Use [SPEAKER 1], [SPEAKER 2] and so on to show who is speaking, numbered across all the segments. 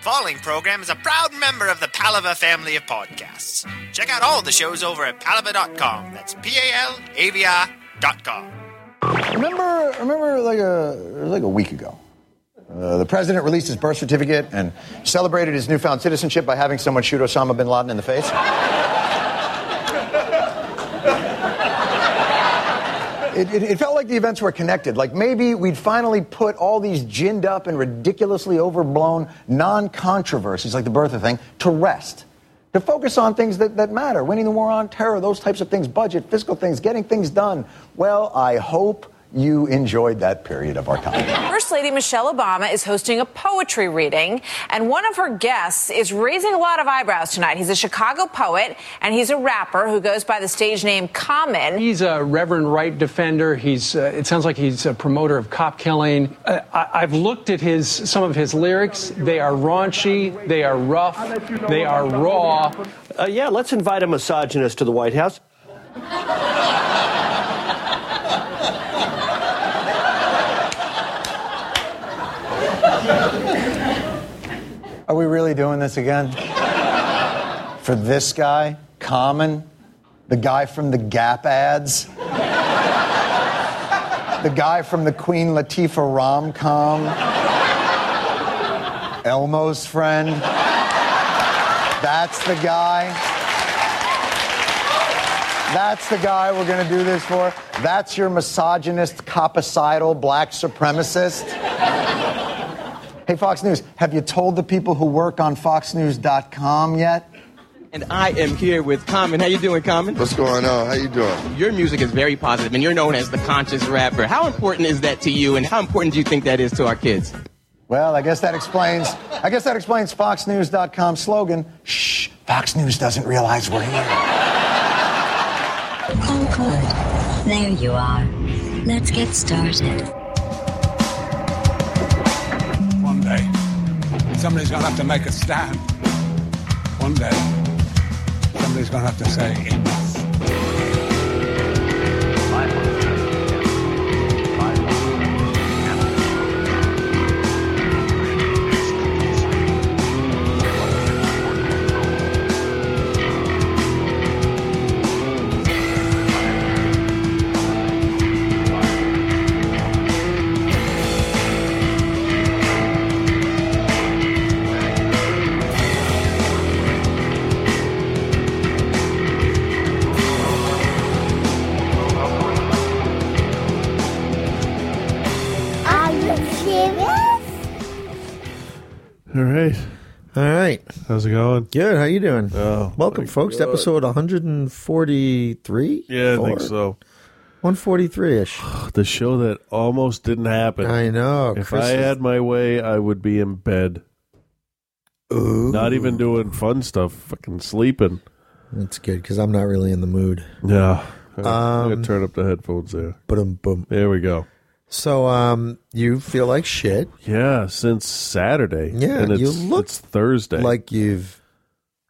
[SPEAKER 1] Falling Program is a proud member of the Palava family of podcasts. Check out all the shows over at palava.com. That's P A L A V I dot com.
[SPEAKER 2] Remember, remember, like a like a week ago, uh, the president released his birth certificate and celebrated his newfound citizenship by having someone shoot Osama bin Laden in the face. It, it, it felt like the events were connected. Like maybe we'd finally put all these ginned up and ridiculously overblown non controversies, like the birther thing, to rest. To focus on things that, that matter winning the war on terror, those types of things, budget, fiscal things, getting things done. Well, I hope you enjoyed that period of our time.
[SPEAKER 3] First Lady Michelle Obama is hosting a poetry reading, and one of her guests is raising a lot of eyebrows tonight. He's a Chicago poet, and he's a rapper who goes by the stage name Common.
[SPEAKER 4] He's a reverend right defender. He's. Uh, it sounds like he's a promoter of cop killing. Uh, I, I've looked at his some of his lyrics. They are raunchy. They are rough. They are raw.
[SPEAKER 5] Uh, yeah, let's invite a misogynist to the White House.
[SPEAKER 2] Are we really doing this again? For this guy, Common, the guy from the Gap ads, the guy from the Queen Latifah rom com, Elmo's friend. That's the guy. That's the guy we're going to do this for. That's your misogynist, copicidal, black supremacist. Hey, Fox News, have you told the people who work on FoxNews.com yet?
[SPEAKER 6] And I am here with Common. How you doing, Common?
[SPEAKER 7] What's going on? How you doing?
[SPEAKER 6] Your music is very positive, and you're known as the conscious rapper. How important is that to you, and how important do you think that is to our kids?
[SPEAKER 2] Well, I guess that explains. I guess that explains FoxNews.com slogan. Shh, Fox News doesn't realize we're here.
[SPEAKER 8] Oh, good. There you are. Let's get started.
[SPEAKER 9] One day, somebody's going to have to make a stand. One day, somebody's going to have to say, enough.
[SPEAKER 10] Are you serious?
[SPEAKER 11] All right.
[SPEAKER 12] All right.
[SPEAKER 11] How's it going?
[SPEAKER 12] Good. How you doing?
[SPEAKER 11] Oh,
[SPEAKER 12] Welcome,
[SPEAKER 11] my
[SPEAKER 12] folks. to
[SPEAKER 11] God.
[SPEAKER 12] Episode 143.
[SPEAKER 11] Yeah, I
[SPEAKER 12] Four?
[SPEAKER 11] think so.
[SPEAKER 12] 143-ish.
[SPEAKER 11] The show that almost didn't happen.
[SPEAKER 12] I know.
[SPEAKER 11] If
[SPEAKER 12] Chris
[SPEAKER 11] I
[SPEAKER 12] is-
[SPEAKER 11] had my way, I would be in bed.
[SPEAKER 12] Ooh.
[SPEAKER 11] Not even doing fun stuff. Fucking sleeping.
[SPEAKER 12] That's good because I'm not really in the mood. Uh,
[SPEAKER 11] Yeah. I'm
[SPEAKER 12] Um,
[SPEAKER 11] gonna turn up the headphones there.
[SPEAKER 12] Boom, boom.
[SPEAKER 11] There we go.
[SPEAKER 12] So, um, you feel like shit,
[SPEAKER 11] Yeah, since Saturday.
[SPEAKER 12] Yeah,
[SPEAKER 11] and it's,
[SPEAKER 12] you look
[SPEAKER 11] it's Thursday.
[SPEAKER 12] like you've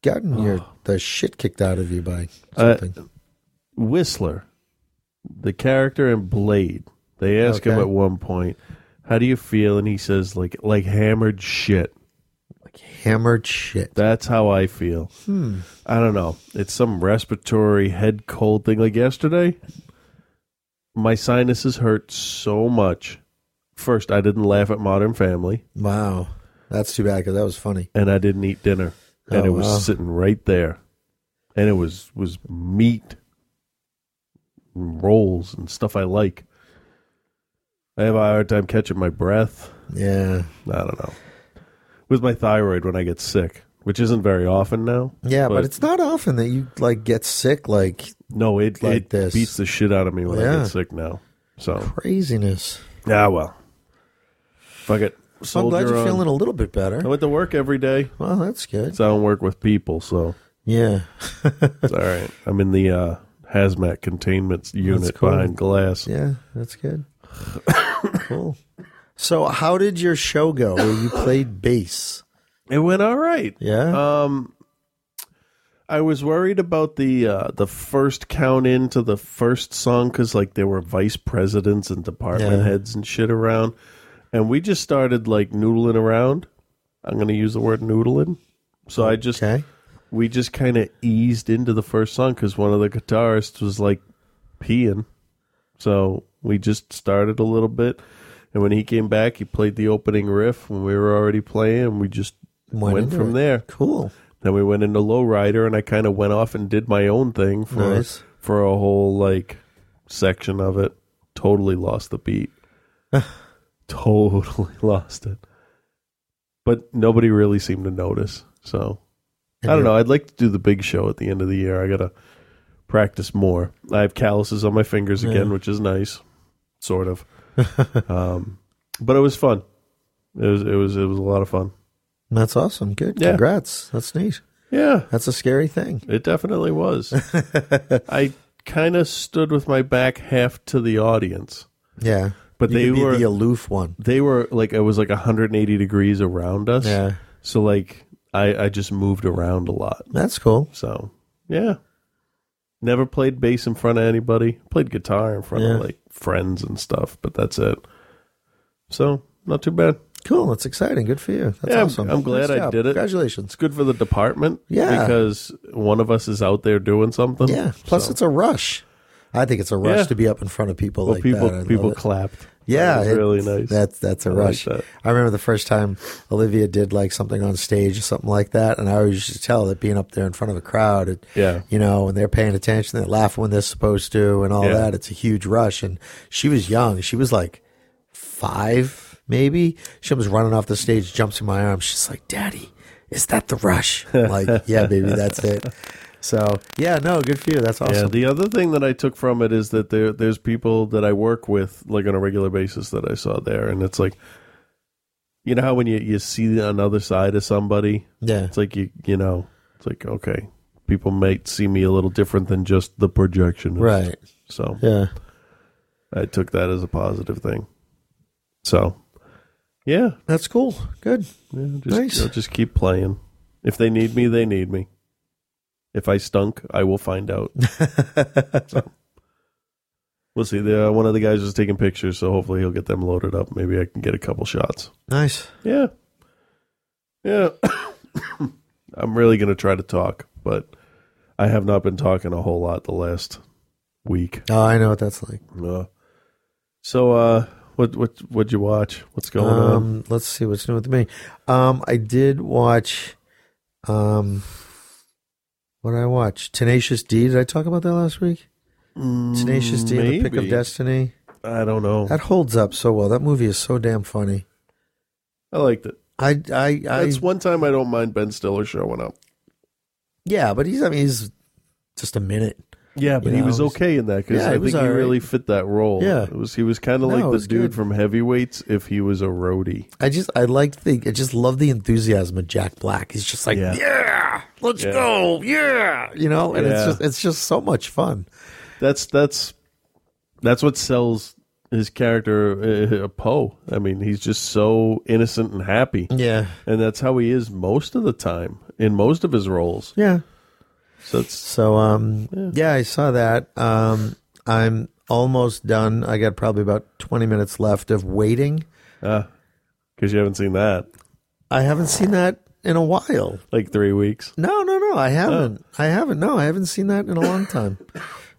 [SPEAKER 12] gotten your the shit kicked out of you by
[SPEAKER 11] Uh,
[SPEAKER 12] something.
[SPEAKER 11] Whistler, the character in Blade. They ask him
[SPEAKER 12] Okay.
[SPEAKER 11] at one point, "How do you feel?" And he says, "Like like hammered shit."
[SPEAKER 12] Hammered shit. Hmm.
[SPEAKER 11] That's how I feel. I don't know. It's some respiratory head cold thing. Like yesterday, my sinuses hurt so much. First, I didn't laugh at Modern Family,
[SPEAKER 12] Wow. That's too bad because that was funny.
[SPEAKER 11] and I didn't eat dinner, and
[SPEAKER 12] Oh,
[SPEAKER 11] it was
[SPEAKER 12] wow.
[SPEAKER 11] sitting right there, and it was was meat, and rolls, and stuff I like. I have a hard time catching my breath.
[SPEAKER 12] Yeah.
[SPEAKER 11] I don't know. With my thyroid when I get sick, which isn't very often now.
[SPEAKER 12] Yeah, but, it's not often that you like get sick like
[SPEAKER 11] No, it,
[SPEAKER 12] like
[SPEAKER 11] it
[SPEAKER 12] this.
[SPEAKER 11] beats the shit out of me when I
[SPEAKER 12] Yeah.
[SPEAKER 11] get sick now. So
[SPEAKER 12] craziness.
[SPEAKER 11] yeah, well, fuck it.
[SPEAKER 12] I'm glad
[SPEAKER 11] Soldier
[SPEAKER 12] you're
[SPEAKER 11] on.
[SPEAKER 12] feeling a little bit
[SPEAKER 11] I
[SPEAKER 12] better.
[SPEAKER 11] went to work every day.
[SPEAKER 12] Well, that's good.
[SPEAKER 11] So I don't work with people, so
[SPEAKER 12] Yeah.
[SPEAKER 11] it's all right. I'm in the uh, hazmat containment unit
[SPEAKER 12] cool.
[SPEAKER 11] behind glass.
[SPEAKER 12] Yeah, that's good. cool. So, how did your show go? Where you played bass?
[SPEAKER 11] It went all right.
[SPEAKER 12] Yeah.
[SPEAKER 11] Um, I was worried about the uh, the first count into the first song because like there were vice presidents and department
[SPEAKER 12] Yeah.
[SPEAKER 11] heads and shit around, and we just started like noodling around, I'm going to use the word noodling. So I just we just kind of eased into the first song because one of the guitarists was like peeing, so we just started a little bit. And when he came back, he played the opening riff when we were already playing. And we just went,
[SPEAKER 12] into
[SPEAKER 11] from
[SPEAKER 12] it.
[SPEAKER 11] there. Cool. Then we went into Lowrider, and I kind of went off and did my own thing for
[SPEAKER 12] Nice.
[SPEAKER 11] for a whole like section of it. Totally lost the beat. totally lost it. But nobody really seemed to notice. So I don't know. I'd like to do the big show at the end of the year. I gotta practice more. I have calluses on my fingers again,
[SPEAKER 12] Yeah.
[SPEAKER 11] which is nice, sort of. um, but it was fun. It was it was it was a lot of fun.
[SPEAKER 12] That's awesome. Good.
[SPEAKER 11] Yeah.
[SPEAKER 12] Congrats. That's neat.
[SPEAKER 11] Yeah.
[SPEAKER 12] That's a scary thing.
[SPEAKER 11] It definitely was. I kind of stood with my back half to the audience.
[SPEAKER 12] Yeah.
[SPEAKER 11] But
[SPEAKER 12] You
[SPEAKER 11] they
[SPEAKER 12] could be
[SPEAKER 11] were
[SPEAKER 12] the aloof one.
[SPEAKER 11] They were like I was like 180 degrees around us.
[SPEAKER 12] Yeah.
[SPEAKER 11] So like I I just moved around a lot.
[SPEAKER 12] That's cool.
[SPEAKER 11] So yeah. Never played bass in front of anybody. Played guitar in front
[SPEAKER 12] Yeah.
[SPEAKER 11] of like friends and stuff, but that's it. So not too bad.
[SPEAKER 12] Cool. That's exciting. Good for you. That's
[SPEAKER 11] yeah, I'm-
[SPEAKER 12] awesome.
[SPEAKER 11] I'm, glad
[SPEAKER 12] Nice
[SPEAKER 11] I
[SPEAKER 12] job.
[SPEAKER 11] did it.
[SPEAKER 12] Congratulations.
[SPEAKER 11] It's good for the department.
[SPEAKER 12] Yeah.
[SPEAKER 11] Because one of us is out there doing something.
[SPEAKER 12] Yeah. Plus,
[SPEAKER 11] So-
[SPEAKER 12] it's a rush. I think it's a rush
[SPEAKER 11] Yeah.
[SPEAKER 12] to be up in front of people
[SPEAKER 11] Well,
[SPEAKER 12] like
[SPEAKER 11] people-
[SPEAKER 12] that. I love
[SPEAKER 11] people
[SPEAKER 12] it.
[SPEAKER 11] clapped.
[SPEAKER 12] Yeah,
[SPEAKER 11] That was
[SPEAKER 12] it-
[SPEAKER 11] really nice.
[SPEAKER 12] That's that's a
[SPEAKER 11] I like
[SPEAKER 12] rush.
[SPEAKER 11] that.
[SPEAKER 12] I remember the first time Olivia did like something on stage or something like that, and I always used to tell that being up there in front of a crowd, it,
[SPEAKER 11] Oh, Yeah.
[SPEAKER 12] you know, and they're paying attention, they're laughing when they're supposed to, and all
[SPEAKER 11] Yeah.
[SPEAKER 12] that. It's a huge rush. And she was young; she was like five, maybe. She comes running off the stage, jumps in my arms. She's like, "Daddy, is that the rush?" I'm like, yeah, baby, that's it. So yeah, no, good for you. That's awesome.
[SPEAKER 11] Yeah, the other thing that I took from it is that there there's people that I work with like on a regular basis that I saw there, and it's like, you know how when you you see another side of somebody,
[SPEAKER 12] Yeah.
[SPEAKER 11] it's like you you know, it's like okay, people might see me a little different than just the projection,
[SPEAKER 12] Right.
[SPEAKER 11] So
[SPEAKER 12] Yeah.
[SPEAKER 11] I took that as a positive thing. So yeah,
[SPEAKER 12] that's cool. Good.
[SPEAKER 11] Yeah, just,
[SPEAKER 12] Nice.
[SPEAKER 11] I'll just keep playing. If they need me, they need me. If I stunk, I will find out. so. We'll see. The, uh, one of the guys was taking pictures, so hopefully he'll get them loaded up. Maybe I can get a couple shots.
[SPEAKER 12] Nice.
[SPEAKER 11] Yeah. Yeah. I'm really going to try to talk, but I have not been talking a whole lot the last week.
[SPEAKER 12] Oh, I know what that's like.
[SPEAKER 11] Uh, so, uh, what what what'd you watch? What's going on?
[SPEAKER 12] um, Let's see what's new with me. Um, I did watch. Um, what did I watch? Tenacious D. Did I talk about that last week? Tenacious D. and The Pick of
[SPEAKER 11] Mm, maybe.
[SPEAKER 12] Destiny.
[SPEAKER 11] I don't know.
[SPEAKER 12] That holds up so well. That movie is so damn funny.
[SPEAKER 11] I liked it.
[SPEAKER 12] I, I, I
[SPEAKER 11] That's one time I don't mind Ben Stiller showing up.
[SPEAKER 12] yeah, but he's I mean he's just a minute.
[SPEAKER 11] Yeah, but
[SPEAKER 12] You
[SPEAKER 11] he
[SPEAKER 12] know,
[SPEAKER 11] was
[SPEAKER 12] he's-
[SPEAKER 11] okay in that because
[SPEAKER 12] Yeah,
[SPEAKER 11] I
[SPEAKER 12] he was
[SPEAKER 11] think he
[SPEAKER 12] all right.
[SPEAKER 11] really fit that role.
[SPEAKER 12] Yeah.
[SPEAKER 11] it was he was kind
[SPEAKER 12] No,
[SPEAKER 11] of
[SPEAKER 12] it
[SPEAKER 11] like
[SPEAKER 12] was
[SPEAKER 11] the dude
[SPEAKER 12] good.
[SPEAKER 11] from Heavyweights if he was a roadie.
[SPEAKER 12] I just I like the I just love the enthusiasm of Jack Black. He's just like yeah, let's
[SPEAKER 11] Yeah.
[SPEAKER 12] go, yeah, you know, and
[SPEAKER 11] Yeah.
[SPEAKER 12] it's just it's just so much fun.
[SPEAKER 11] That's that's that's what sells his character uh, Poe. I mean, he's just so innocent and happy.
[SPEAKER 12] Yeah.
[SPEAKER 11] and that's how he is most of the time in most of his roles.
[SPEAKER 12] Yeah.
[SPEAKER 11] So it's
[SPEAKER 12] So um yeah. I saw that. Um I'm almost done. I got probably about 20 minutes left of waiting.
[SPEAKER 11] because Uh, you haven't seen that
[SPEAKER 12] I haven't seen that in a while.
[SPEAKER 11] like three weeks. Oh.
[SPEAKER 12] No, no, no, I haven't. I haven't. No, I haven't seen that in a long time.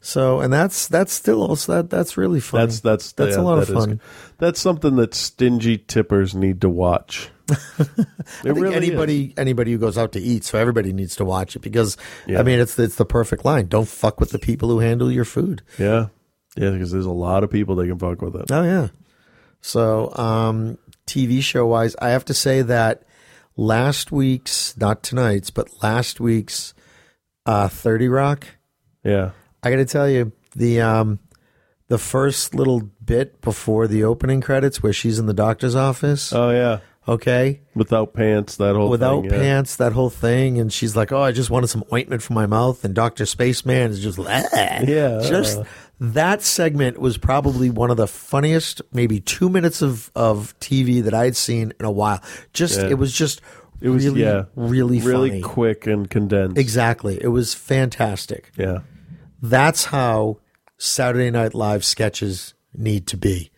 [SPEAKER 12] so, and that's that's still also that that's really fun.
[SPEAKER 11] That's that's
[SPEAKER 12] that's
[SPEAKER 11] yeah,
[SPEAKER 12] a lot of
[SPEAKER 11] that is-
[SPEAKER 12] fun.
[SPEAKER 11] that's something that stingy tippers need to watch.
[SPEAKER 12] I think
[SPEAKER 11] really
[SPEAKER 12] anybody anybody who goes out to eat, so everybody needs to watch it because
[SPEAKER 11] Yeah.
[SPEAKER 12] I mean it's it's the perfect line. Don't fuck with the people who handle your food.
[SPEAKER 11] Yeah. Yeah, because there's a lot of people that can fuck with it.
[SPEAKER 12] Oh yeah. So um, TV show wise, I have to say that last week's, not tonight's, but last week's uh, Thirty Rock.
[SPEAKER 11] Yeah.
[SPEAKER 12] I got to tell you the um, the first little bit before the opening credits, where she's in the doctor's office.
[SPEAKER 11] Oh yeah.
[SPEAKER 12] Okay.
[SPEAKER 11] Without pants, that whole
[SPEAKER 12] Without
[SPEAKER 11] thing, yeah.
[SPEAKER 12] pants, that whole thing, and she's like, "Oh, I just wanted some ointment for my mouth," and Doctor Spaceman is just, "Ah."
[SPEAKER 11] Yeah.
[SPEAKER 12] just that segment was probably one of the funniest, maybe two minutes of of TV that I'd seen in a while. Just
[SPEAKER 11] Yeah.
[SPEAKER 12] it was just,
[SPEAKER 11] It was
[SPEAKER 12] really,
[SPEAKER 11] yeah,
[SPEAKER 12] really,
[SPEAKER 11] really
[SPEAKER 12] funny.
[SPEAKER 11] quick and condensed.
[SPEAKER 12] Exactly, it was fantastic.
[SPEAKER 11] Yeah,
[SPEAKER 12] That's how Saturday Night Live sketches need to be.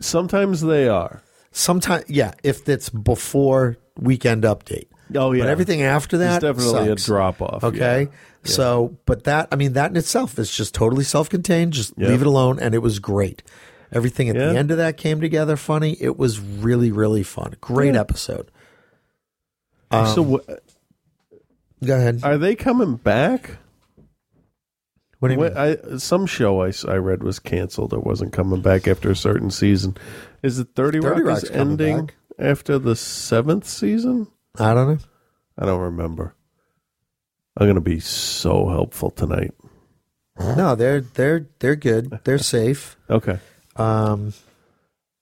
[SPEAKER 11] sometimes they are.
[SPEAKER 12] Sometimes, yeah, if it's before weekend update.
[SPEAKER 11] Oh yeah.
[SPEAKER 12] But everything after
[SPEAKER 11] It's
[SPEAKER 12] that
[SPEAKER 11] definitely a
[SPEAKER 12] sucks.
[SPEAKER 11] drop off.
[SPEAKER 12] Okay. So, but that, I mean, that in itself is just totally self contained. Just
[SPEAKER 11] Yeah.
[SPEAKER 12] leave it alone. And it was great. Everything at
[SPEAKER 11] Yeah.
[SPEAKER 12] the end of that came together funny. It was really, really fun. Great
[SPEAKER 11] Yeah.
[SPEAKER 12] episode.
[SPEAKER 11] so
[SPEAKER 12] Um,
[SPEAKER 11] wh-
[SPEAKER 12] go ahead.
[SPEAKER 11] Are they coming back?
[SPEAKER 12] What do you
[SPEAKER 11] I, some show I, s- I read was canceled or wasn't coming back after a certain season. Is it 30 Rock
[SPEAKER 12] 30 Rock's
[SPEAKER 11] is
[SPEAKER 12] coming
[SPEAKER 11] ending
[SPEAKER 12] back.
[SPEAKER 11] after the seventh season?
[SPEAKER 12] I don't know.
[SPEAKER 11] I don't remember. I'm going to be so helpful tonight.
[SPEAKER 12] no, they're, they're, they're good. They're safe.
[SPEAKER 11] Okay.
[SPEAKER 12] Um,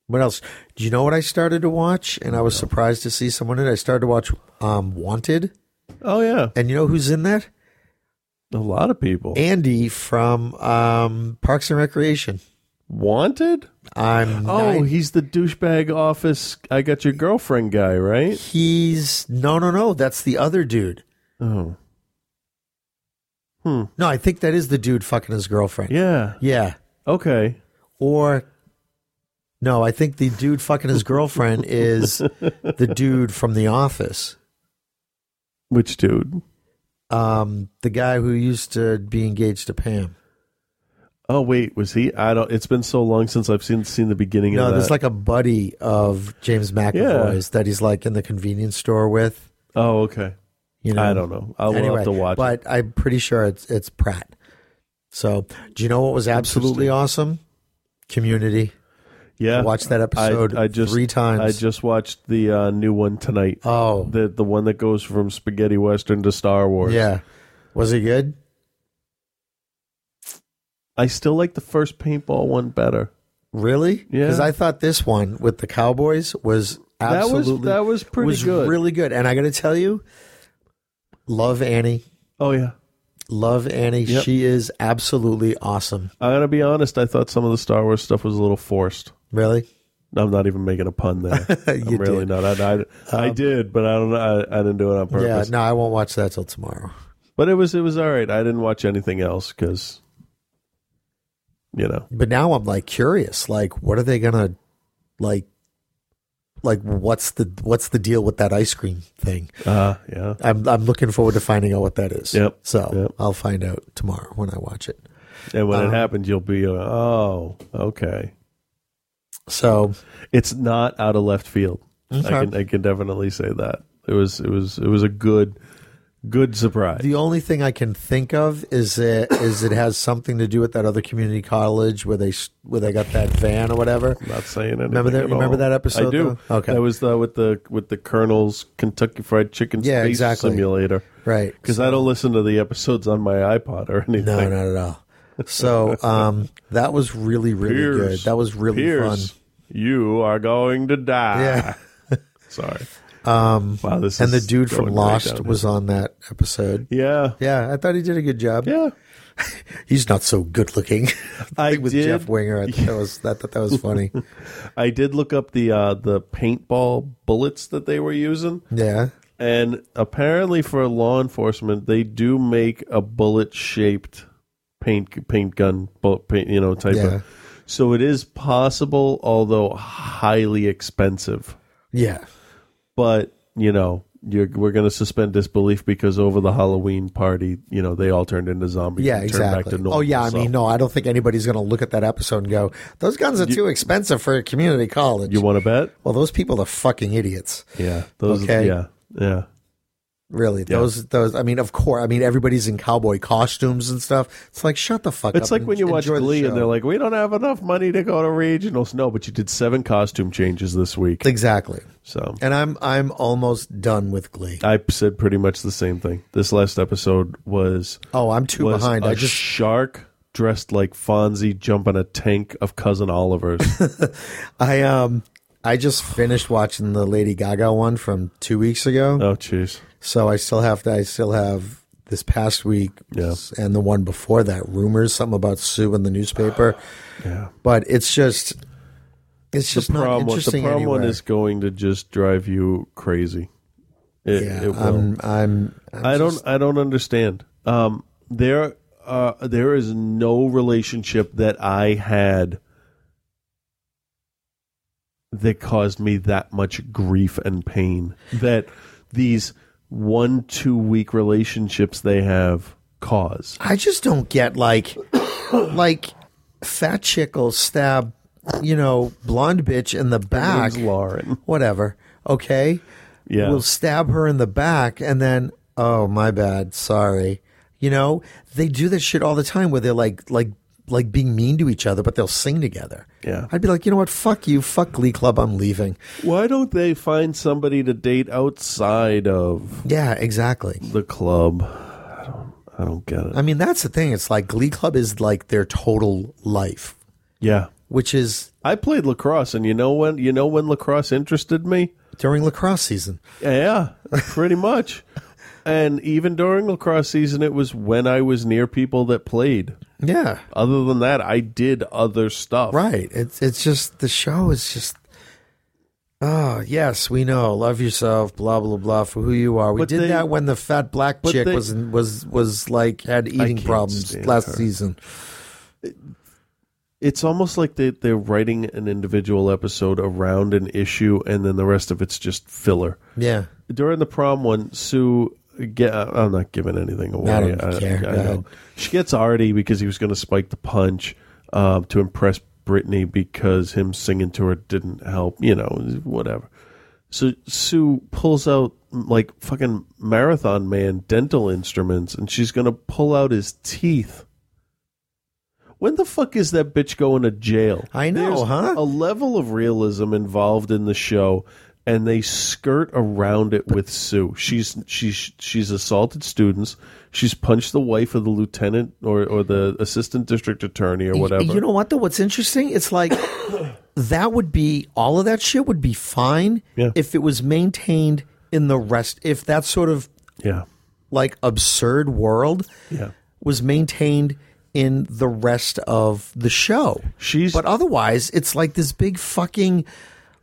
[SPEAKER 12] what else? Do you know what I started to watch? And I was surprised to see someone in. it? I started to watch um, Wanted.
[SPEAKER 11] Oh yeah.
[SPEAKER 12] And you know who's in that?
[SPEAKER 11] A lot of people.
[SPEAKER 12] Andy from um, Parks and Recreation.
[SPEAKER 11] Wanted?
[SPEAKER 12] I'm
[SPEAKER 11] Oh,
[SPEAKER 12] nine-
[SPEAKER 11] he's the douchebag office. I got your girlfriend guy, right?
[SPEAKER 12] He's no, no, no. That's the other dude.
[SPEAKER 11] Oh. Hmm.
[SPEAKER 12] No, I think that is the dude fucking his girlfriend.
[SPEAKER 11] Yeah.
[SPEAKER 12] Yeah.
[SPEAKER 11] Okay.
[SPEAKER 12] Or no, I think the dude fucking his girlfriend is the dude from The Office.
[SPEAKER 11] Which dude?
[SPEAKER 12] Um, the guy who used to be engaged to Pam.
[SPEAKER 11] Oh wait, was he? I don't. It's been so long since I've seen seen the beginning
[SPEAKER 12] No,
[SPEAKER 11] of that.
[SPEAKER 12] there's like a buddy of James McAvoy's that he's like in the convenience store with.
[SPEAKER 11] Oh, okay.
[SPEAKER 12] You know,
[SPEAKER 11] I don't know. I'll we'll have to watch. it.
[SPEAKER 12] But I'm pretty sure it's it's Pratt. So, do you know what was absolutely awesome? Community.
[SPEAKER 11] Yeah,
[SPEAKER 12] watch that
[SPEAKER 11] I-
[SPEAKER 12] episode
[SPEAKER 11] I, just
[SPEAKER 12] three times.
[SPEAKER 11] I just watched the uh, new one tonight.
[SPEAKER 12] Oh,
[SPEAKER 11] the the one that goes from spaghetti western to Star Wars.
[SPEAKER 12] Yeah, was it good?
[SPEAKER 11] I still like the first paintball one better.
[SPEAKER 12] Really?
[SPEAKER 11] Yeah.
[SPEAKER 12] Because I thought this one with the Cowboys was
[SPEAKER 11] That was-
[SPEAKER 12] absolutely
[SPEAKER 11] that was pretty good.
[SPEAKER 12] really good. And I got to tell you, love Annie.
[SPEAKER 11] Oh yeah,
[SPEAKER 12] love Annie.
[SPEAKER 11] Yep.
[SPEAKER 12] She is absolutely awesome.
[SPEAKER 11] I'm gonna be honest. I thought some of the Star Wars stuff was a little forced.
[SPEAKER 12] Really?
[SPEAKER 11] I'm not even making a pun there. I'm really not. I, I, I
[SPEAKER 12] Um,
[SPEAKER 11] did, but I don't. know. I, I didn't do it on purpose.
[SPEAKER 12] Yeah. No, I won't watch that till tomorrow.
[SPEAKER 11] But it was it was all right. I didn't watch anything else because, you know,
[SPEAKER 12] But now I'm like curious. Like, what are they gonna like? Like, what's the what's the deal with that ice cream thing?
[SPEAKER 11] uh, yeah.
[SPEAKER 12] I'm I'm looking forward to finding out what that is.
[SPEAKER 11] Yep.
[SPEAKER 12] So I'll find out tomorrow when I watch it.
[SPEAKER 11] And when
[SPEAKER 12] Um,
[SPEAKER 11] it happens, you'll be uh, oh okay.
[SPEAKER 12] So
[SPEAKER 11] it's not out of left field.
[SPEAKER 12] Okay.
[SPEAKER 11] I can I can definitely say that it was it was it was a good good surprise.
[SPEAKER 12] The only thing I can think of is it is it has something to do with that other community college where they s- where they got that van or whatever.
[SPEAKER 11] not saying anything.
[SPEAKER 12] Remember
[SPEAKER 11] at
[SPEAKER 12] that? Remember
[SPEAKER 11] all.
[SPEAKER 12] that episode?
[SPEAKER 11] I do.
[SPEAKER 12] though? Okay.
[SPEAKER 11] that was the with the with the Colonel's Kentucky Fried Chicken
[SPEAKER 12] Yeah,
[SPEAKER 11] Space
[SPEAKER 12] exactly.
[SPEAKER 11] Simulator.
[SPEAKER 12] Right.
[SPEAKER 11] Because I don't listen to the episodes on my iPod or anything.
[SPEAKER 12] No, not at all. So um, that was really really good.
[SPEAKER 11] Pierce,
[SPEAKER 12] That was really
[SPEAKER 11] Pierce,
[SPEAKER 12] fun.
[SPEAKER 11] You are going to die.
[SPEAKER 12] Yeah.
[SPEAKER 11] Sorry.
[SPEAKER 12] Um,
[SPEAKER 11] Wow, this
[SPEAKER 12] and the
[SPEAKER 11] is
[SPEAKER 12] dude
[SPEAKER 11] going
[SPEAKER 12] from
[SPEAKER 11] right
[SPEAKER 12] Lost
[SPEAKER 11] down
[SPEAKER 12] was
[SPEAKER 11] here.
[SPEAKER 12] on that episode.
[SPEAKER 11] Yeah,
[SPEAKER 12] yeah. I thought he did a good job.
[SPEAKER 11] Yeah,
[SPEAKER 12] he's not so good looking.
[SPEAKER 11] I
[SPEAKER 12] think with
[SPEAKER 11] did-
[SPEAKER 12] Jeff Winger. I thought that was I thought that was funny.
[SPEAKER 11] I did look up the uh, the paintball bullets that they were using.
[SPEAKER 12] yeah.
[SPEAKER 11] And apparently, for law enforcement, they do make a bullet-shaped paint paint gun, bullet paint, you know, type
[SPEAKER 12] Yeah.
[SPEAKER 11] of. So it is possible, although highly expensive.
[SPEAKER 12] Yeah.
[SPEAKER 11] But you know, you're, we're going to suspend disbelief because over the Halloween party, you know, they all turned into zombies.
[SPEAKER 12] Yeah,
[SPEAKER 11] and Turned
[SPEAKER 12] exactly.
[SPEAKER 11] back to normal,
[SPEAKER 12] oh, yeah. I
[SPEAKER 11] so
[SPEAKER 12] mean, no, I don't think anybody's going to look at that episode and go, "Those guns are too expensive for a community college."
[SPEAKER 11] you want to bet?
[SPEAKER 12] well, those people are fucking idiots.
[SPEAKER 11] Yeah. Those.
[SPEAKER 12] Okay.
[SPEAKER 11] Yeah. Yeah.
[SPEAKER 12] Really, those those. I mean, of course. I mean, everybody's in cowboy costumes and stuff. It's like, shut the fuck up.
[SPEAKER 11] It's like
[SPEAKER 12] and
[SPEAKER 11] when you watch
[SPEAKER 12] enjoy the
[SPEAKER 11] Glee
[SPEAKER 12] show.
[SPEAKER 11] and they're like, "We don't have enough money to go to regionals." No, but you did seven costume changes this week.
[SPEAKER 12] exactly.
[SPEAKER 11] So
[SPEAKER 12] And I'm I'm almost done with Glee.
[SPEAKER 11] I said pretty much the same thing. This last episode was
[SPEAKER 12] Oh, I'm too
[SPEAKER 11] was
[SPEAKER 12] behind.
[SPEAKER 11] a
[SPEAKER 12] I just
[SPEAKER 11] shark dressed like Fonzie jumping a tank of cousin Oliver's.
[SPEAKER 12] I um I just finished watching the Lady Gaga one from two weeks ago.
[SPEAKER 11] oh, jeez.
[SPEAKER 12] So I still have to. I still have this past week and the one before that. Rumors, something about Sue in the newspaper.
[SPEAKER 11] Yeah.
[SPEAKER 12] But it's just, it's just not
[SPEAKER 11] Problem one, the
[SPEAKER 12] interesting
[SPEAKER 11] problem one
[SPEAKER 12] anywhere.
[SPEAKER 11] is going to just drive you crazy. It,
[SPEAKER 12] yeah,
[SPEAKER 11] it will.
[SPEAKER 12] I'm, I'm, I'm.
[SPEAKER 11] I don't.
[SPEAKER 12] just-
[SPEAKER 11] I don't understand. Um, there, uh, there is no relationship that I had that caused me that much grief and pain that these one two week relationships they have cause.
[SPEAKER 12] I just don't get like, like, fat chick will stab, you know, blonde bitch in the back.
[SPEAKER 11] Lauren.
[SPEAKER 12] Whatever. Okay.
[SPEAKER 11] Yeah.
[SPEAKER 12] Will stab her in the back and then, oh my bad, sorry. You know, they do this shit all the time where they're like, like, like being mean to each other, but they'll sing together.
[SPEAKER 11] Yeah.
[SPEAKER 12] I'd be like, you know what? Fuck you. Fuck Glee Club. I'm leaving.
[SPEAKER 11] Why don't they find somebody to date outside of
[SPEAKER 12] Yeah, exactly.
[SPEAKER 11] the club? I don't, I don't get it.
[SPEAKER 12] I mean, that's the thing. It's like Glee Club is like their total life,
[SPEAKER 11] Yeah.
[SPEAKER 12] which is
[SPEAKER 11] I played lacrosse, and you know when you know when lacrosse interested me?
[SPEAKER 12] during lacrosse season.
[SPEAKER 11] Yeah, pretty much. And even during lacrosse season, it was when I was near people that played.
[SPEAKER 12] Yeah.
[SPEAKER 11] Other than that, I did other stuff.
[SPEAKER 12] Right. It's it's just the show is just Oh, yes, we know. Love yourself, blah blah blah for who you are. We
[SPEAKER 11] But
[SPEAKER 12] did
[SPEAKER 11] they-
[SPEAKER 12] that when the fat black
[SPEAKER 11] but
[SPEAKER 12] chick
[SPEAKER 11] they-
[SPEAKER 12] was was was like had eating
[SPEAKER 11] can't
[SPEAKER 12] problems
[SPEAKER 11] stand
[SPEAKER 12] last
[SPEAKER 11] her.
[SPEAKER 12] season.
[SPEAKER 11] It's almost like they, they're writing an individual episode around an issue, and then the rest of it's just filler.
[SPEAKER 12] Yeah.
[SPEAKER 11] during the prom one, Sue. Get, I'm not giving anything away.
[SPEAKER 12] I don't care. Go ahead.
[SPEAKER 11] know. She gets Artie because he was going to spike the punch um, to impress Brittany because him singing to her didn't help. You know, whatever. So Sue pulls out like fucking marathon man dental instruments, and she's going to pull out his teeth. When the fuck is that bitch going to jail?
[SPEAKER 12] I know,
[SPEAKER 11] There's
[SPEAKER 12] huh?
[SPEAKER 11] A level of realism involved in the show, and they skirt around it with Sue. She's she's she's assaulted students. She's punched the wife of the lieutenant or or the assistant district attorney or whatever.
[SPEAKER 12] You know what though? What's interesting? It's like that would be all of that shit would be fine
[SPEAKER 11] Yeah.
[SPEAKER 12] if it was maintained in the rest if that sort of
[SPEAKER 11] yeah,
[SPEAKER 12] like absurd world
[SPEAKER 11] yeah.
[SPEAKER 12] was maintained in the rest of the show.
[SPEAKER 11] She's-
[SPEAKER 12] but otherwise, it's like this big fucking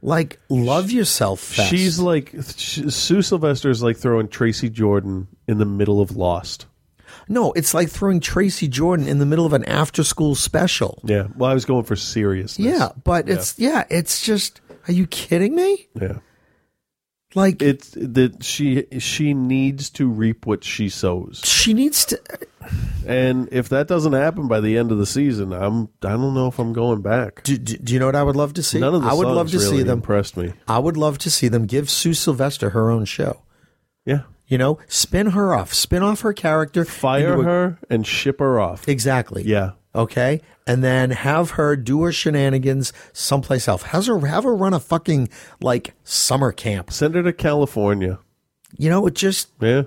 [SPEAKER 12] like love yourself. Fest.
[SPEAKER 11] She's like she, Sue Sylvester is like throwing Tracy Jordan in the middle of Lost.
[SPEAKER 12] no, it's like throwing Tracy Jordan in the middle of an after-school special.
[SPEAKER 11] Yeah. Well, I was going for seriousness.
[SPEAKER 12] Yeah, but it's yeah, it's just. Are you kidding me?
[SPEAKER 11] Yeah.
[SPEAKER 12] Like
[SPEAKER 11] It's that she she needs to reap what she sows.
[SPEAKER 12] she needs to.
[SPEAKER 11] And if that doesn't happen by the end of the season, I'm I don't know if I'm going back.
[SPEAKER 12] Do, do, do you know what I would love to see?
[SPEAKER 11] None of the
[SPEAKER 12] I would
[SPEAKER 11] songs
[SPEAKER 12] love to
[SPEAKER 11] really
[SPEAKER 12] see them.
[SPEAKER 11] impressed me.
[SPEAKER 12] I would love to see them give Sue Sylvester her own show.
[SPEAKER 11] Yeah,
[SPEAKER 12] You know, spin her off, spin off her character,
[SPEAKER 11] fire
[SPEAKER 12] into a-
[SPEAKER 11] her and ship her off.
[SPEAKER 12] Exactly.
[SPEAKER 11] Yeah,
[SPEAKER 12] Okay, and then have her do her shenanigans someplace else. Has her have her run a fucking like summer camp.
[SPEAKER 11] send her to California.
[SPEAKER 12] You know, it just
[SPEAKER 11] Yeah,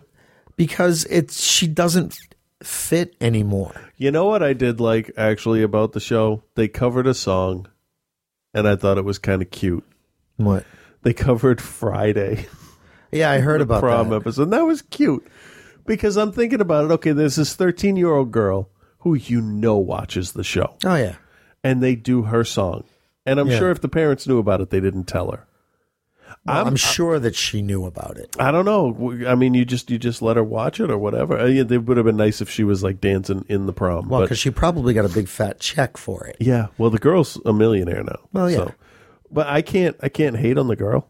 [SPEAKER 12] because it's she doesn't fit anymore.
[SPEAKER 11] you know what I did like actually about the show? They covered a song, and I thought it was kind of cute.
[SPEAKER 12] What?
[SPEAKER 11] They covered Friday.
[SPEAKER 12] Yeah, I heard about
[SPEAKER 11] prom
[SPEAKER 12] that.
[SPEAKER 11] episode. And that was cute because I'm thinking about it. Okay, there's this 13 year old girl who you know watches the show,
[SPEAKER 12] Oh yeah,
[SPEAKER 11] and they do her song. And I'm
[SPEAKER 12] Yeah.
[SPEAKER 11] sure if the parents knew about it, they didn't tell her.
[SPEAKER 12] Well, I'm, sure that she knew about it.
[SPEAKER 11] I don't know. W- I mean, you just you just let her watch it or whatever. I mean, it would have been nice if she was like dancing in the prom.
[SPEAKER 12] Well,
[SPEAKER 11] but-
[SPEAKER 12] because she probably got a big fat check for it.
[SPEAKER 11] yeah, well, the girl's a millionaire now.
[SPEAKER 12] Well, yeah.
[SPEAKER 11] but I can't I can't hate on the girl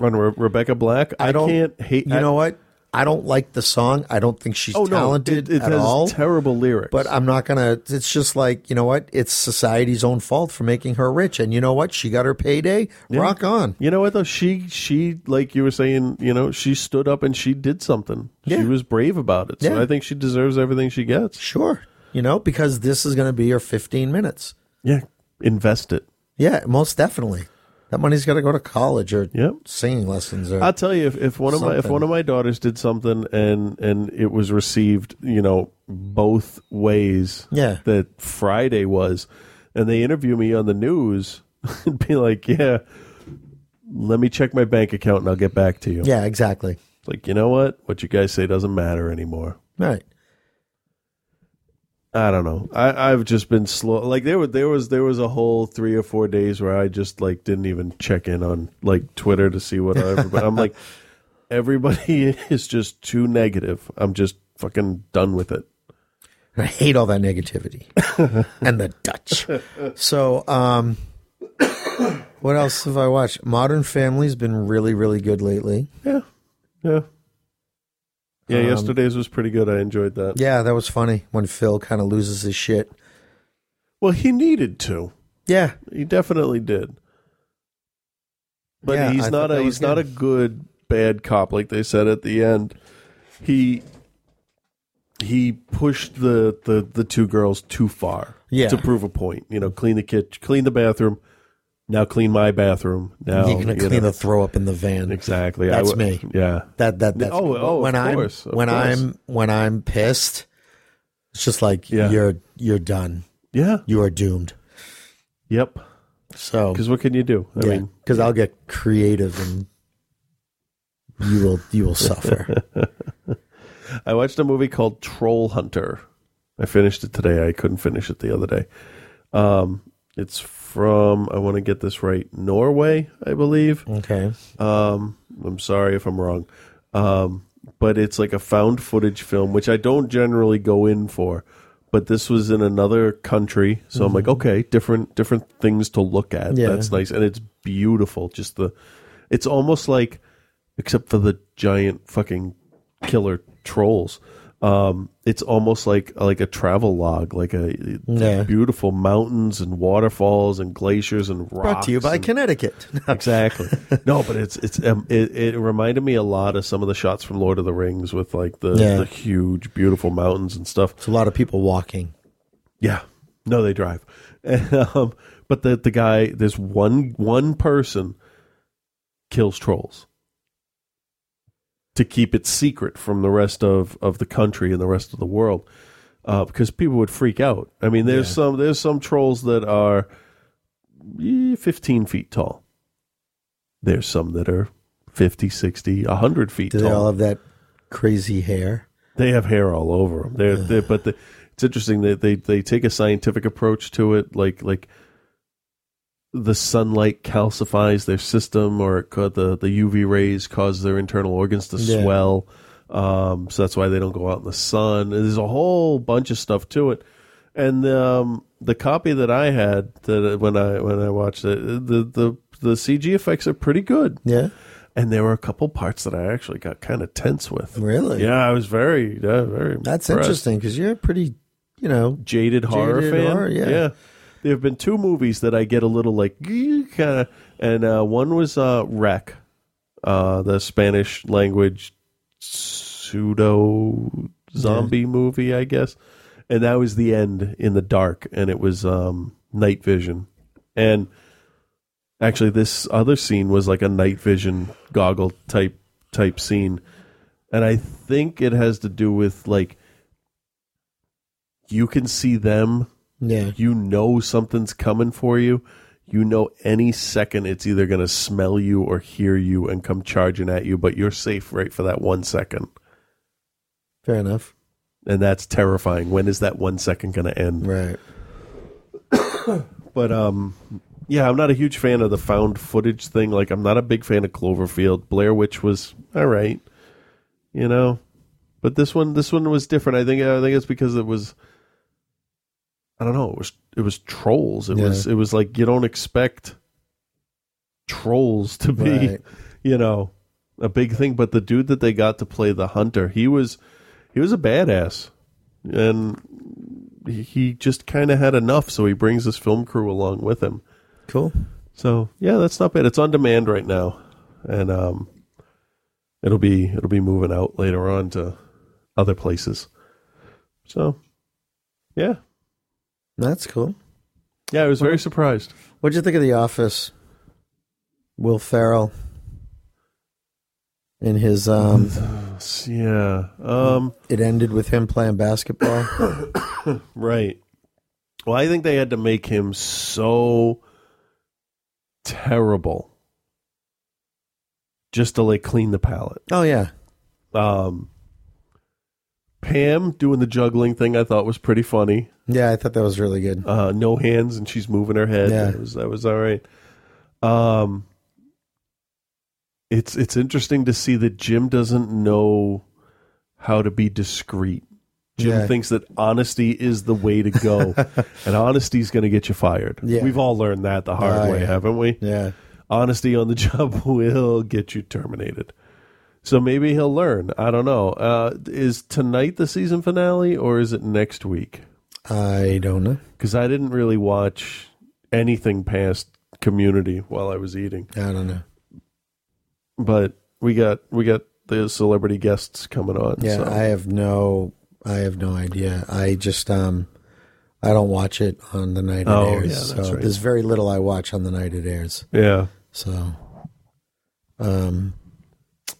[SPEAKER 11] on Re- Rebecca Black. I, can't hate.
[SPEAKER 12] You
[SPEAKER 11] I-
[SPEAKER 12] know what? I don't like the song. I don't think she's
[SPEAKER 11] Oh no,
[SPEAKER 12] talented
[SPEAKER 11] it, it
[SPEAKER 12] at
[SPEAKER 11] has
[SPEAKER 12] all.
[SPEAKER 11] terrible lyrics.
[SPEAKER 12] But I'm not gonna. It's just like you know what? It's society's own fault for making her rich, and you know what? She got her payday. Rock on.
[SPEAKER 11] You know what though? She she like you were saying, you know, she stood up and she did something.
[SPEAKER 12] Yeah.
[SPEAKER 11] She was brave about it. So
[SPEAKER 12] Yeah.
[SPEAKER 11] I think she deserves everything she gets.
[SPEAKER 12] Sure. You know, because this is gonna be your 15 minutes.
[SPEAKER 11] Yeah. Invest it.
[SPEAKER 12] Yeah, most definitely. That money's got to go to college or
[SPEAKER 11] Yep.
[SPEAKER 12] singing lessons or
[SPEAKER 11] I'll tell you if, if one of my if
[SPEAKER 12] Something.
[SPEAKER 11] one of my daughters did something and and it was received, you know, both ways
[SPEAKER 12] Yeah.
[SPEAKER 11] that Friday was and they interview me on the news and be like, Yeah, let me check my bank account and I'll get back to you.
[SPEAKER 12] yeah, exactly.
[SPEAKER 11] It's Like, you know what? What you guys say doesn't matter anymore.
[SPEAKER 12] Right.
[SPEAKER 11] I don't know. I, I've just been slow. Like there was there was there was a whole three or four days where I just like didn't even check in on like Twitter to see what everybody. I'm like, everybody is just too negative. I'm just fucking done with it.
[SPEAKER 12] I hate all that negativity and the Dutch. So, um, What else have I watched? Modern Family's been really, really good lately.
[SPEAKER 11] Yeah. Yeah. Yeah,
[SPEAKER 12] Um,
[SPEAKER 11] yesterday's was pretty good. I enjoyed that.
[SPEAKER 12] Yeah, that was funny when Phil kind of loses his shit.
[SPEAKER 11] Well, he needed to.
[SPEAKER 12] Yeah.
[SPEAKER 11] He definitely did. But
[SPEAKER 12] Yeah, I
[SPEAKER 11] he's
[SPEAKER 12] thought
[SPEAKER 11] not a
[SPEAKER 12] that
[SPEAKER 11] he's
[SPEAKER 12] was
[SPEAKER 11] not a
[SPEAKER 12] good.
[SPEAKER 11] good bad cop like they said at the end. He he pushed the the, the two girls too far.
[SPEAKER 12] Yeah.
[SPEAKER 11] To prove a point. You know, clean the kitchen, clean the bathroom. Now clean my bathroom. Now
[SPEAKER 12] You're gonna
[SPEAKER 11] you
[SPEAKER 12] clean
[SPEAKER 11] know.
[SPEAKER 12] the throw up in the van.
[SPEAKER 11] Exactly. I
[SPEAKER 12] That's
[SPEAKER 11] would-
[SPEAKER 12] me.
[SPEAKER 11] Yeah.
[SPEAKER 12] That that that's
[SPEAKER 11] Oh,
[SPEAKER 12] me. But
[SPEAKER 11] oh, of
[SPEAKER 12] when I'm
[SPEAKER 11] course, of
[SPEAKER 12] when
[SPEAKER 11] course.
[SPEAKER 12] I'm when I'm pissed, it's just like
[SPEAKER 11] Yeah.
[SPEAKER 12] you're you're done.
[SPEAKER 11] Yeah.
[SPEAKER 12] You are doomed.
[SPEAKER 11] Yep.
[SPEAKER 12] So
[SPEAKER 11] Because what can you do? I mean,
[SPEAKER 12] because I'll get creative and you will you will suffer.
[SPEAKER 11] I watched a movie called Troll Hunter. I finished it today. I couldn't finish it the other day. Um, it's from I want to get this right, Norway, I believe.
[SPEAKER 12] Okay.
[SPEAKER 11] Um, I'm sorry if I'm wrong. Um, but it's like a found footage film, which I don't generally go in for. But this was in another country, so I'm like, okay, different different things to look at.
[SPEAKER 12] Mm-hmm. Yeah.
[SPEAKER 11] That's nice, and it's beautiful. Just the, it's almost like, except for the giant fucking killer trolls. Um, it's almost like like a travel log, like a
[SPEAKER 12] Yeah.
[SPEAKER 11] beautiful mountains and waterfalls and glaciers and rocks.
[SPEAKER 12] Brought to you by
[SPEAKER 11] and-
[SPEAKER 12] Connecticut.
[SPEAKER 11] exactly. No, but it's it's um, it, it reminded me a lot of some of the shots from Lord of the Rings with like the,
[SPEAKER 12] Yeah.
[SPEAKER 11] the huge, beautiful mountains and stuff.
[SPEAKER 12] It's a lot of people walking.
[SPEAKER 11] Yeah. No, they drive. And, um, but the the guy, this one one person kills trolls to keep it secret from the rest of, of the country and the rest of the world, uh, because people would freak out. I mean, there's some there's some trolls that are eh, 15 feet tall. There's some that are 50, 60, 100 feet
[SPEAKER 12] Do
[SPEAKER 11] tall.
[SPEAKER 12] they all have that crazy hair?
[SPEAKER 11] They have hair all over them. They're, they're but the, it's interesting that they, they take a scientific approach to it, like like the sunlight calcifies their system, or it ca- the the UV rays cause their internal organs to
[SPEAKER 12] Yeah.
[SPEAKER 11] swell. Um, so that's why they don't go out in the sun. There's a whole bunch of stuff to it. And um, the copy that I had that uh, when I when I watched it, uh, the the the CG effects are pretty good.
[SPEAKER 12] Yeah.
[SPEAKER 11] And there were a couple parts that I actually got kind of tense with.
[SPEAKER 12] Really?
[SPEAKER 11] Yeah, I was very, yeah, very. impressed.
[SPEAKER 12] That's interesting because you're a pretty, you know,
[SPEAKER 11] Jaded horror
[SPEAKER 12] Jaded
[SPEAKER 11] fan.
[SPEAKER 12] horror, yeah.
[SPEAKER 11] There have been two movies that I get a little like kind of, and uh, one was uh, Wreck, uh, the Spanish language pseudo zombie movie, I guess, and that was the end in the dark, and it was um, night vision, and actually this other scene was like a night vision goggle type type scene and i think it has to do with like you can see them
[SPEAKER 12] Yeah.
[SPEAKER 11] you know something's coming for you you know any second it's either going to smell you or hear you and come charging at you but you're safe right for that one second
[SPEAKER 12] fair enough.
[SPEAKER 11] and that's terrifying when is that one second going to end
[SPEAKER 12] Right.
[SPEAKER 11] but um yeah i'm not a huge fan of the found footage thing like i'm not a big fan of cloverfield blair witch was all right you know but this one this one was different i think i think it's because it was i don't know it was it was trolls it was
[SPEAKER 12] Yeah.
[SPEAKER 11] it was like you don't expect trolls to be
[SPEAKER 12] Right.
[SPEAKER 11] you know a big thing but the dude that they got to play the hunter he was he was a badass and he- he just kind of had enough, so he brings his film crew along with him.
[SPEAKER 12] Cool.
[SPEAKER 11] So yeah, that's not bad. It's on demand right now, and um, it'll be it'll be moving out later on to other places. So yeah,
[SPEAKER 12] That's cool.
[SPEAKER 11] yeah, I was very surprised.
[SPEAKER 12] What'd you think of The Office? Will Farrell in his um
[SPEAKER 11] Yeah, um,
[SPEAKER 12] it ended with him playing basketball.
[SPEAKER 11] right. Well, I think they had to make him so terrible just to like clean the palate.
[SPEAKER 12] oh yeah.
[SPEAKER 11] Um, Pam doing the juggling thing I thought was pretty funny.
[SPEAKER 12] Yeah, I thought that was really good.
[SPEAKER 11] Uh, no hands and she's moving her head.
[SPEAKER 12] Yeah.
[SPEAKER 11] That was that was all right. Um, it's it's interesting to see that Jim doesn't know how to be discreet Jim
[SPEAKER 12] Yeah.
[SPEAKER 11] thinks that honesty is the way to go, and honesty's going to get you fired.
[SPEAKER 12] Yeah.
[SPEAKER 11] We've all learned that the hard
[SPEAKER 12] Oh,
[SPEAKER 11] way,
[SPEAKER 12] yeah.
[SPEAKER 11] haven't we?
[SPEAKER 12] Yeah.
[SPEAKER 11] Honesty on the job will get you terminated. So maybe he'll learn. I don't know. Uh, is tonight the season finale or is it next week?
[SPEAKER 12] I don't know.
[SPEAKER 11] Because I didn't really watch anything past Community while I was eating.
[SPEAKER 12] I don't know.
[SPEAKER 11] But we got we got the celebrity guests coming on.
[SPEAKER 12] Yeah,
[SPEAKER 11] so.
[SPEAKER 12] I have no, I have no idea. I just, um, I don't watch it on the night it
[SPEAKER 11] Oh,
[SPEAKER 12] airs.
[SPEAKER 11] yeah, that's
[SPEAKER 12] so
[SPEAKER 11] right.
[SPEAKER 12] there's very little I watch on the night it airs.
[SPEAKER 11] Yeah.
[SPEAKER 12] So, um,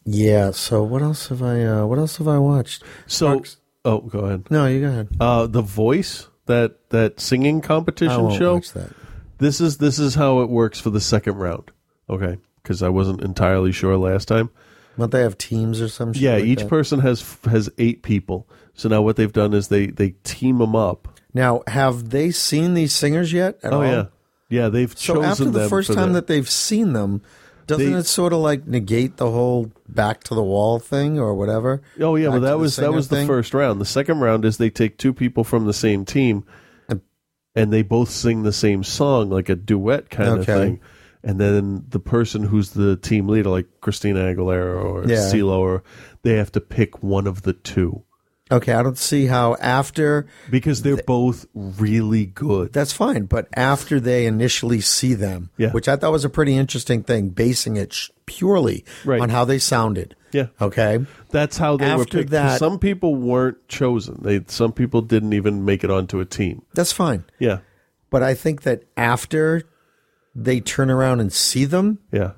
[SPEAKER 12] yeah. So what else have I? Uh, what else have I watched?
[SPEAKER 11] So, oh, go ahead.
[SPEAKER 12] No, you go ahead.
[SPEAKER 11] Uh, the Voice that that singing competition
[SPEAKER 12] I won't
[SPEAKER 11] show.
[SPEAKER 12] watch that.
[SPEAKER 11] This is this is how it works for the second round. Okay, because I wasn't entirely sure last time.
[SPEAKER 12] Don't they have teams or some? shit
[SPEAKER 11] yeah,
[SPEAKER 12] like
[SPEAKER 11] each
[SPEAKER 12] that?
[SPEAKER 11] person has has eight people. So now what they've done is they they team them up.
[SPEAKER 12] Now, have they seen these singers yet? at
[SPEAKER 11] oh
[SPEAKER 12] all?
[SPEAKER 11] yeah, yeah. They've
[SPEAKER 12] So
[SPEAKER 11] chosen
[SPEAKER 12] after the
[SPEAKER 11] them
[SPEAKER 12] first
[SPEAKER 11] for
[SPEAKER 12] time
[SPEAKER 11] their-
[SPEAKER 12] that they've seen them, doesn't
[SPEAKER 11] They-
[SPEAKER 12] it sort of like negate the whole back to the wall thing or whatever?
[SPEAKER 11] Oh yeah,
[SPEAKER 12] Back
[SPEAKER 11] well
[SPEAKER 12] to
[SPEAKER 11] that
[SPEAKER 12] the
[SPEAKER 11] was that
[SPEAKER 12] singer
[SPEAKER 11] was the
[SPEAKER 12] thing?
[SPEAKER 11] first round. The second round is they take two people from the same team, and they both sing the same song, like a duet kind of
[SPEAKER 12] Okay.
[SPEAKER 11] thing. And then the person who's the team leader, like Christina Aguilera or
[SPEAKER 12] Yeah.
[SPEAKER 11] CeeLo, or they have to pick one of the two
[SPEAKER 12] Okay, I don't see how after
[SPEAKER 11] because they're both really good.
[SPEAKER 12] That's fine, but after they initially see them,
[SPEAKER 11] Yeah.
[SPEAKER 12] which I thought was a pretty interesting thing, basing it sh- purely
[SPEAKER 11] Right.
[SPEAKER 12] on how they sounded.
[SPEAKER 11] Yeah.
[SPEAKER 12] Okay.
[SPEAKER 11] That's how they were
[SPEAKER 12] After
[SPEAKER 11] picked. 'Cause
[SPEAKER 12] that-
[SPEAKER 11] some people weren't chosen. They some people didn't even make it onto a team.
[SPEAKER 12] That's fine.
[SPEAKER 11] Yeah,
[SPEAKER 12] But I think that after they turn around and see them,
[SPEAKER 11] yeah.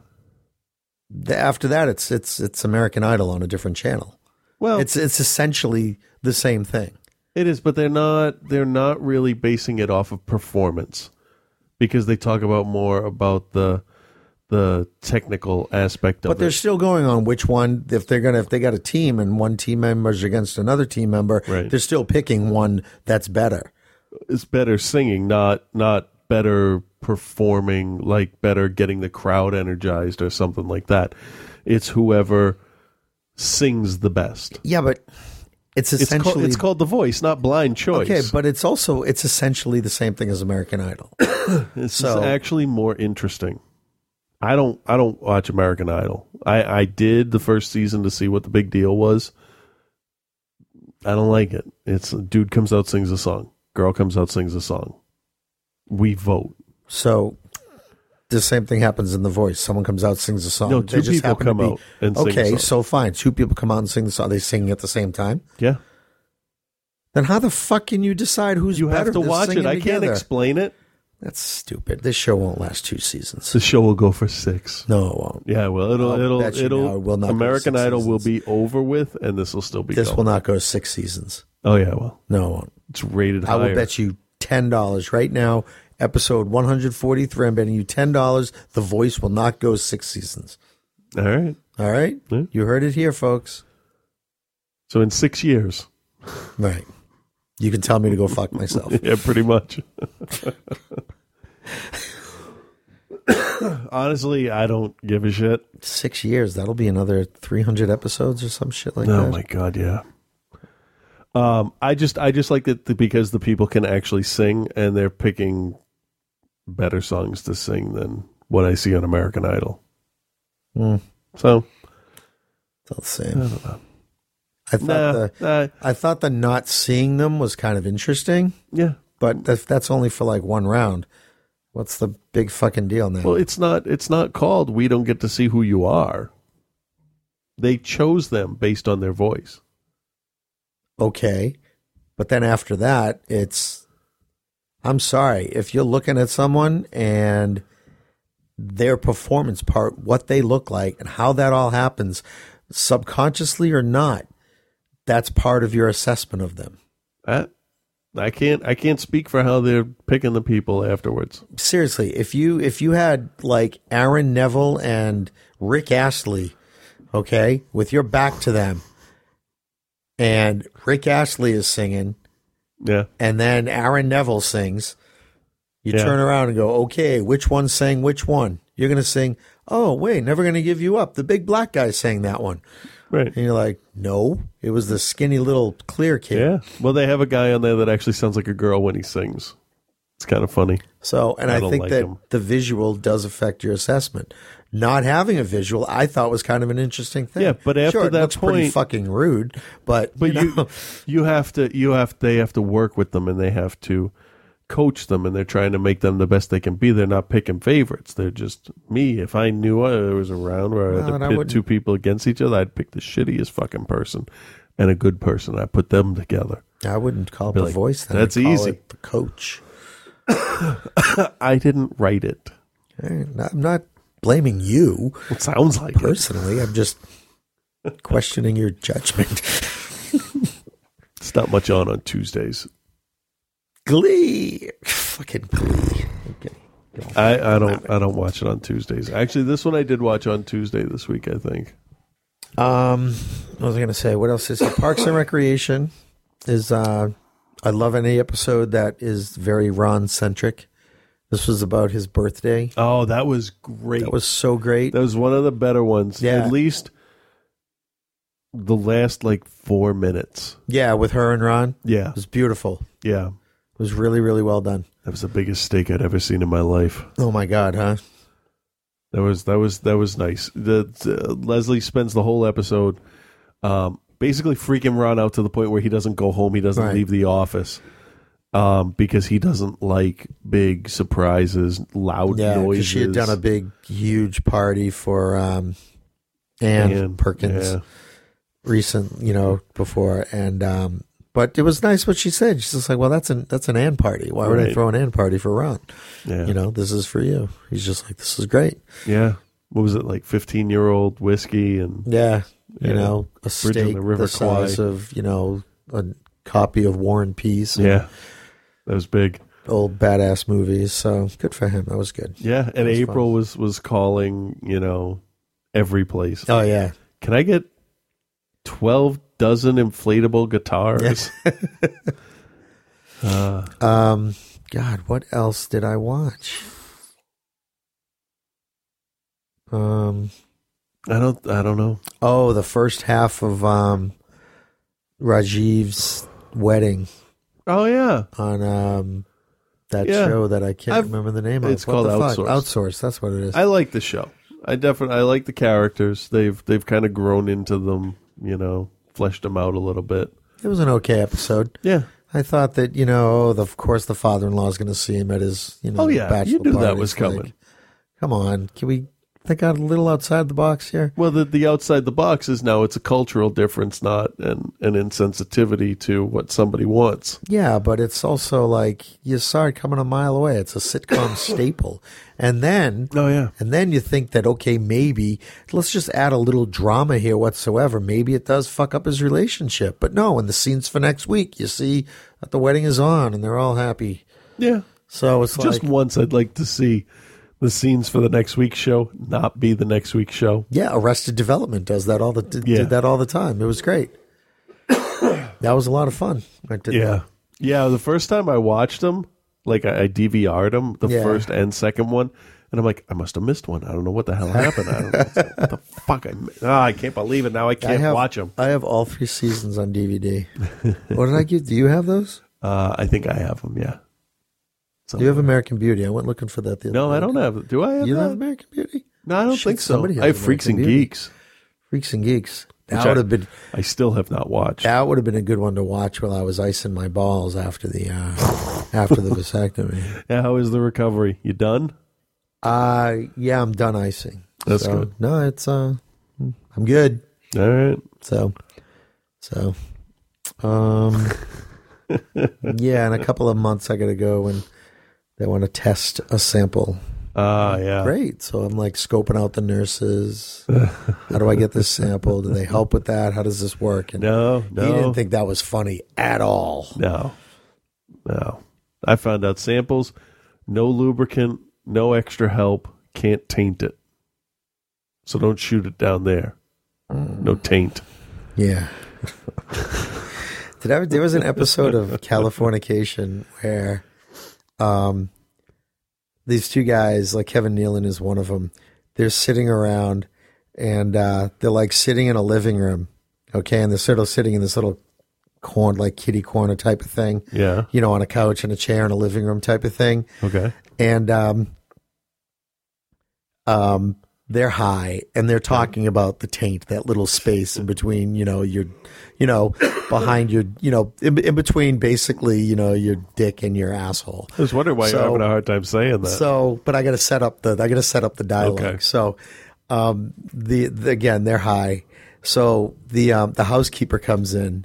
[SPEAKER 12] the, after that it's it's it's American Idol on a different channel.
[SPEAKER 11] Well,
[SPEAKER 12] it's it's essentially the same thing.
[SPEAKER 11] It is, but they're not they're not really basing it off of performance because they talk about more about the the technical aspect of
[SPEAKER 12] But they're
[SPEAKER 11] it.
[SPEAKER 12] still going on which one if they're gonna if they got a team and one team member is against another team member,
[SPEAKER 11] Right.
[SPEAKER 12] they're still picking one that's better.
[SPEAKER 11] It's better singing, not not better performing, like better getting the crowd energized or something like that. It's whoever sings the best.
[SPEAKER 12] Yeah, but it's
[SPEAKER 11] It's called-
[SPEAKER 12] essentially
[SPEAKER 11] it's called The Voice, not Blind Choice.
[SPEAKER 12] Okay, but it's also it's essentially the same thing as American Idol.
[SPEAKER 11] This
[SPEAKER 12] So-
[SPEAKER 11] is actually more interesting. I don't I don't watch American Idol. I, I did the first season to see what the big deal was. I don't like it. It's a dude comes out sings a song. Girl comes out sings a song. We vote.
[SPEAKER 12] So the same thing happens in The Voice. Someone comes out, sings a song.
[SPEAKER 11] No, two people
[SPEAKER 12] happen to
[SPEAKER 11] come out and sing a
[SPEAKER 12] okay,
[SPEAKER 11] song.
[SPEAKER 12] so fine. Two people come out and sing the song. Are they singing at the same time?
[SPEAKER 11] Yeah.
[SPEAKER 12] Then how the fuck can you decide who's
[SPEAKER 11] You have
[SPEAKER 12] better?
[SPEAKER 11] to
[SPEAKER 12] They're
[SPEAKER 11] watch it.
[SPEAKER 12] singing
[SPEAKER 11] I can't
[SPEAKER 12] together.
[SPEAKER 11] explain it.
[SPEAKER 12] That's stupid. This show won't last two seasons.
[SPEAKER 11] The show will go for six.
[SPEAKER 12] No, it won't.
[SPEAKER 11] Yeah, well it'll
[SPEAKER 12] I'll
[SPEAKER 11] it'll
[SPEAKER 12] bet you
[SPEAKER 11] it'll
[SPEAKER 12] no, it will not go
[SPEAKER 11] American
[SPEAKER 12] six
[SPEAKER 11] Idol will be over with and this will still be
[SPEAKER 12] This
[SPEAKER 11] going.
[SPEAKER 12] will not go six seasons.
[SPEAKER 11] Oh yeah, well.
[SPEAKER 12] No, it won't.
[SPEAKER 11] It's rated
[SPEAKER 12] I will
[SPEAKER 11] higher.
[SPEAKER 12] bet you ten dollars right now. Episode one hundred forty three. I'm betting you ten dollars. The Voice will not go six seasons.
[SPEAKER 11] All right.
[SPEAKER 12] All right,
[SPEAKER 11] Yeah.
[SPEAKER 12] you heard it here, folks.
[SPEAKER 11] So in six years.
[SPEAKER 12] Right. You can tell me to go fuck myself.
[SPEAKER 11] yeah, pretty much. Honestly, I don't give a shit.
[SPEAKER 12] Six years. That'll be another three hundred episodes or some shit like
[SPEAKER 11] oh
[SPEAKER 12] that.
[SPEAKER 11] my god, yeah. Um, I just I just like that the, because the people can actually sing and they're picking better songs to sing than what I see on American Idol.
[SPEAKER 12] Mm,
[SPEAKER 11] So
[SPEAKER 12] it's all the same. I, thought the
[SPEAKER 11] nah.
[SPEAKER 12] I thought the not seeing them was kind of interesting,
[SPEAKER 11] yeah,
[SPEAKER 12] but if that's only for like one round, what's the big fucking deal now?
[SPEAKER 11] well, it's not it's not called. We don't get to see who you are. They chose them based on their voice.
[SPEAKER 12] okay. But then after that, it's I'm sorry, if you're looking at someone and their performance part, what they look like and how that all happens, subconsciously or not, that's part of your assessment of them.
[SPEAKER 11] I, I can't I can't speak for how they're picking the people afterwards.
[SPEAKER 12] Seriously, if you if you had like Aaron Neville and Rick Astley, okay, with your back to them and Rick Astley is singing
[SPEAKER 11] Yeah.
[SPEAKER 12] and then Aaron Neville sings. You
[SPEAKER 11] Yeah.
[SPEAKER 12] turn around and go, okay, which one sang which one? You're going to sing, oh, wait, never going to give you up. The big black guy sang that one.
[SPEAKER 11] Right.
[SPEAKER 12] And you're like, no, it was the skinny little clear kid.
[SPEAKER 11] Yeah. Well, they have a guy on there that actually sounds like a girl when he sings. It's kind of funny.
[SPEAKER 12] So, and I,
[SPEAKER 11] don't
[SPEAKER 12] think
[SPEAKER 11] like
[SPEAKER 12] that
[SPEAKER 11] him.
[SPEAKER 12] the visual does affect your assessment. Not having a visual, I thought was kind of an interesting thing.
[SPEAKER 11] Yeah, but after
[SPEAKER 12] sure, it
[SPEAKER 11] that
[SPEAKER 12] looks pretty
[SPEAKER 11] point-
[SPEAKER 12] fucking rude. But
[SPEAKER 11] But
[SPEAKER 12] you,
[SPEAKER 11] you,
[SPEAKER 12] know,
[SPEAKER 11] you have to, you have, they have to work with them and they have to coach them and they're trying to make them the best they can be. They're not picking favorites. They're just me. If I knew I was around where
[SPEAKER 12] No,
[SPEAKER 11] I had
[SPEAKER 12] and I
[SPEAKER 11] to pit
[SPEAKER 12] wouldn't-
[SPEAKER 11] two people against each other, I'd pick the shittiest fucking person and a good person. I put them together.
[SPEAKER 12] I wouldn't call it
[SPEAKER 11] Be
[SPEAKER 12] the
[SPEAKER 11] like,
[SPEAKER 12] voice. Then. I'd
[SPEAKER 11] that's
[SPEAKER 12] call
[SPEAKER 11] easy.
[SPEAKER 12] it the coach.
[SPEAKER 11] I didn't write it.
[SPEAKER 12] Hey, no, I'm not blaming you.
[SPEAKER 11] It sounds like it.
[SPEAKER 12] personally. I'm just questioning your judgment.
[SPEAKER 11] It's not much on on Tuesdays.
[SPEAKER 12] Glee, fucking Glee. Okay.
[SPEAKER 11] I, I don't I don't watch it on Tuesdays. Actually, this one I did watch on Tuesday this week. I think
[SPEAKER 12] Um, what was I going to say? What else is here? Parks and Recreation is. Uh, I love any episode that is very Ron centric. This was about his birthday.
[SPEAKER 11] Oh, that was great.
[SPEAKER 12] That was so great.
[SPEAKER 11] that was one of the better ones.
[SPEAKER 12] Yeah.
[SPEAKER 11] At least the last like four minutes.
[SPEAKER 12] yeah, with her and Ron.
[SPEAKER 11] Yeah.
[SPEAKER 12] It was beautiful.
[SPEAKER 11] Yeah,
[SPEAKER 12] It was really, really well done.
[SPEAKER 11] that was the biggest steak I'd ever seen in my life.
[SPEAKER 12] Oh my god, huh?
[SPEAKER 11] That was that was that was nice. The, the- Leslie spends the whole episode um, basically freaking Ron out to the point where he doesn't go home. He doesn't
[SPEAKER 12] Right.
[SPEAKER 11] leave the office um, because he doesn't like big surprises, loud
[SPEAKER 12] Yeah, 'cause
[SPEAKER 11] noises.
[SPEAKER 12] she had done a big, huge party for um, Ann,
[SPEAKER 11] Ann,
[SPEAKER 12] Perkins
[SPEAKER 11] yeah.
[SPEAKER 12] recent, you know, before, and um, but it was nice what she said. She's just like, "Well, that's an that's an Ann party. Why would I
[SPEAKER 11] Right.
[SPEAKER 12] throw an Ann party for Ron?
[SPEAKER 11] Yeah.
[SPEAKER 12] You know, this is for you." He's just like, "This is great."
[SPEAKER 11] Yeah. What was it like? Fifteen year old whiskey and
[SPEAKER 12] Yeah, you
[SPEAKER 11] Yeah.
[SPEAKER 12] know, a
[SPEAKER 11] Bridge on
[SPEAKER 12] steak
[SPEAKER 11] the
[SPEAKER 12] the,
[SPEAKER 11] River
[SPEAKER 12] size
[SPEAKER 11] Kwai.
[SPEAKER 12] of you know a copy of War and Peace. and
[SPEAKER 11] yeah, that was big.
[SPEAKER 12] old badass movies. So good for him. That was good.
[SPEAKER 11] Yeah, and
[SPEAKER 12] That was
[SPEAKER 11] April was was calling. You know, every place.
[SPEAKER 12] Oh yeah,
[SPEAKER 11] Can I get twelve dozen inflatable guitars? uh,
[SPEAKER 12] Um, God, what else did I watch? Um,
[SPEAKER 11] I don't. I don't know.
[SPEAKER 12] oh, the first half of um, Rajiv's wedding
[SPEAKER 11] Oh yeah,
[SPEAKER 12] on um, that
[SPEAKER 11] Yeah.
[SPEAKER 12] show that I can't
[SPEAKER 11] I've-
[SPEAKER 12] remember the name of.
[SPEAKER 11] it's
[SPEAKER 12] What
[SPEAKER 11] called
[SPEAKER 12] the fuck?
[SPEAKER 11] Outsourced.
[SPEAKER 12] Outsourced. That's what it is.
[SPEAKER 11] I like the show. I definitely I like the characters. They've they've kind of grown into them. You know, fleshed them out a little bit.
[SPEAKER 12] it was an okay episode.
[SPEAKER 11] Yeah.
[SPEAKER 12] I thought that you know, oh, the, of course, the father-in-law is going to see him at his you know.
[SPEAKER 11] Oh, yeah.
[SPEAKER 12] bachelor
[SPEAKER 11] You knew that
[SPEAKER 12] party.
[SPEAKER 11] was
[SPEAKER 12] It's like,
[SPEAKER 11] coming.
[SPEAKER 12] come on, can we think out a little outside the box here?
[SPEAKER 11] Well, the, the outside the box is now it's a cultural difference, not an, an insensitivity to what somebody wants.
[SPEAKER 12] Yeah, but it's also like you saw it coming a mile away. It's a sitcom staple. And then
[SPEAKER 11] Oh, yeah.
[SPEAKER 12] and then you think that okay, maybe let's just add a little drama here whatsoever. Maybe it does fuck up his relationship. But no, in the scenes for next week, you see that the wedding is on and they're all happy.
[SPEAKER 11] Yeah.
[SPEAKER 12] So it's
[SPEAKER 11] Just
[SPEAKER 12] like
[SPEAKER 11] once, I'd like to see the scenes for the next week's show not be the next week's show.
[SPEAKER 12] yeah, Arrested Development does that all the did,
[SPEAKER 11] Yeah.
[SPEAKER 12] did that all the time. It was great. that was a lot of fun. I did
[SPEAKER 11] Yeah.
[SPEAKER 12] that.
[SPEAKER 11] Yeah. The first time I watched them, like I, I DVR'd them, the
[SPEAKER 12] Yeah.
[SPEAKER 11] first and second one. And I'm like, I must have missed one. I don't know what the hell happened. I don't know what the- what the fuck I mi- Ah, I can't believe it. Now I
[SPEAKER 12] I
[SPEAKER 11] can't
[SPEAKER 12] have,
[SPEAKER 11] watch them.
[SPEAKER 12] I have all three seasons on DVD. what did I get? Do you have those?
[SPEAKER 11] Uh, I think I have them. Yeah.
[SPEAKER 12] Do you have American Beauty? I went looking for that the other
[SPEAKER 11] No,
[SPEAKER 12] day.
[SPEAKER 11] I don't have. Do I have
[SPEAKER 12] You
[SPEAKER 11] that?
[SPEAKER 12] don't have American Beauty?
[SPEAKER 11] No, I don't
[SPEAKER 12] Shit,
[SPEAKER 11] think so.
[SPEAKER 12] somebody has
[SPEAKER 11] I have Freaks and
[SPEAKER 12] American Beauty.
[SPEAKER 11] Geeks.
[SPEAKER 12] Freaks and Geeks. That
[SPEAKER 11] which I-
[SPEAKER 12] would have been
[SPEAKER 11] I still have not watched.
[SPEAKER 12] that would have been a good one to watch while I was icing my balls after the uh, after the vasectomy.
[SPEAKER 11] Yeah, how is the recovery? You done?
[SPEAKER 12] Uh yeah, I'm done icing.
[SPEAKER 11] That's
[SPEAKER 12] So,
[SPEAKER 11] good.
[SPEAKER 12] No, it's uh I'm good.
[SPEAKER 11] All right.
[SPEAKER 12] So so um yeah, in a couple of months I gotta go and they want to test a sample
[SPEAKER 11] Ah, yeah.
[SPEAKER 12] great. So I'm like scoping out the nurses. How do I get this sample? Do they help with that? How does this work? And
[SPEAKER 11] No,
[SPEAKER 12] he
[SPEAKER 11] no,
[SPEAKER 12] didn't think that was funny at all.
[SPEAKER 11] no, no. I found out samples, no lubricant, no extra help, can't taint it. So don't shoot it down there. No taint.
[SPEAKER 12] Yeah. Did I, there was an episode of Californication where um, these two guys, like Kevin Nealon is one of them, they're sitting around and uh, they're like sitting in a living room, okay, and they're sort of sitting in this little corn like kitty corner type of thing,
[SPEAKER 11] Yeah.
[SPEAKER 12] you know, on a couch and a chair in a living room type of thing,
[SPEAKER 11] Okay.
[SPEAKER 12] and um, um, they're high and they're talking about the taint, that little space in between, you know, your, you know, behind your, you know, in, in between basically, you know, your dick and your asshole.
[SPEAKER 11] I was wondering why
[SPEAKER 12] So-
[SPEAKER 11] you're having a hard time saying that.
[SPEAKER 12] So, but I got to set up the I got to set up the dialogue.
[SPEAKER 11] Okay.
[SPEAKER 12] So, um, the, the again they're high. So the um, the housekeeper comes in,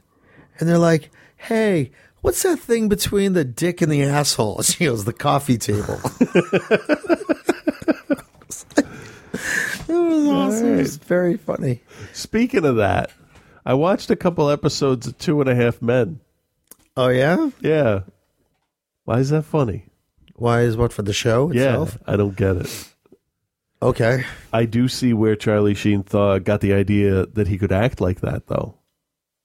[SPEAKER 12] and they're like, "Hey, what's that thing between the dick and the asshole?" She goes, "The coffee table." It was awesome. It was very funny.
[SPEAKER 11] Speaking of that, I watched a couple episodes of Two and a Half Men.
[SPEAKER 12] Oh yeah,
[SPEAKER 11] yeah. Why is that funny?
[SPEAKER 12] Why is what for the show itself?
[SPEAKER 11] Yeah, I don't get it.
[SPEAKER 12] Okay.
[SPEAKER 11] I do see where Charlie Sheen thought got the idea that he could act like that though,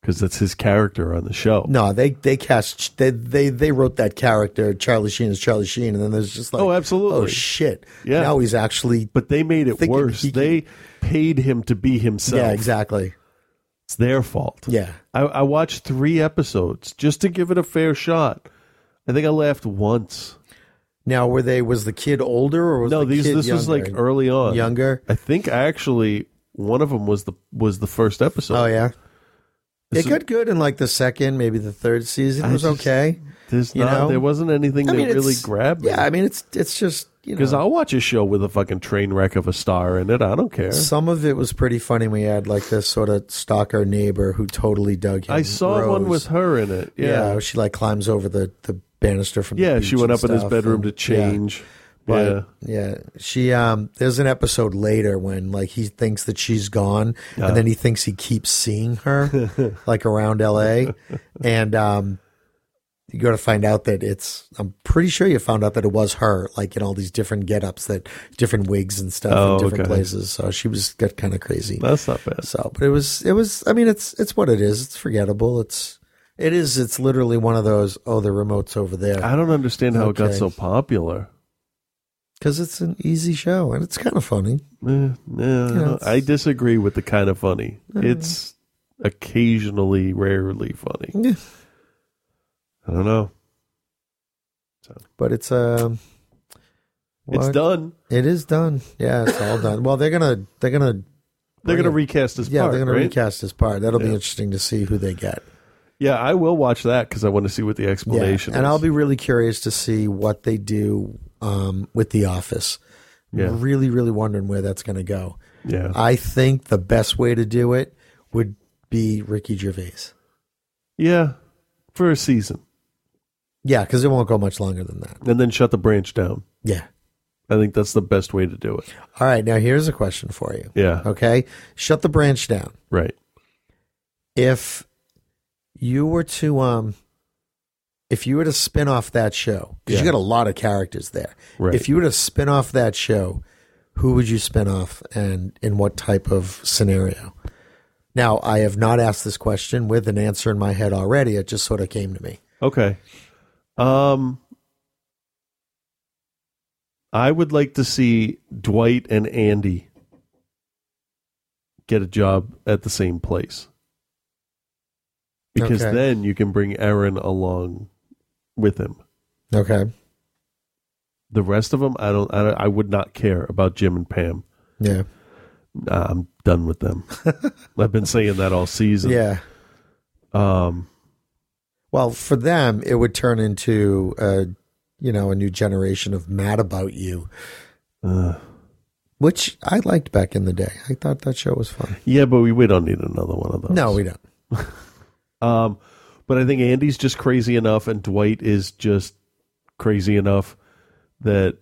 [SPEAKER 11] because that's his character on the show.
[SPEAKER 12] No, they they cast they they they wrote that character Charlie Sheen is Charlie Sheen, and then there's just like
[SPEAKER 11] oh, absolutely.
[SPEAKER 12] oh shit,
[SPEAKER 11] Yeah.
[SPEAKER 12] now he's actually
[SPEAKER 11] But they made it
[SPEAKER 12] thinking
[SPEAKER 11] worse.
[SPEAKER 12] he can-
[SPEAKER 11] they paid him to be himself.
[SPEAKER 12] Yeah, exactly.
[SPEAKER 11] It's their fault.
[SPEAKER 12] Yeah.
[SPEAKER 11] I, I watched three episodes just to give it a fair shot. I think I laughed once.
[SPEAKER 12] Now, were they was the kid older or was
[SPEAKER 11] no?
[SPEAKER 12] the
[SPEAKER 11] these
[SPEAKER 12] kid
[SPEAKER 11] this was
[SPEAKER 12] younger?
[SPEAKER 11] like early on.
[SPEAKER 12] Younger?
[SPEAKER 11] I think actually one of them was the was the first episode.
[SPEAKER 12] Oh yeah,
[SPEAKER 11] This is-
[SPEAKER 12] it got good in like the second, maybe the third season.
[SPEAKER 11] I
[SPEAKER 12] It was
[SPEAKER 11] just-
[SPEAKER 12] okay.
[SPEAKER 11] There's
[SPEAKER 12] You
[SPEAKER 11] not,
[SPEAKER 12] know?
[SPEAKER 11] there wasn't anything
[SPEAKER 12] I mean,
[SPEAKER 11] that really
[SPEAKER 12] it's-
[SPEAKER 11] grabbed me.
[SPEAKER 12] Yeah, I mean it's it's just you
[SPEAKER 11] Because
[SPEAKER 12] know
[SPEAKER 11] I'll watch a show with a fucking train wreck of a star in it. I don't care.
[SPEAKER 12] some of it was pretty funny. We had like this sort of stalker neighbor who totally dug him.
[SPEAKER 11] I saw one
[SPEAKER 12] Rose.
[SPEAKER 11] with her in it. Yeah. Yeah,
[SPEAKER 12] she like climbs over the the banister from. the beach
[SPEAKER 11] she went
[SPEAKER 12] and
[SPEAKER 11] up in his
[SPEAKER 12] stuff,
[SPEAKER 11] bedroom
[SPEAKER 12] and-
[SPEAKER 11] to
[SPEAKER 12] yeah.
[SPEAKER 11] change.
[SPEAKER 12] But
[SPEAKER 11] yeah.
[SPEAKER 12] yeah, she um there's an episode later when like he thinks that she's gone
[SPEAKER 11] Yeah.
[SPEAKER 12] and then he thinks he keeps seeing her like around LA and um you got to find out that it's I'm pretty sure you found out that it was her like in all these different get-ups that different wigs and stuff
[SPEAKER 11] Oh,
[SPEAKER 12] in different
[SPEAKER 11] okay.
[SPEAKER 12] places so she was got kind of crazy.
[SPEAKER 11] That's not bad.
[SPEAKER 12] So, but it was it was I mean it's it's what it is. It's forgettable. It's it is it's literally one of those oh the remote's over there.
[SPEAKER 11] I don't understand how it got
[SPEAKER 12] Okay.
[SPEAKER 11] so popular.
[SPEAKER 12] Because it's an easy show and it's kind of funny.
[SPEAKER 11] Eh, no,
[SPEAKER 12] Yeah, it's-
[SPEAKER 11] I disagree with the kind of funny.
[SPEAKER 12] Mm.
[SPEAKER 11] It's occasionally, rarely funny.
[SPEAKER 12] Yeah.
[SPEAKER 11] I don't know.
[SPEAKER 12] But it's um,
[SPEAKER 11] It's
[SPEAKER 12] what?
[SPEAKER 11] done.
[SPEAKER 12] It is done. Yeah, it's all done. Well, they're gonna they're gonna
[SPEAKER 11] They're going to
[SPEAKER 12] bring it-
[SPEAKER 11] recast this
[SPEAKER 12] yeah
[SPEAKER 11] part.
[SPEAKER 12] they're gonna
[SPEAKER 11] right?
[SPEAKER 12] recast this part. That'll
[SPEAKER 11] Yeah.
[SPEAKER 12] be interesting to see who they get.
[SPEAKER 11] Yeah, I will watch that because I want to see what the
[SPEAKER 12] Yeah,
[SPEAKER 11] explanation
[SPEAKER 12] and
[SPEAKER 11] is.
[SPEAKER 12] I'll be really curious to see what they do um, with the office.
[SPEAKER 11] Yeah.
[SPEAKER 12] Really, really wondering where that's gonna go.
[SPEAKER 11] Yeah.
[SPEAKER 12] I think the best way to do it would be Ricky Gervais.
[SPEAKER 11] yeah, for a season.
[SPEAKER 12] Yeah, because it won't go much longer than that.
[SPEAKER 11] And then shut the branch down.
[SPEAKER 12] Yeah.
[SPEAKER 11] I think that's the best way to do it.
[SPEAKER 12] All right, now here's a question for you.
[SPEAKER 11] Yeah.
[SPEAKER 12] Okay. Shut the branch down.
[SPEAKER 11] Right.
[SPEAKER 12] if you were to um if you were to spin off that show because
[SPEAKER 11] Yeah.
[SPEAKER 12] you got a lot of characters there
[SPEAKER 11] Right.
[SPEAKER 12] if you were to spin off that show who would you spin off and in what type of scenario now i have not asked this question with an answer in my head already it just sort of came to me
[SPEAKER 11] Okay. Um, I would like to see Dwight and Andy get a job at the same place because
[SPEAKER 12] Okay.
[SPEAKER 11] then you can bring Aaron along with him.
[SPEAKER 12] okay
[SPEAKER 11] The rest of them, I don't. I, don't, I would not care about Jim and Pam.
[SPEAKER 12] yeah
[SPEAKER 11] Nah, I'm done with them. I've been saying that all season.
[SPEAKER 12] yeah
[SPEAKER 11] Um.
[SPEAKER 12] well for them it would turn into uh you know a new generation of mad about you
[SPEAKER 11] uh,
[SPEAKER 12] which i liked back in the day i thought that show was fun
[SPEAKER 11] yeah, but we, we don't need another one of those.
[SPEAKER 12] no we don't
[SPEAKER 11] Um, but I think Andy's just crazy enough, and Dwight is just crazy enough that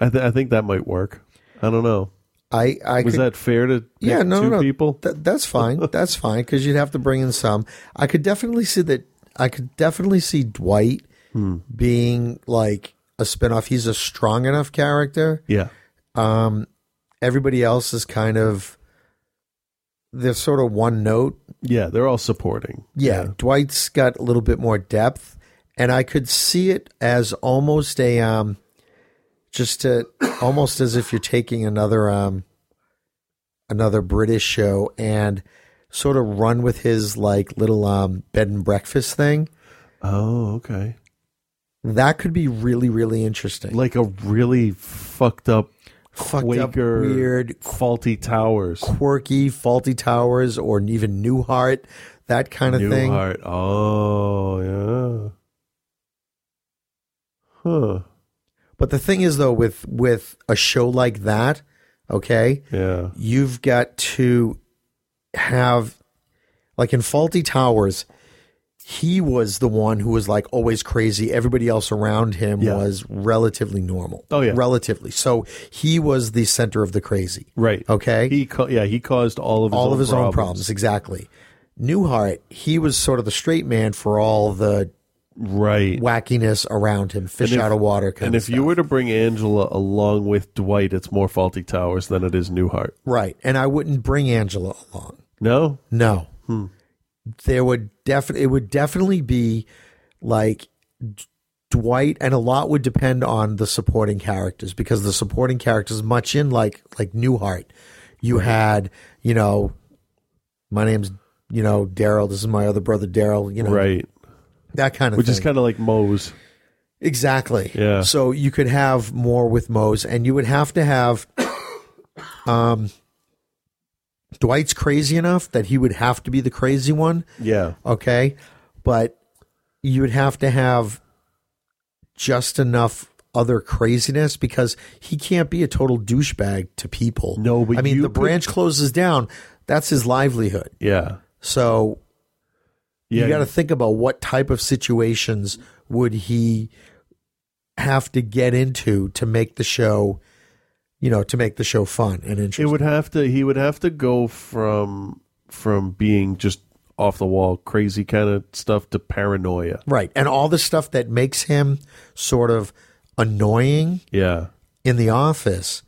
[SPEAKER 11] I, th- I think that might work. I don't know.
[SPEAKER 12] I I
[SPEAKER 11] Was
[SPEAKER 12] could,
[SPEAKER 11] that fair to pick
[SPEAKER 12] yeah no
[SPEAKER 11] two
[SPEAKER 12] no, no.
[SPEAKER 11] people?
[SPEAKER 12] That, that's fine that's fine because you'd have to bring in some. I could definitely see that. I could definitely see Dwight
[SPEAKER 11] Hmm.
[SPEAKER 12] being like a spinoff. He's a strong enough character.
[SPEAKER 11] Yeah,
[SPEAKER 12] Um, everybody else is kind of they're sort of one note.
[SPEAKER 11] yeah. They're all supporting.
[SPEAKER 12] Yeah, Dwight's got a little bit more depth, and I could see it as almost a um, just to almost as if you're taking another um another British show and sort of run with his like little um bed and breakfast thing.
[SPEAKER 11] Oh, okay.
[SPEAKER 12] That could be really really interesting.
[SPEAKER 11] Like a really fucked up
[SPEAKER 12] Fucked up,
[SPEAKER 11] Quaker
[SPEAKER 12] weird,
[SPEAKER 11] faulty towers.
[SPEAKER 12] Quirky faulty towers or even Newhart, that kind of thing.
[SPEAKER 11] Newhart. Oh, yeah. Huh.
[SPEAKER 12] But the thing is, though, with with a show like that, okay,
[SPEAKER 11] yeah,
[SPEAKER 12] you've got to have, like in Faulty Towers, he was the one who was like always crazy. Everybody else around him
[SPEAKER 11] Yeah.
[SPEAKER 12] was relatively normal.
[SPEAKER 11] Oh, yeah.
[SPEAKER 12] relatively. So he was the center of the crazy.
[SPEAKER 11] Right.
[SPEAKER 12] Okay.
[SPEAKER 11] He ca- yeah, he caused all of his
[SPEAKER 12] all
[SPEAKER 11] own
[SPEAKER 12] of his
[SPEAKER 11] problems.
[SPEAKER 12] own problems exactly. Newhart, he was sort of the straight man for all the
[SPEAKER 11] right
[SPEAKER 12] wackiness around him, fish
[SPEAKER 11] And if-
[SPEAKER 12] out of water kind
[SPEAKER 11] And
[SPEAKER 12] of
[SPEAKER 11] if you were to bring Angela along with Dwight, it's more faulty towers than it is Newhart.
[SPEAKER 12] Right. And I wouldn't bring Angela along.
[SPEAKER 11] No?
[SPEAKER 12] No.
[SPEAKER 11] Hmm.
[SPEAKER 12] There would definitely it would definitely be like D- Dwight and a lot would depend on the supporting characters because the supporting characters much in like like Newhart. You had, you know, my name's you know, Daryl, this is my other brother Daryl, you know.
[SPEAKER 11] right.
[SPEAKER 12] That kind of
[SPEAKER 11] Which
[SPEAKER 12] thing.
[SPEAKER 11] is kind of like Moe's.
[SPEAKER 12] Exactly.
[SPEAKER 11] Yeah.
[SPEAKER 12] So you could have more with Moe's, and you would have to have, um, Dwight's crazy enough that he would have to be the crazy one.
[SPEAKER 11] Yeah.
[SPEAKER 12] Okay, but you would have to have just enough other craziness because he can't be a total douchebag to people. No,
[SPEAKER 11] but
[SPEAKER 12] I mean
[SPEAKER 11] you
[SPEAKER 12] the
[SPEAKER 11] could-
[SPEAKER 12] branch closes down. That's his livelihood.
[SPEAKER 11] Yeah.
[SPEAKER 12] So
[SPEAKER 11] Yeah.
[SPEAKER 12] you got to think about what type of situations would he have to get into to make the show, you know, to make the show fun and interesting.
[SPEAKER 11] It would have to he would have to go from from being just off the wall crazy kind of stuff to paranoia.
[SPEAKER 12] Right. And all the stuff that makes him sort of annoying
[SPEAKER 11] Yeah.
[SPEAKER 12] in the office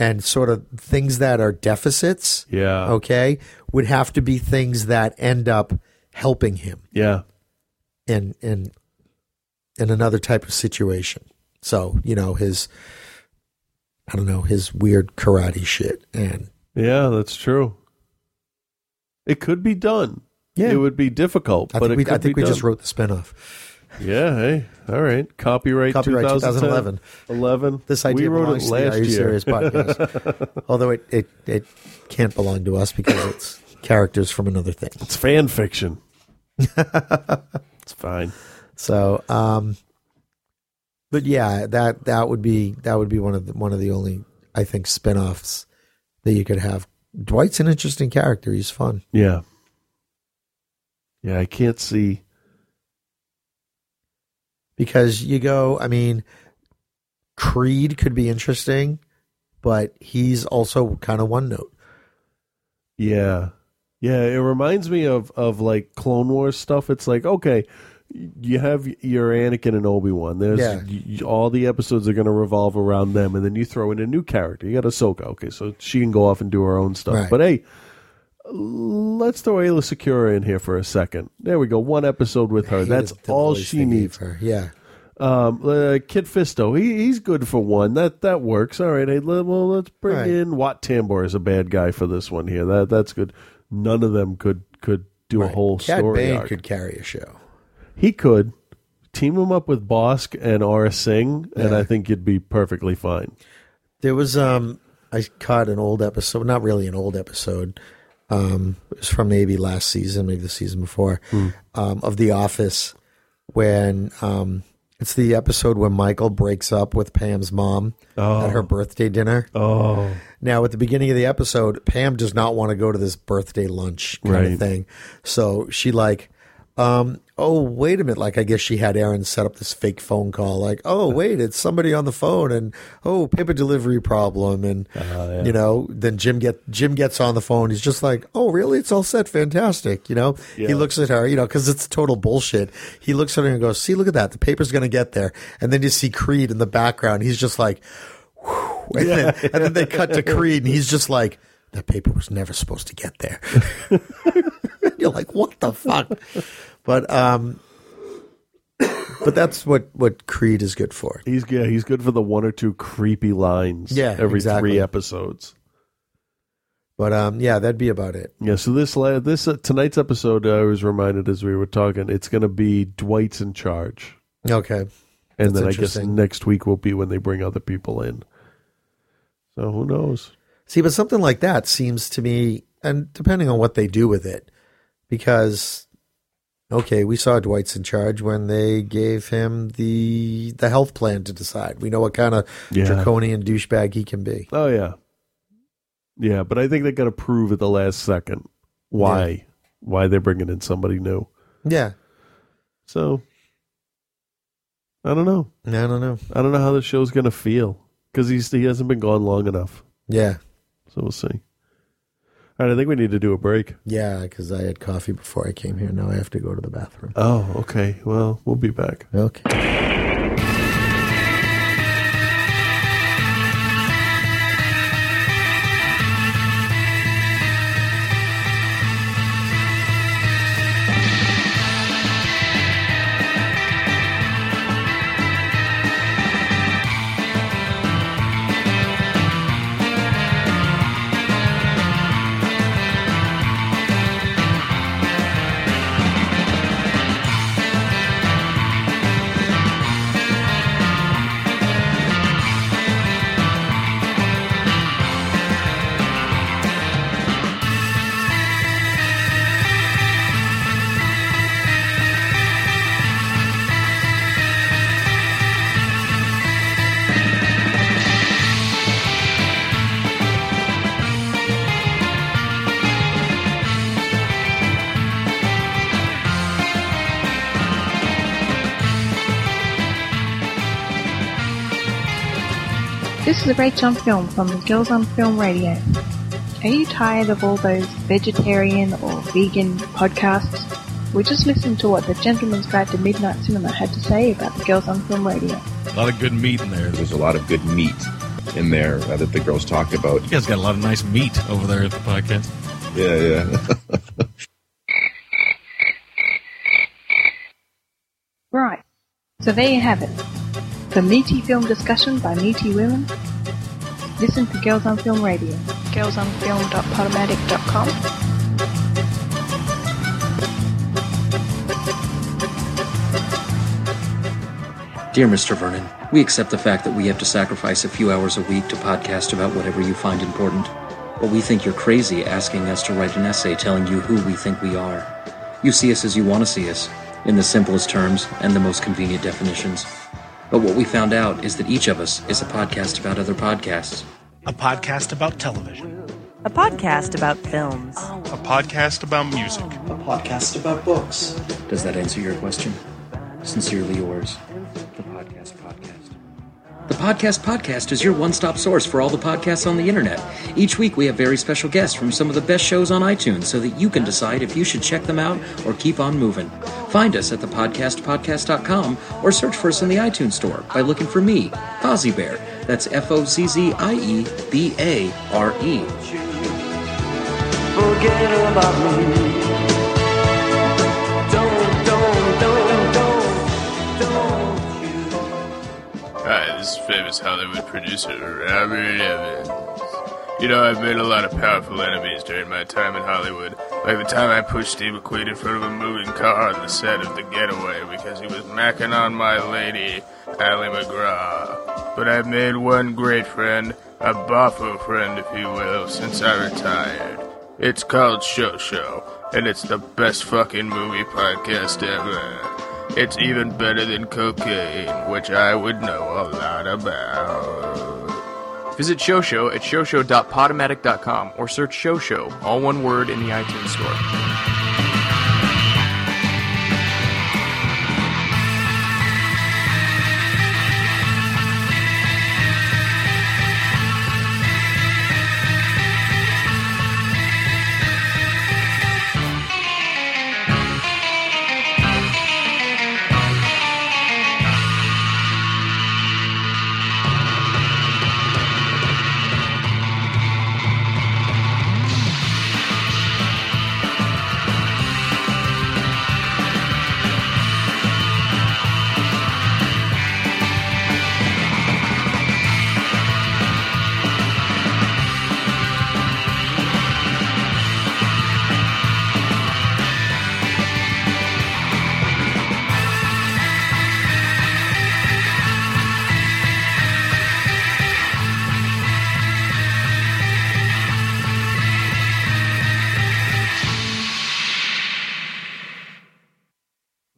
[SPEAKER 12] and sort of things that are deficits,
[SPEAKER 11] Yeah.
[SPEAKER 12] okay, would have to be things that end up helping him
[SPEAKER 11] Yeah.
[SPEAKER 12] in in in another type of situation. So, you know, his I don't know, his weird karate shit and
[SPEAKER 11] Yeah, that's true. It could be done. Yeah. It would be difficult,
[SPEAKER 12] I
[SPEAKER 11] but
[SPEAKER 12] think
[SPEAKER 11] it
[SPEAKER 12] we
[SPEAKER 11] could
[SPEAKER 12] I think
[SPEAKER 11] be
[SPEAKER 12] we just
[SPEAKER 11] done.
[SPEAKER 12] wrote the spinoff.
[SPEAKER 11] Yeah, hey. All right. Copyright,
[SPEAKER 12] Copyright
[SPEAKER 11] 2010.
[SPEAKER 12] 2011.
[SPEAKER 11] 11.
[SPEAKER 12] This idea
[SPEAKER 11] we wrote it
[SPEAKER 12] belongs to the
[SPEAKER 11] last
[SPEAKER 12] Are You
[SPEAKER 11] year.
[SPEAKER 12] Serious podcast. Although it, it, it can't belong to us because it's characters from another thing.
[SPEAKER 11] It's fan fiction. it's fine.
[SPEAKER 12] So, um, but yeah, that that would be that would be one of the, one of the only I think spin-offs that you could have. Dwight's an interesting character. He's fun.
[SPEAKER 11] Yeah. Yeah, I can't see.
[SPEAKER 12] because you go i mean creed could be interesting but he's also kind of one note
[SPEAKER 11] Yeah. Yeah, it reminds me of of like Clone Wars stuff. It's like, okay, you have your Anakin and Obi-Wan. There's
[SPEAKER 12] Yeah.
[SPEAKER 11] y- y- all the episodes are going to revolve around them and then you throw in a new character. You got Ahsoka. Okay, so she can go off and do her own stuff.
[SPEAKER 12] Right.
[SPEAKER 11] But hey, let's throw Ayla Secura in here for a second. There we go. One episode with her.
[SPEAKER 12] hated
[SPEAKER 11] That's
[SPEAKER 12] the
[SPEAKER 11] all
[SPEAKER 12] voice
[SPEAKER 11] she
[SPEAKER 12] they
[SPEAKER 11] needs.
[SPEAKER 12] gave her. yeah
[SPEAKER 11] Um, uh, Kid Fisto, he, he's good for one. That that works. All right. Hey, let, well, let's bring
[SPEAKER 12] Right.
[SPEAKER 11] in Watt Tambor is a bad guy for this one here. That that's good. None of them could could do a whole
[SPEAKER 12] Cad
[SPEAKER 11] story
[SPEAKER 12] Bane
[SPEAKER 11] arc.
[SPEAKER 12] could carry a show
[SPEAKER 11] He could team him up with Bosk and Aura Singh, and
[SPEAKER 12] Yeah.
[SPEAKER 11] I think you'd be perfectly fine.
[SPEAKER 12] there was um i caught an old episode not really an old episode um it was from maybe last season maybe the season before
[SPEAKER 11] Hmm.
[SPEAKER 12] um of the office when um it's the episode when michael breaks up with pam's mom at her birthday dinner
[SPEAKER 11] Oh,
[SPEAKER 12] Now, at the beginning of the episode, Pam does not want to go to this birthday lunch kind
[SPEAKER 11] Right.
[SPEAKER 12] of thing. So she like, um, oh wait a minute! Like I guess she had Aaron set up this fake phone call. Like, oh wait, it's somebody on the phone, and oh paper delivery problem, and
[SPEAKER 11] Uh,
[SPEAKER 12] you know. Then Jim get Jim gets on the phone. He's just like, oh really? It's all set, fantastic. You know. He
[SPEAKER 11] Yeah.
[SPEAKER 12] looks at her, you know, because it's total bullshit. He looks at her and goes, see, look at that. The paper's gonna get there, and then you see Creed in the background. He's just like. And, then, and then they cut to Creed, and he's just like, that paper was never supposed to get there. You're like, what the fuck? But um, But that's what what Creed is good for.
[SPEAKER 11] He's yeah, he's good for the one or two creepy lines.
[SPEAKER 12] Yeah,
[SPEAKER 11] every
[SPEAKER 12] exactly.
[SPEAKER 11] three episodes.
[SPEAKER 12] But um, yeah, that'd be about it.
[SPEAKER 11] Yeah, so this la- this uh, tonight's episode, I was reminded as we were talking, it's going to be Dwight's in charge,
[SPEAKER 12] Okay.
[SPEAKER 11] and
[SPEAKER 12] That's
[SPEAKER 11] then I guess
[SPEAKER 12] interesting.
[SPEAKER 11] next week will be when they bring other people in. So who knows?
[SPEAKER 12] See, but something like that seems to me, and depending on what they do with it, because okay, we saw Dwight's in charge when they gave him the the health plan to decide. We know what kind of
[SPEAKER 11] Yeah.
[SPEAKER 12] draconian douchebag he can be.
[SPEAKER 11] Oh yeah, yeah. But I think they got to prove at the last second why why they're bringing in somebody new.
[SPEAKER 12] Yeah,
[SPEAKER 11] So I don't know.
[SPEAKER 12] I don't know.
[SPEAKER 11] I don't know how the show's going to feel because he's he hasn't been gone long enough.
[SPEAKER 12] yeah,
[SPEAKER 11] So we'll see. All right, I think we need to do a break.
[SPEAKER 12] yeah. Because I had coffee before I came here. Now I have to go to the bathroom.
[SPEAKER 11] Oh, okay. Well, we'll be back.
[SPEAKER 12] Okay.
[SPEAKER 13] This is a Rach on Film from the Girls on Film Radio. Are you tired of all those vegetarian or vegan podcasts? We just listened to what the Gentleman's Guide to Midnight Cinema had to say about the Girls on Film Radio.
[SPEAKER 14] A lot of good meat in there.
[SPEAKER 15] There's a lot of good meat in there uh, that the girls talked about.
[SPEAKER 14] You guys got a lot of nice meat over there at the podcast.
[SPEAKER 15] Yeah, yeah.
[SPEAKER 13] Right. So there you have it. The meaty film discussion by meaty women. Listen to Girls on Film Radio. Girlsonfilm.podomatic.com.
[SPEAKER 16] Dear Mr. Vernon, we accept the fact that we have to sacrifice a few hours a week to podcast about whatever you find important, but we think you're crazy asking us to write an essay telling you who we think we are. You see us as you want to see us, in the simplest terms and the most convenient definitions. But what we found out is that each of us is a podcast about other podcasts.
[SPEAKER 17] A podcast about television.
[SPEAKER 18] A podcast about films.
[SPEAKER 17] A podcast about music. A podcast about books.
[SPEAKER 16] Does that answer your question? Sincerely yours, the Podcast Podcast. The Podcast Podcast is your one stop source for all the podcasts on the internet. Each week we have very special guests from some of the best shows on iTunes so that you can decide if you should check them out or keep on moving. Find us at thepodcastpodcast.com or search for us in the iTunes store by looking for me, Fozzie Bear. That's F O Z Z I E B A R E.
[SPEAKER 19] Forget about me. Don't, don't, don't, don't, don't.
[SPEAKER 20] Hi, Ah, this is famous Hollywood producer Robert Evans. You know, I've made a lot of powerful enemies during my time in Hollywood, like the time I pushed Steve McQueen in front of a moving car on the set of The Getaway because he was macking on my lady, Ally McGraw. But I've made one great friend, a boffo friend, if you will, since I retired. It's called Show Show, and it's the best fucking movie podcast ever. It's even better than cocaine, which I would know a lot about.
[SPEAKER 21] Visit ShowShow at showshow.podomatic.com or search ShowShow, all one word, in the iTunes store.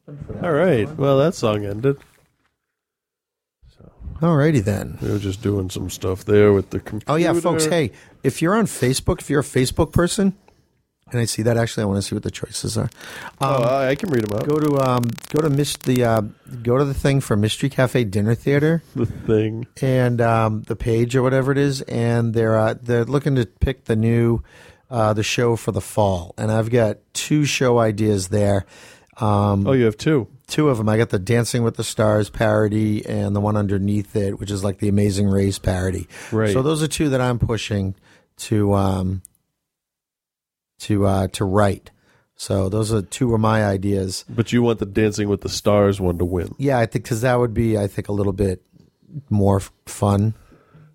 [SPEAKER 11] All right. Well, that song ended.
[SPEAKER 12] Alrighty then.
[SPEAKER 11] We were just doing some stuff there with the computer.
[SPEAKER 12] Oh yeah, folks. Hey, if you're on Facebook, if you're a Facebook person, and I see that actually, I want to see what the choices are. Um,
[SPEAKER 11] oh, I I can read them out.
[SPEAKER 12] Go to um, go to mis- the uh, go to the thing for Mystery Cafe Dinner Theater.
[SPEAKER 11] The thing.
[SPEAKER 12] and um, the page or whatever it is, and they're uh, they're looking to pick the new uh, the show for the fall, and I've got two show ideas there. Um, oh,
[SPEAKER 11] you have two.
[SPEAKER 12] Two of them. I got the Dancing with the Stars parody and the one underneath it, which is like the Amazing Race parody.
[SPEAKER 11] Right.
[SPEAKER 12] So those are two that I'm pushing to um, to uh, to write. So those are two of my ideas.
[SPEAKER 11] But you want the Dancing with the Stars one to win.
[SPEAKER 12] Yeah, I think because that would be, I think, a little bit more f- fun.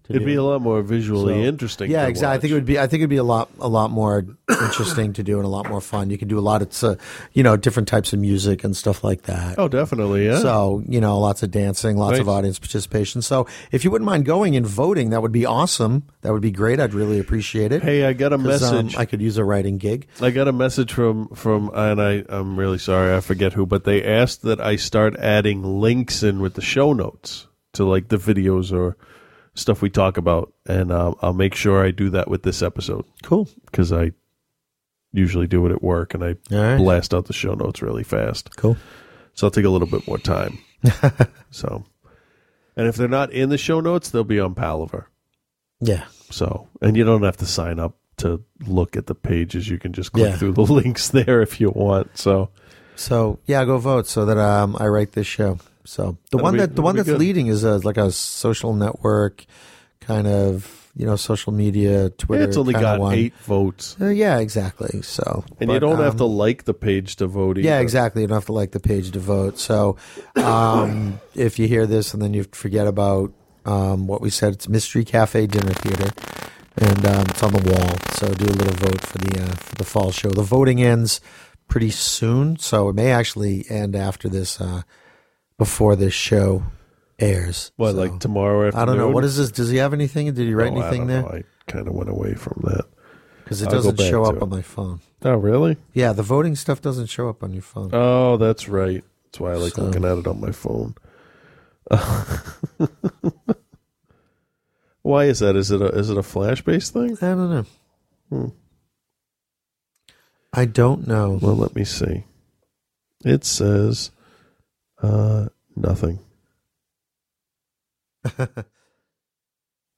[SPEAKER 12] to
[SPEAKER 11] It'd
[SPEAKER 12] do.
[SPEAKER 11] be a lot more visually
[SPEAKER 12] So-
[SPEAKER 11] interesting.
[SPEAKER 12] Yeah,
[SPEAKER 11] to
[SPEAKER 12] exactly. I think it would be. I think it'd be a lot, a lot more interesting to do and a lot more fun. You could do a lot of, uh, you know, different types of music and stuff like that.
[SPEAKER 11] watch. Oh, definitely. Yeah.
[SPEAKER 12] So you know, lots of dancing, lots of
[SPEAKER 11] Right.
[SPEAKER 12] audience participation. So if you wouldn't mind going and voting, that would be awesome. That would be great. I'd really appreciate it.
[SPEAKER 11] Hey, I got a
[SPEAKER 12] 'Cause, um,
[SPEAKER 11] message.
[SPEAKER 12] I could use a writing gig.
[SPEAKER 11] I got a message from from and I I'm really sorry I forget who, but they asked that I start adding links in with the show notes to like the videos or stuff we talk about, and um, I'll make sure I do that with this episode.
[SPEAKER 12] Cool,
[SPEAKER 11] because I usually do it at work, and I
[SPEAKER 12] All right.
[SPEAKER 11] blast out the show notes really fast.
[SPEAKER 12] Cool.
[SPEAKER 11] So I'll take a little bit more time. so, and if they're not in the show notes, they'll be on Palaver.
[SPEAKER 12] Yeah.
[SPEAKER 11] So, and you don't have to sign up to look at the pages. You can just click
[SPEAKER 12] Yeah.
[SPEAKER 11] through the links there if you want. So,
[SPEAKER 12] So yeah, go vote so that um, I write this show. So the
[SPEAKER 11] That'll
[SPEAKER 12] one
[SPEAKER 11] be-
[SPEAKER 12] that the
[SPEAKER 11] that'll
[SPEAKER 12] one
[SPEAKER 11] be
[SPEAKER 12] that's
[SPEAKER 11] good.
[SPEAKER 12] leading is a, like a social network kind of you know social media Twitter.
[SPEAKER 11] it's only
[SPEAKER 12] kinda
[SPEAKER 11] got
[SPEAKER 12] one.
[SPEAKER 11] eight votes.
[SPEAKER 12] Uh, yeah, exactly. So
[SPEAKER 11] And you
[SPEAKER 12] but,
[SPEAKER 11] don't have
[SPEAKER 12] um,
[SPEAKER 11] to like the page to vote either.
[SPEAKER 12] Yeah, exactly. You don't have to like the page to vote. So um, if you hear this and then you forget about um, what we said, it's Mystery Cafe Dinner Theater, and um, it's on the wall. So do a little vote for the uh, for the fall show. The voting ends pretty soon, so it may actually end after this, uh, before this show airs.
[SPEAKER 11] What, like tomorrow afternoon?
[SPEAKER 12] I don't know what is this. Does he have anything? Did he write
[SPEAKER 11] Oh, I
[SPEAKER 12] anything
[SPEAKER 11] don't know.
[SPEAKER 12] there?
[SPEAKER 11] I kind of went away from that.
[SPEAKER 12] Because it
[SPEAKER 11] I'll go
[SPEAKER 12] doesn't
[SPEAKER 11] back
[SPEAKER 12] show
[SPEAKER 11] to
[SPEAKER 12] up
[SPEAKER 11] it.
[SPEAKER 12] on my phone.
[SPEAKER 11] Oh, really?
[SPEAKER 12] Yeah, the voting stuff doesn't show up on your phone.
[SPEAKER 11] Oh, that's right. That's why I like
[SPEAKER 12] So-
[SPEAKER 11] looking at it on my phone. why is that? Is it a is it a flash based thing?
[SPEAKER 12] I don't know. I don't know.
[SPEAKER 11] Well, let me see. It says uh, nothing.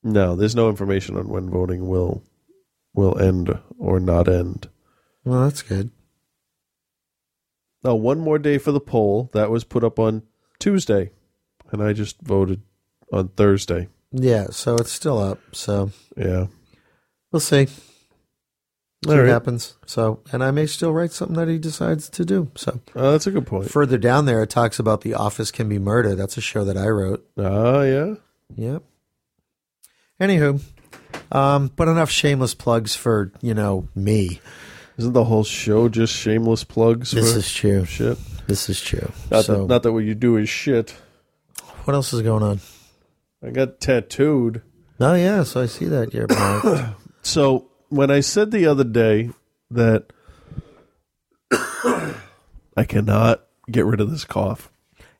[SPEAKER 11] no, there's no information on when voting will will end or not end.
[SPEAKER 12] Well, that's good.
[SPEAKER 11] Oh, one more day for the poll that was put up on Tuesday, and I just voted on Thursday.
[SPEAKER 12] Yeah, so it's still up. So
[SPEAKER 11] Yeah.
[SPEAKER 12] we'll see. See
[SPEAKER 11] All
[SPEAKER 12] what
[SPEAKER 11] right.
[SPEAKER 12] happens. So, and I may still write something that he decides to do. So
[SPEAKER 11] Oh, that's a good point.
[SPEAKER 12] further down there, it talks about the Office Can Be Murder. That's a show that I wrote.
[SPEAKER 11] Oh, yeah.
[SPEAKER 12] Yep. Anywho, um, but enough shameless plugs for you know me.
[SPEAKER 11] Isn't the whole show just shameless plugs?
[SPEAKER 12] This
[SPEAKER 11] for
[SPEAKER 12] is true.
[SPEAKER 11] Shit.
[SPEAKER 12] This is true.
[SPEAKER 11] Not,
[SPEAKER 12] so,
[SPEAKER 11] that, not that what you do is shit.
[SPEAKER 12] what else is going on?
[SPEAKER 11] I got tattooed.
[SPEAKER 12] Oh yeah, so I see that you're marked.
[SPEAKER 11] So when I said the other day that I cannot get rid of this cough,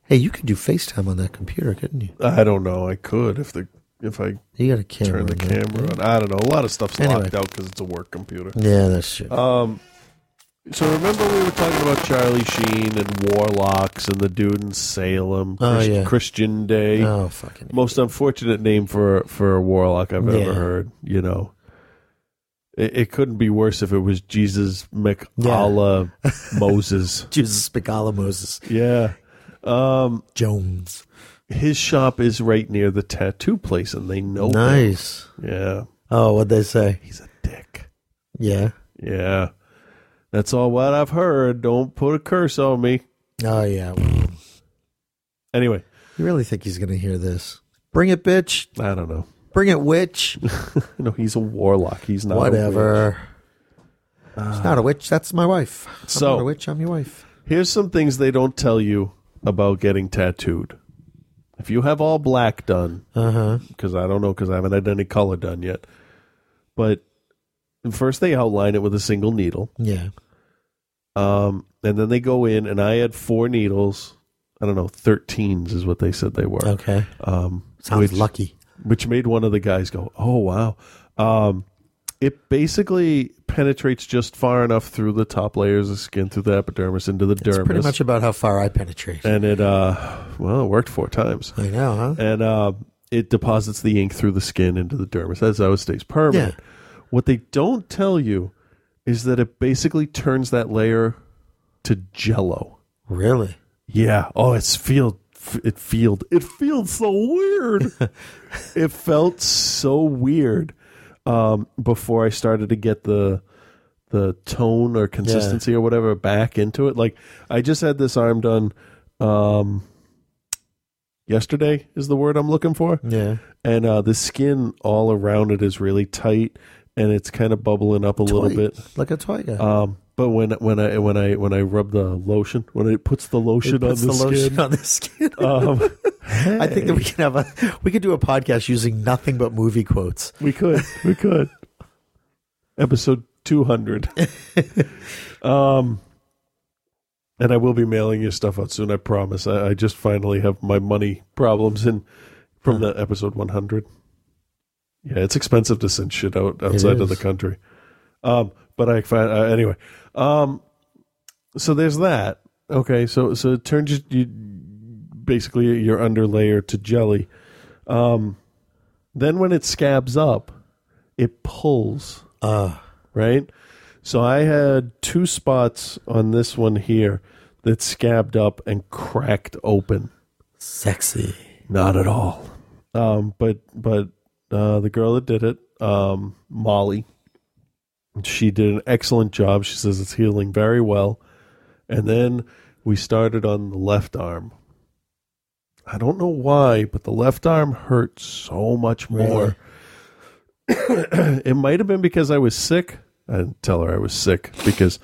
[SPEAKER 12] hey, you could do FaceTime on that computer, couldn't you?
[SPEAKER 11] I don't know. I could if the if I
[SPEAKER 12] You got a camera
[SPEAKER 11] turn the
[SPEAKER 12] in there.
[SPEAKER 11] camera on. I don't know. A lot of stuff's
[SPEAKER 12] Anyway.
[SPEAKER 11] locked out because it's a work computer.
[SPEAKER 12] Yeah, that's true.
[SPEAKER 11] Um, so remember we were talking about Charlie Sheen and Warlocks and the dude in Salem,
[SPEAKER 12] Oh,
[SPEAKER 11] Christ-
[SPEAKER 12] yeah.
[SPEAKER 11] Christian Day.
[SPEAKER 12] Oh, fucking
[SPEAKER 11] most unfortunate name for for a warlock I've
[SPEAKER 12] Yeah.
[SPEAKER 11] ever heard. You know, it, it couldn't be worse if it was Jesus
[SPEAKER 12] Yeah.
[SPEAKER 11] McAllah Moses.
[SPEAKER 12] Jesus Spicala Moses.
[SPEAKER 11] Yeah, um,
[SPEAKER 12] Jones.
[SPEAKER 11] His shop is right near the tattoo place, and they know. him.
[SPEAKER 12] Nice.
[SPEAKER 11] Yeah,
[SPEAKER 12] Oh, what'd they say?
[SPEAKER 11] He's a
[SPEAKER 12] dick. Yeah.
[SPEAKER 11] yeah. That's all what I've heard. Don't put a curse on me.
[SPEAKER 12] Oh, yeah. Well,
[SPEAKER 11] Anyway,
[SPEAKER 12] you really think he's going to hear this? Bring it, bitch.
[SPEAKER 11] I don't know.
[SPEAKER 12] Bring it, witch.
[SPEAKER 11] no, he's a warlock. He's not. a
[SPEAKER 12] Whatever. It's not a witch. That's my wife. I'm
[SPEAKER 11] So-
[SPEAKER 12] not a witch. I'm your wife.
[SPEAKER 11] Here's some things they don't tell you about getting tattooed. If you have all black done,
[SPEAKER 12] Uh-huh.
[SPEAKER 11] because I don't know, because I haven't had any color done yet. But first, they outline it with a single needle,
[SPEAKER 12] Yeah.
[SPEAKER 11] um, and then they go in, and I had four needles I don't know, 13s is what they said they were.
[SPEAKER 12] Okay.
[SPEAKER 11] Um,
[SPEAKER 12] Sounds lucky.
[SPEAKER 11] Which made one of the guys go, oh, wow. Um, it basically penetrates just far enough through the top layers of skin, through the epidermis, into the dermis.
[SPEAKER 12] It's pretty much about how far I penetrate.
[SPEAKER 11] And it, uh, well, it worked four times.
[SPEAKER 12] I know, huh?
[SPEAKER 11] And uh, it deposits the ink through the skin into the dermis. That's how it stays permanent. What they don't tell you is that it basically turns that layer to jello.
[SPEAKER 12] Really?
[SPEAKER 11] Yeah. Oh, it's feel. It feeled. It feels so weird. it felt so weird um, before I started to get the the tone or consistency or whatever back into it. Like I just had this arm done um, yesterday is the word I'm looking for.
[SPEAKER 12] Yeah.
[SPEAKER 11] And uh, the skin all around it is really tight and it's kind of bubbling up a little bit.
[SPEAKER 12] Like a toy guy.
[SPEAKER 11] Um, but when when I when I when I rub the lotion, when it puts the lotion
[SPEAKER 12] It puts
[SPEAKER 11] on the,
[SPEAKER 12] the lotion
[SPEAKER 11] skin,
[SPEAKER 12] on the skin.
[SPEAKER 11] um,
[SPEAKER 12] I think that we can have a we could do a podcast using nothing but movie quotes.
[SPEAKER 11] We could. We could. Episode 200. um, and I will be mailing you stuff out soon, I promise. I, I just finally have my money problems in from the episode 100. Yeah, it's expensive to send shit out outside of
[SPEAKER 12] is.
[SPEAKER 11] the country. Um, but I find uh, anyway. Um, so there's that. Okay, so so it turns you, you basically your underlayer to jelly. Um, then when it scabs up, it pulls.
[SPEAKER 12] Uh.
[SPEAKER 11] Right? So I had two spots on this one here that scabbed up and cracked open.
[SPEAKER 12] Sexy.
[SPEAKER 11] Not at all. Um, but but uh, the girl that did it, um, Molly, she did an excellent job. She says it's healing very well. And then we started on the left arm. I don't know why, but the left arm hurt so much more. it might have been because I was sick. I didn't tell her I was sick because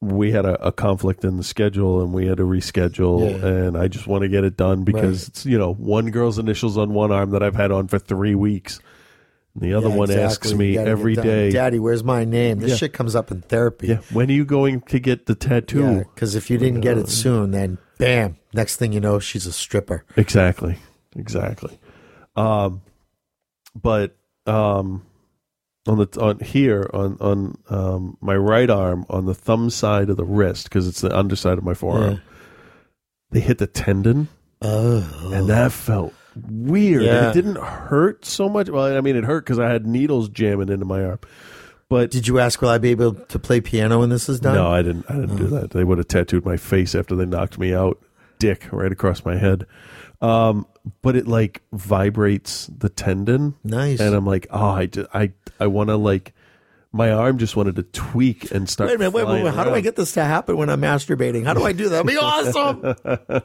[SPEAKER 11] we had a, a conflict in the schedule and we had to reschedule.
[SPEAKER 12] Yeah.
[SPEAKER 11] And I just want to get it done because
[SPEAKER 12] Right.
[SPEAKER 11] it's, you know, one girl's initials on one arm that I've had on for three weeks. And the other
[SPEAKER 12] Yeah,
[SPEAKER 11] one asks
[SPEAKER 12] exactly. You
[SPEAKER 11] me
[SPEAKER 12] gotta get
[SPEAKER 11] every
[SPEAKER 12] done.
[SPEAKER 11] day,
[SPEAKER 12] Daddy, where's my name? This
[SPEAKER 11] Yeah.
[SPEAKER 12] shit comes up in therapy.
[SPEAKER 11] Yeah. When are you going to get the tattoo? Uh,
[SPEAKER 12] Because if you didn't get it soon, then bam, next thing you know, she's a stripper.
[SPEAKER 11] Exactly. Exactly. Um, but um, on the on here on on um, my right arm on the thumb side of the wrist because it's the underside of my forearm,
[SPEAKER 12] Yeah.
[SPEAKER 11] they hit the tendon.
[SPEAKER 12] Oh.
[SPEAKER 11] And that felt weird. And
[SPEAKER 12] Yeah.
[SPEAKER 11] It didn't hurt so much. Well, I mean, it hurt because I had needles jamming into my arm. But
[SPEAKER 12] did you ask, will I be able to play piano when this is done? Oh.
[SPEAKER 11] No, I didn't. I didn't do that. They would have tattooed my face after they knocked me out, dick right across my head. Um, but it like vibrates the tendon.
[SPEAKER 12] Nice.
[SPEAKER 11] And I'm like, oh, I ju- I I want to like, my arm just wanted to tweak and start.
[SPEAKER 12] Wait a minute, wait, wait,
[SPEAKER 11] flying
[SPEAKER 12] wait. How do I
[SPEAKER 11] around.
[SPEAKER 12] get this to happen when I'm masturbating? How do I do that? That'd be awesome.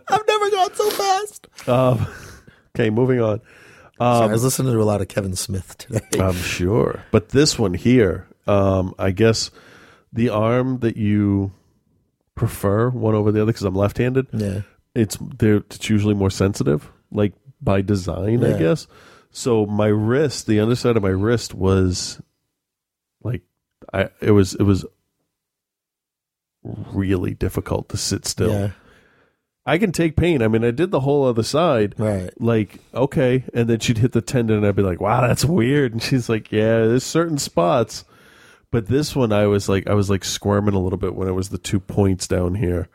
[SPEAKER 12] I've never gone so fast.
[SPEAKER 11] Um, okay, moving on. Um,
[SPEAKER 12] Sorry, I was listening to a lot of Kevin Smith today.
[SPEAKER 11] I'm sure. But this one here, um, I guess the arm that you prefer one over the other because I'm left-handed.
[SPEAKER 12] Yeah.
[SPEAKER 11] it's they're it's usually more sensitive, like by design, I
[SPEAKER 12] Yeah.
[SPEAKER 11] guess. So my wrist, the underside of my wrist was like I it was it was really difficult to sit still.
[SPEAKER 12] Yeah.
[SPEAKER 11] I can take pain. I mean, I did the whole other side.
[SPEAKER 12] Right.
[SPEAKER 11] Like, okay. And then she'd hit the tendon and I'd be like, wow, that's weird. And she's like, yeah, there's certain spots. But this one, I was like, I was like squirming a little bit when it was the two points down here.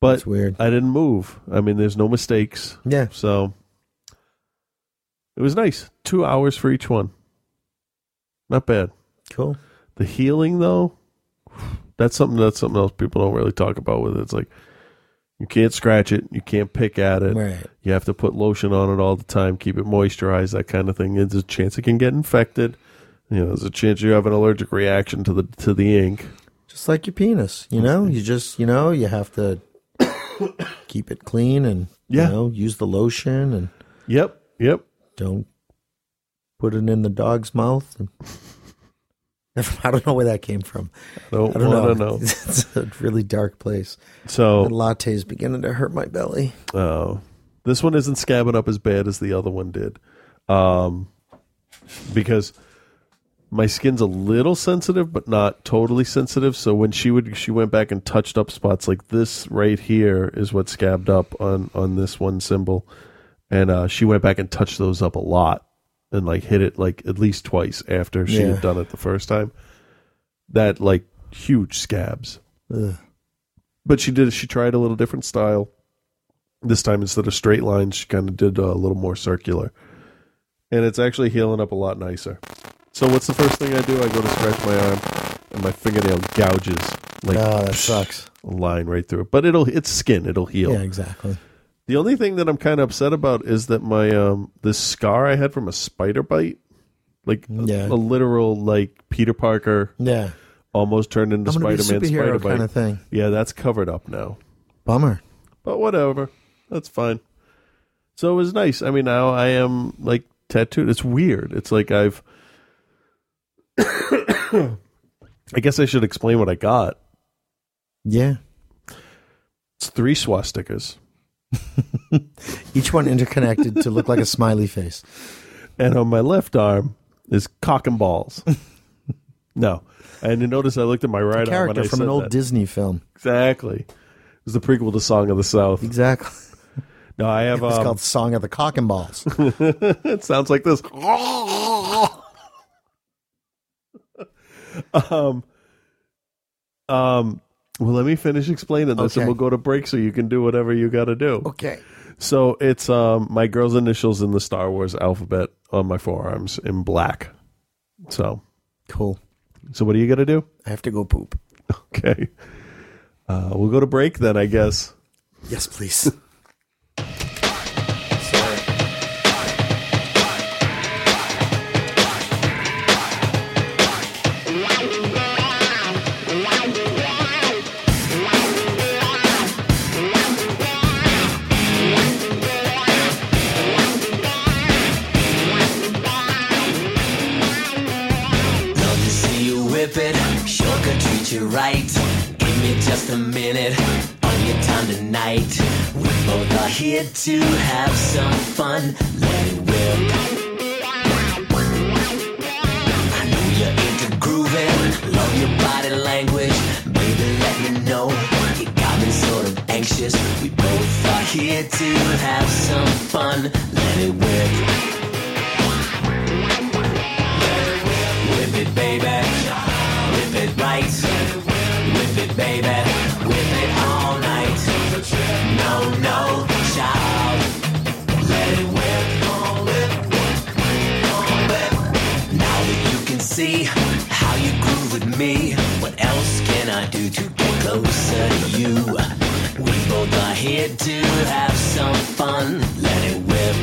[SPEAKER 11] But
[SPEAKER 12] That's weird.
[SPEAKER 11] I didn't move. I mean, there's no mistakes.
[SPEAKER 12] Yeah.
[SPEAKER 11] So it was nice. Two hours for each one. Not bad.
[SPEAKER 12] Cool.
[SPEAKER 11] The healing though, that's something that's something else people don't really talk about with it. It's like you can't scratch it, you can't pick at it.
[SPEAKER 12] Right.
[SPEAKER 11] You have to put lotion on it all the time, keep it moisturized, that kind of thing. There's a chance it can get infected. You know, there's a chance you have an allergic reaction to the to the ink.
[SPEAKER 12] Just like your penis, you know? You just, you know, you have to keep it clean and,
[SPEAKER 11] Yeah.
[SPEAKER 12] you know, use the lotion and
[SPEAKER 11] Yep. Yep.
[SPEAKER 12] don't put it in the dog's mouth. And I don't know where that came from.
[SPEAKER 11] I don't wanna know.
[SPEAKER 12] It's a really dark place.
[SPEAKER 11] So-
[SPEAKER 12] the latte's beginning to hurt my belly.
[SPEAKER 11] Oh, this one isn't scabbing up as bad as the other one did, um, because my skin's a little sensitive, but not totally sensitive. So when she would, she went back and touched up spots like this right here is what scabbed up on on this one symbol, and uh, she went back and touched those up a lot and like hit it like at least twice after she
[SPEAKER 12] Yeah.
[SPEAKER 11] had done it the first time. That like huge scabs,
[SPEAKER 12] Ugh.
[SPEAKER 11] but she did. She tried a little different style. This time instead of straight lines, she kind of did uh, a little more circular and it's actually healing up a lot nicer. So what's the first thing I do? I go to scratch my arm, and my fingernail gouges like
[SPEAKER 12] Oh, that
[SPEAKER 11] psh,
[SPEAKER 12] sucks.
[SPEAKER 11] a line right through it. But it'll it's skin, it'll heal.
[SPEAKER 12] Yeah, exactly.
[SPEAKER 11] The only thing that I'm kind of upset about is that my um this scar I had from a spider bite, like a-
[SPEAKER 12] Yeah.
[SPEAKER 11] a, literal like Peter Parker,
[SPEAKER 12] Yeah.
[SPEAKER 11] almost turned into
[SPEAKER 12] I'm gonna be
[SPEAKER 11] Spider
[SPEAKER 12] a
[SPEAKER 11] Man
[SPEAKER 12] superhero
[SPEAKER 11] spider bite
[SPEAKER 12] kinda thing.
[SPEAKER 11] Yeah, that's covered up now.
[SPEAKER 12] Bummer.
[SPEAKER 11] But whatever. That's fine. So it was nice. I mean, now I am like tattooed. It's weird. It's like I've. I guess I should explain what I got.
[SPEAKER 12] Yeah.
[SPEAKER 11] It's three swastikas.
[SPEAKER 12] Each one interconnected to look like a smiley face.
[SPEAKER 11] And on my left arm is cock and balls. no. And you notice I looked at my right arm. and
[SPEAKER 12] Character
[SPEAKER 11] I
[SPEAKER 12] from an
[SPEAKER 11] said
[SPEAKER 12] old
[SPEAKER 11] that.
[SPEAKER 12] Disney film.
[SPEAKER 11] Exactly. It was the prequel to Song of the South.
[SPEAKER 12] Exactly.
[SPEAKER 11] No, I have.
[SPEAKER 12] It's
[SPEAKER 11] um,
[SPEAKER 12] called Song of the Cock and Balls.
[SPEAKER 11] it sounds like this. um, um, well, let me finish explaining this,
[SPEAKER 12] Okay.
[SPEAKER 11] and we'll go to break so you can do whatever you got to do.
[SPEAKER 12] Okay.
[SPEAKER 11] So it's um my girl's initials in the Star Wars alphabet on my forearms in black. So
[SPEAKER 12] cool.
[SPEAKER 11] So what are you gonna do?
[SPEAKER 12] I have to go poop.
[SPEAKER 11] Okay. Uh, we'll go to break then, I guess.
[SPEAKER 12] Yes, please.
[SPEAKER 10] Love to see you whip it, sure could treat you right. Give me just a minute on your time tonight. We both are here to have some fun. Let it whip. I know you're into grooving, love your body language. Baby, let me know. You got me sort of anxious. We both are here to have some fun. Let it whip. Whip it, baby. Whip it right. Whip it, baby. Whip it all night. No, no, child. Let it whip. Now that you can see how you groove with me, what else can I do to get closer to you? We both are here to have some fun. Let it whip.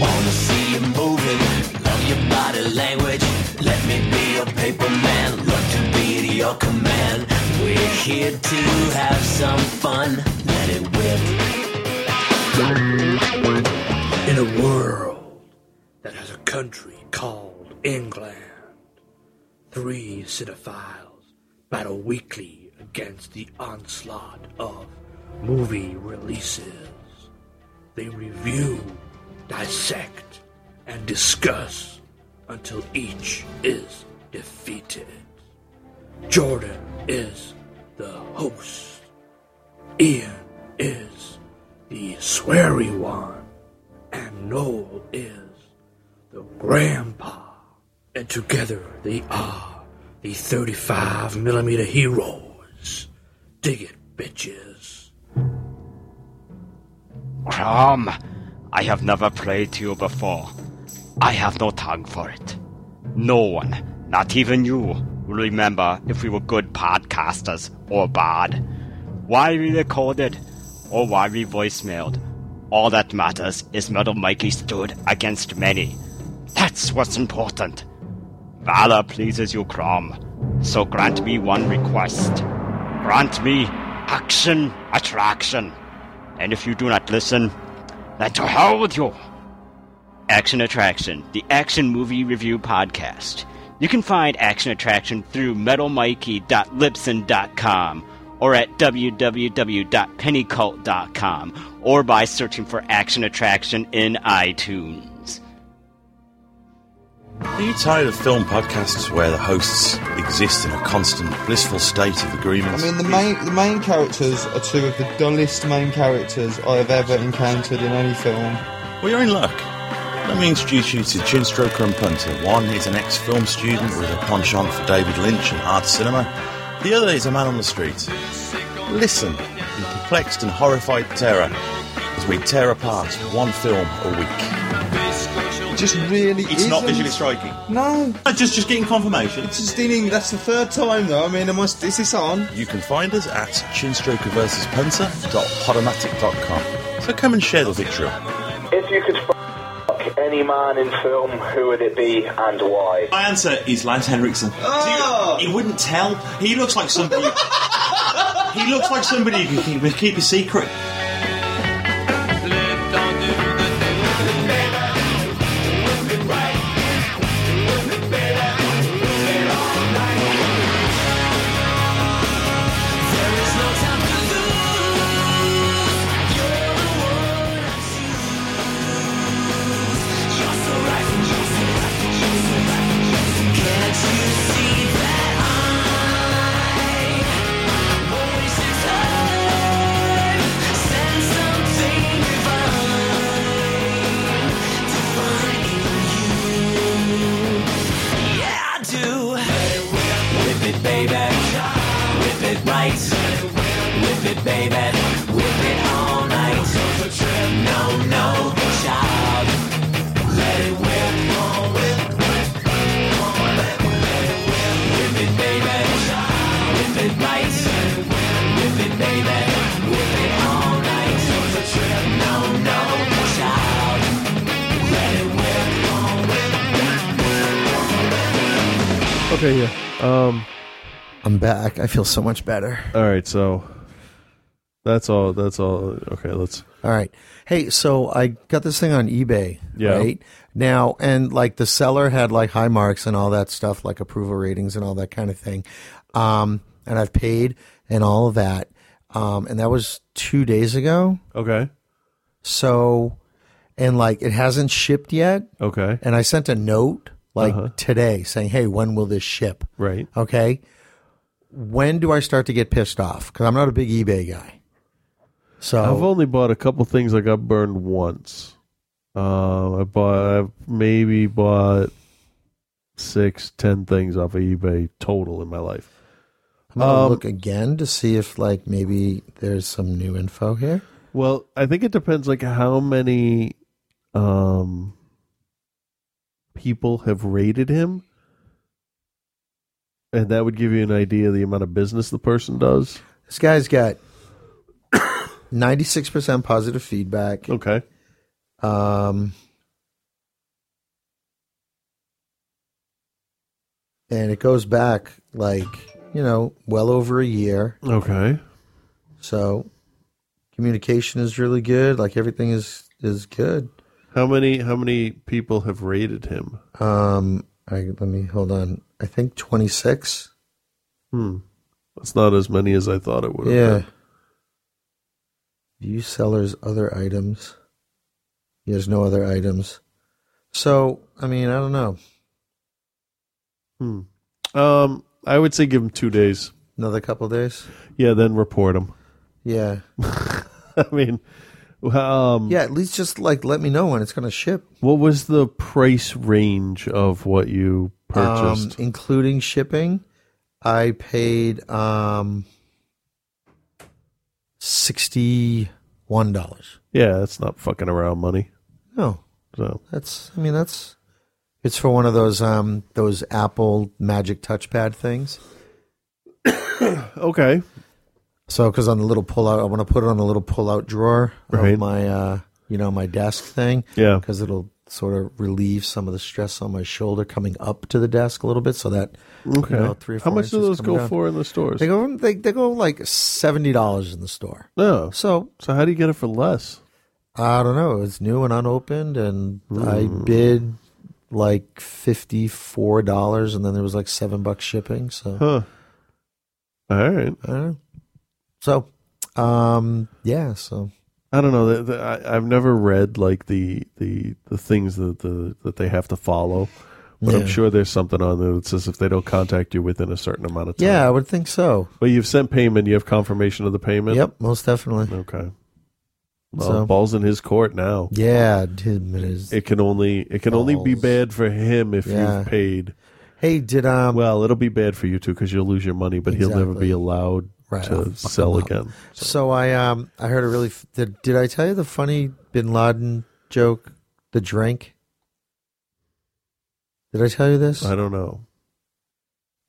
[SPEAKER 10] Wanna see you moving, love your body language. Let me be your paper man, love to be at your command. We're here to have some fun, let it whip.
[SPEAKER 5] In a world that has a country called England, three cinephiles battle weekly against the onslaught of movie releases. They review, dissect, and discuss until each is defeated. Jordan is the host. Ian is the sweary one. And Noel is the grandpa. And together they are the 35 millimeter heroes. Dig it, bitches.
[SPEAKER 22] Crom, I have never played to you before. I have no tongue for it. No one, not even you, will remember if we were good podcasters or bad. Why we recorded or why we voicemailed. All that matters is Metal Mikey stood against many. That's what's important. Valor pleases you, Crom. So grant me one request. Grant me action attraction. And if you do not listen, then to hell with you! Action Attraction, the action movie review podcast. You can find Action Attraction through metalmikey.libsen.com or at www.pennycult.com or by searching for Action Attraction in iTunes.
[SPEAKER 23] Are you tired of film podcasts where the hosts exist in a constant blissful state of agreement?
[SPEAKER 3] I mean, the main the main characters are two of the dullest main characters I have ever encountered in any film.
[SPEAKER 23] Well, you're in luck. Let me introduce you to Chinstroker and Punter. One is an ex film student with a penchant for David Lynch and art cinema, the other is a man on the street. Listen in perplexed and horrified terror as we tear apart one film a week.
[SPEAKER 3] It just really
[SPEAKER 23] It's not
[SPEAKER 3] isn't.
[SPEAKER 23] visually striking.
[SPEAKER 3] No,
[SPEAKER 23] Just, just getting confirmation.
[SPEAKER 3] it's just eating. That's the third time though. I mean, am I, is this on?
[SPEAKER 23] You can find us at chinstroker versus punter.podomatic.com. So come and share the victory.
[SPEAKER 24] If you could fuck any man in film, who would it be and why?
[SPEAKER 25] My answer is Lance Henriksen.
[SPEAKER 3] Oh.
[SPEAKER 25] He wouldn't tell. He looks like somebody. he looks like somebody who can keep, keep a secret.
[SPEAKER 10] Yeah, I do. Whip it, baby. Whip it right. Whip it, baby. Whip it all night. No, no, child. Let it whip. Whip it, baby. Whip it right. Whip it, baby. Whip it all night. No, no, child. Let it whip.
[SPEAKER 11] Okay, yeah. Um,
[SPEAKER 12] I'm back. I feel so much better.
[SPEAKER 11] All right, so that's all. That's all. Okay, let's.
[SPEAKER 12] All right. Hey, so I got this thing on eBay,
[SPEAKER 11] Yeah.
[SPEAKER 12] right? Now, and like the seller had like high marks and all that stuff, like approval ratings and all that kind of thing. Um, and I've paid and all of that. Um, and that was two days ago.
[SPEAKER 11] Okay.
[SPEAKER 12] So, and like it hasn't shipped yet.
[SPEAKER 11] Okay.
[SPEAKER 12] And I sent a note like
[SPEAKER 11] Uh-huh.
[SPEAKER 12] today saying, hey, when will this ship?
[SPEAKER 11] Right.
[SPEAKER 12] Okay. When do I start to get pissed off? Because I'm not a big eBay guy. So
[SPEAKER 11] I've only bought a couple things I got burned once. Uh, I bought I've maybe bought six, ten things off of eBay total in my life.
[SPEAKER 12] I'm gonna
[SPEAKER 11] Um,
[SPEAKER 12] look again to see if like maybe there's some new info here.
[SPEAKER 11] Well, I think it depends like how many um people have rated him. And that would give you an idea of the amount of business the person does.
[SPEAKER 12] This guy's got ninety six percent positive feedback.
[SPEAKER 11] Okay.
[SPEAKER 12] Um and it goes back like, you know, well over a year.
[SPEAKER 11] Okay.
[SPEAKER 12] So communication is really good, like everything is is good.
[SPEAKER 11] How many how many people have rated him?
[SPEAKER 12] Um I let me hold on. I think twenty six.
[SPEAKER 11] Hmm. That's not as many as I thought it would have
[SPEAKER 12] Yeah.
[SPEAKER 11] been.
[SPEAKER 12] View seller's other items. He has no other items. So, I mean, I don't know.
[SPEAKER 11] Hmm. Um, I would say give him two days.
[SPEAKER 12] Another couple days.
[SPEAKER 11] Yeah, then report him.
[SPEAKER 12] Yeah.
[SPEAKER 11] I mean, um,
[SPEAKER 12] yeah, at least just like let me know when it's going to ship.
[SPEAKER 11] What was the price range of what you purchased?
[SPEAKER 12] Um, including shipping, Um, I paid um $61.
[SPEAKER 11] yeah, that's not fucking around money.
[SPEAKER 12] No.
[SPEAKER 11] So
[SPEAKER 12] That's I mean, that's it's for one of those um those Apple Magic Touchpad things.
[SPEAKER 11] okay,
[SPEAKER 12] So, because on the little pull-out, I want to put it on the little pull-out drawer
[SPEAKER 11] Right.
[SPEAKER 12] of my, uh, you know, my desk thing.
[SPEAKER 11] Yeah.
[SPEAKER 12] Because it'll sort of relieve some of the stress on my shoulder coming up to the desk a little bit, so that
[SPEAKER 11] Okay.
[SPEAKER 12] you know, three or
[SPEAKER 11] How
[SPEAKER 12] four
[SPEAKER 11] much do
[SPEAKER 12] inches
[SPEAKER 11] those
[SPEAKER 12] coming
[SPEAKER 11] go
[SPEAKER 12] down.
[SPEAKER 11] for in the stores?
[SPEAKER 12] They go they, they go like seventy dollars in the store.
[SPEAKER 11] no.
[SPEAKER 12] So
[SPEAKER 11] so how do you get it for less?
[SPEAKER 12] I don't know. It's new and unopened, and I bid like fifty four dollars, and then there was like seven bucks shipping. So
[SPEAKER 11] Huh. All right.
[SPEAKER 12] I don't know. So, um, yeah. So
[SPEAKER 11] I don't know. The, the, I, I've never read like the the the things that the that they have to follow But
[SPEAKER 12] Yeah.
[SPEAKER 11] I'm sure there's something on there that says if they don't contact you within a certain amount of time.
[SPEAKER 12] Yeah, I would think so.
[SPEAKER 11] But you've sent payment. You have confirmation of the payment.
[SPEAKER 12] Yep, most definitely.
[SPEAKER 11] Okay. Well,
[SPEAKER 12] So-
[SPEAKER 11] ball's in his court now.
[SPEAKER 12] Yeah, him and his
[SPEAKER 11] It can only it can only be bad for him if
[SPEAKER 12] Yeah.
[SPEAKER 11] you've paid.
[SPEAKER 12] Hey, did um?
[SPEAKER 11] Well, it'll be bad for you too because you'll lose your money, but he'll never
[SPEAKER 12] Exactly.
[SPEAKER 11] be allowed
[SPEAKER 12] Right, I'll
[SPEAKER 11] to
[SPEAKER 12] fuck
[SPEAKER 11] sell
[SPEAKER 12] him up.
[SPEAKER 11] again.
[SPEAKER 12] So, I um I heard a really f- did, did I tell you the funny Bin Laden joke? The drink. Did I tell you this?
[SPEAKER 11] I don't know.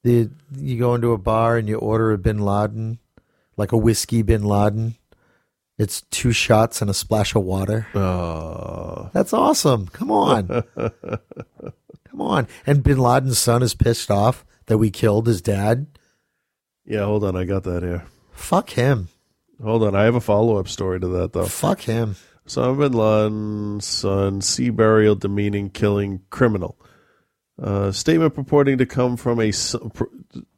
[SPEAKER 12] The you go into a bar and you order a Bin Laden, like a whiskey Bin Laden. It's two shots and a splash of water.
[SPEAKER 11] Oh.
[SPEAKER 12] That's awesome. Come on. Come on. And Bin Laden's son is pissed off that we killed his dad.
[SPEAKER 11] Yeah, hold on, I got that here.
[SPEAKER 12] Fuck him.
[SPEAKER 11] Hold on, I have a follow up story to that though.
[SPEAKER 12] Fuck him.
[SPEAKER 11] Osama bin Laden, son, sea burial, demeaning, killing criminal. Uh, statement purporting to come from a son, pur-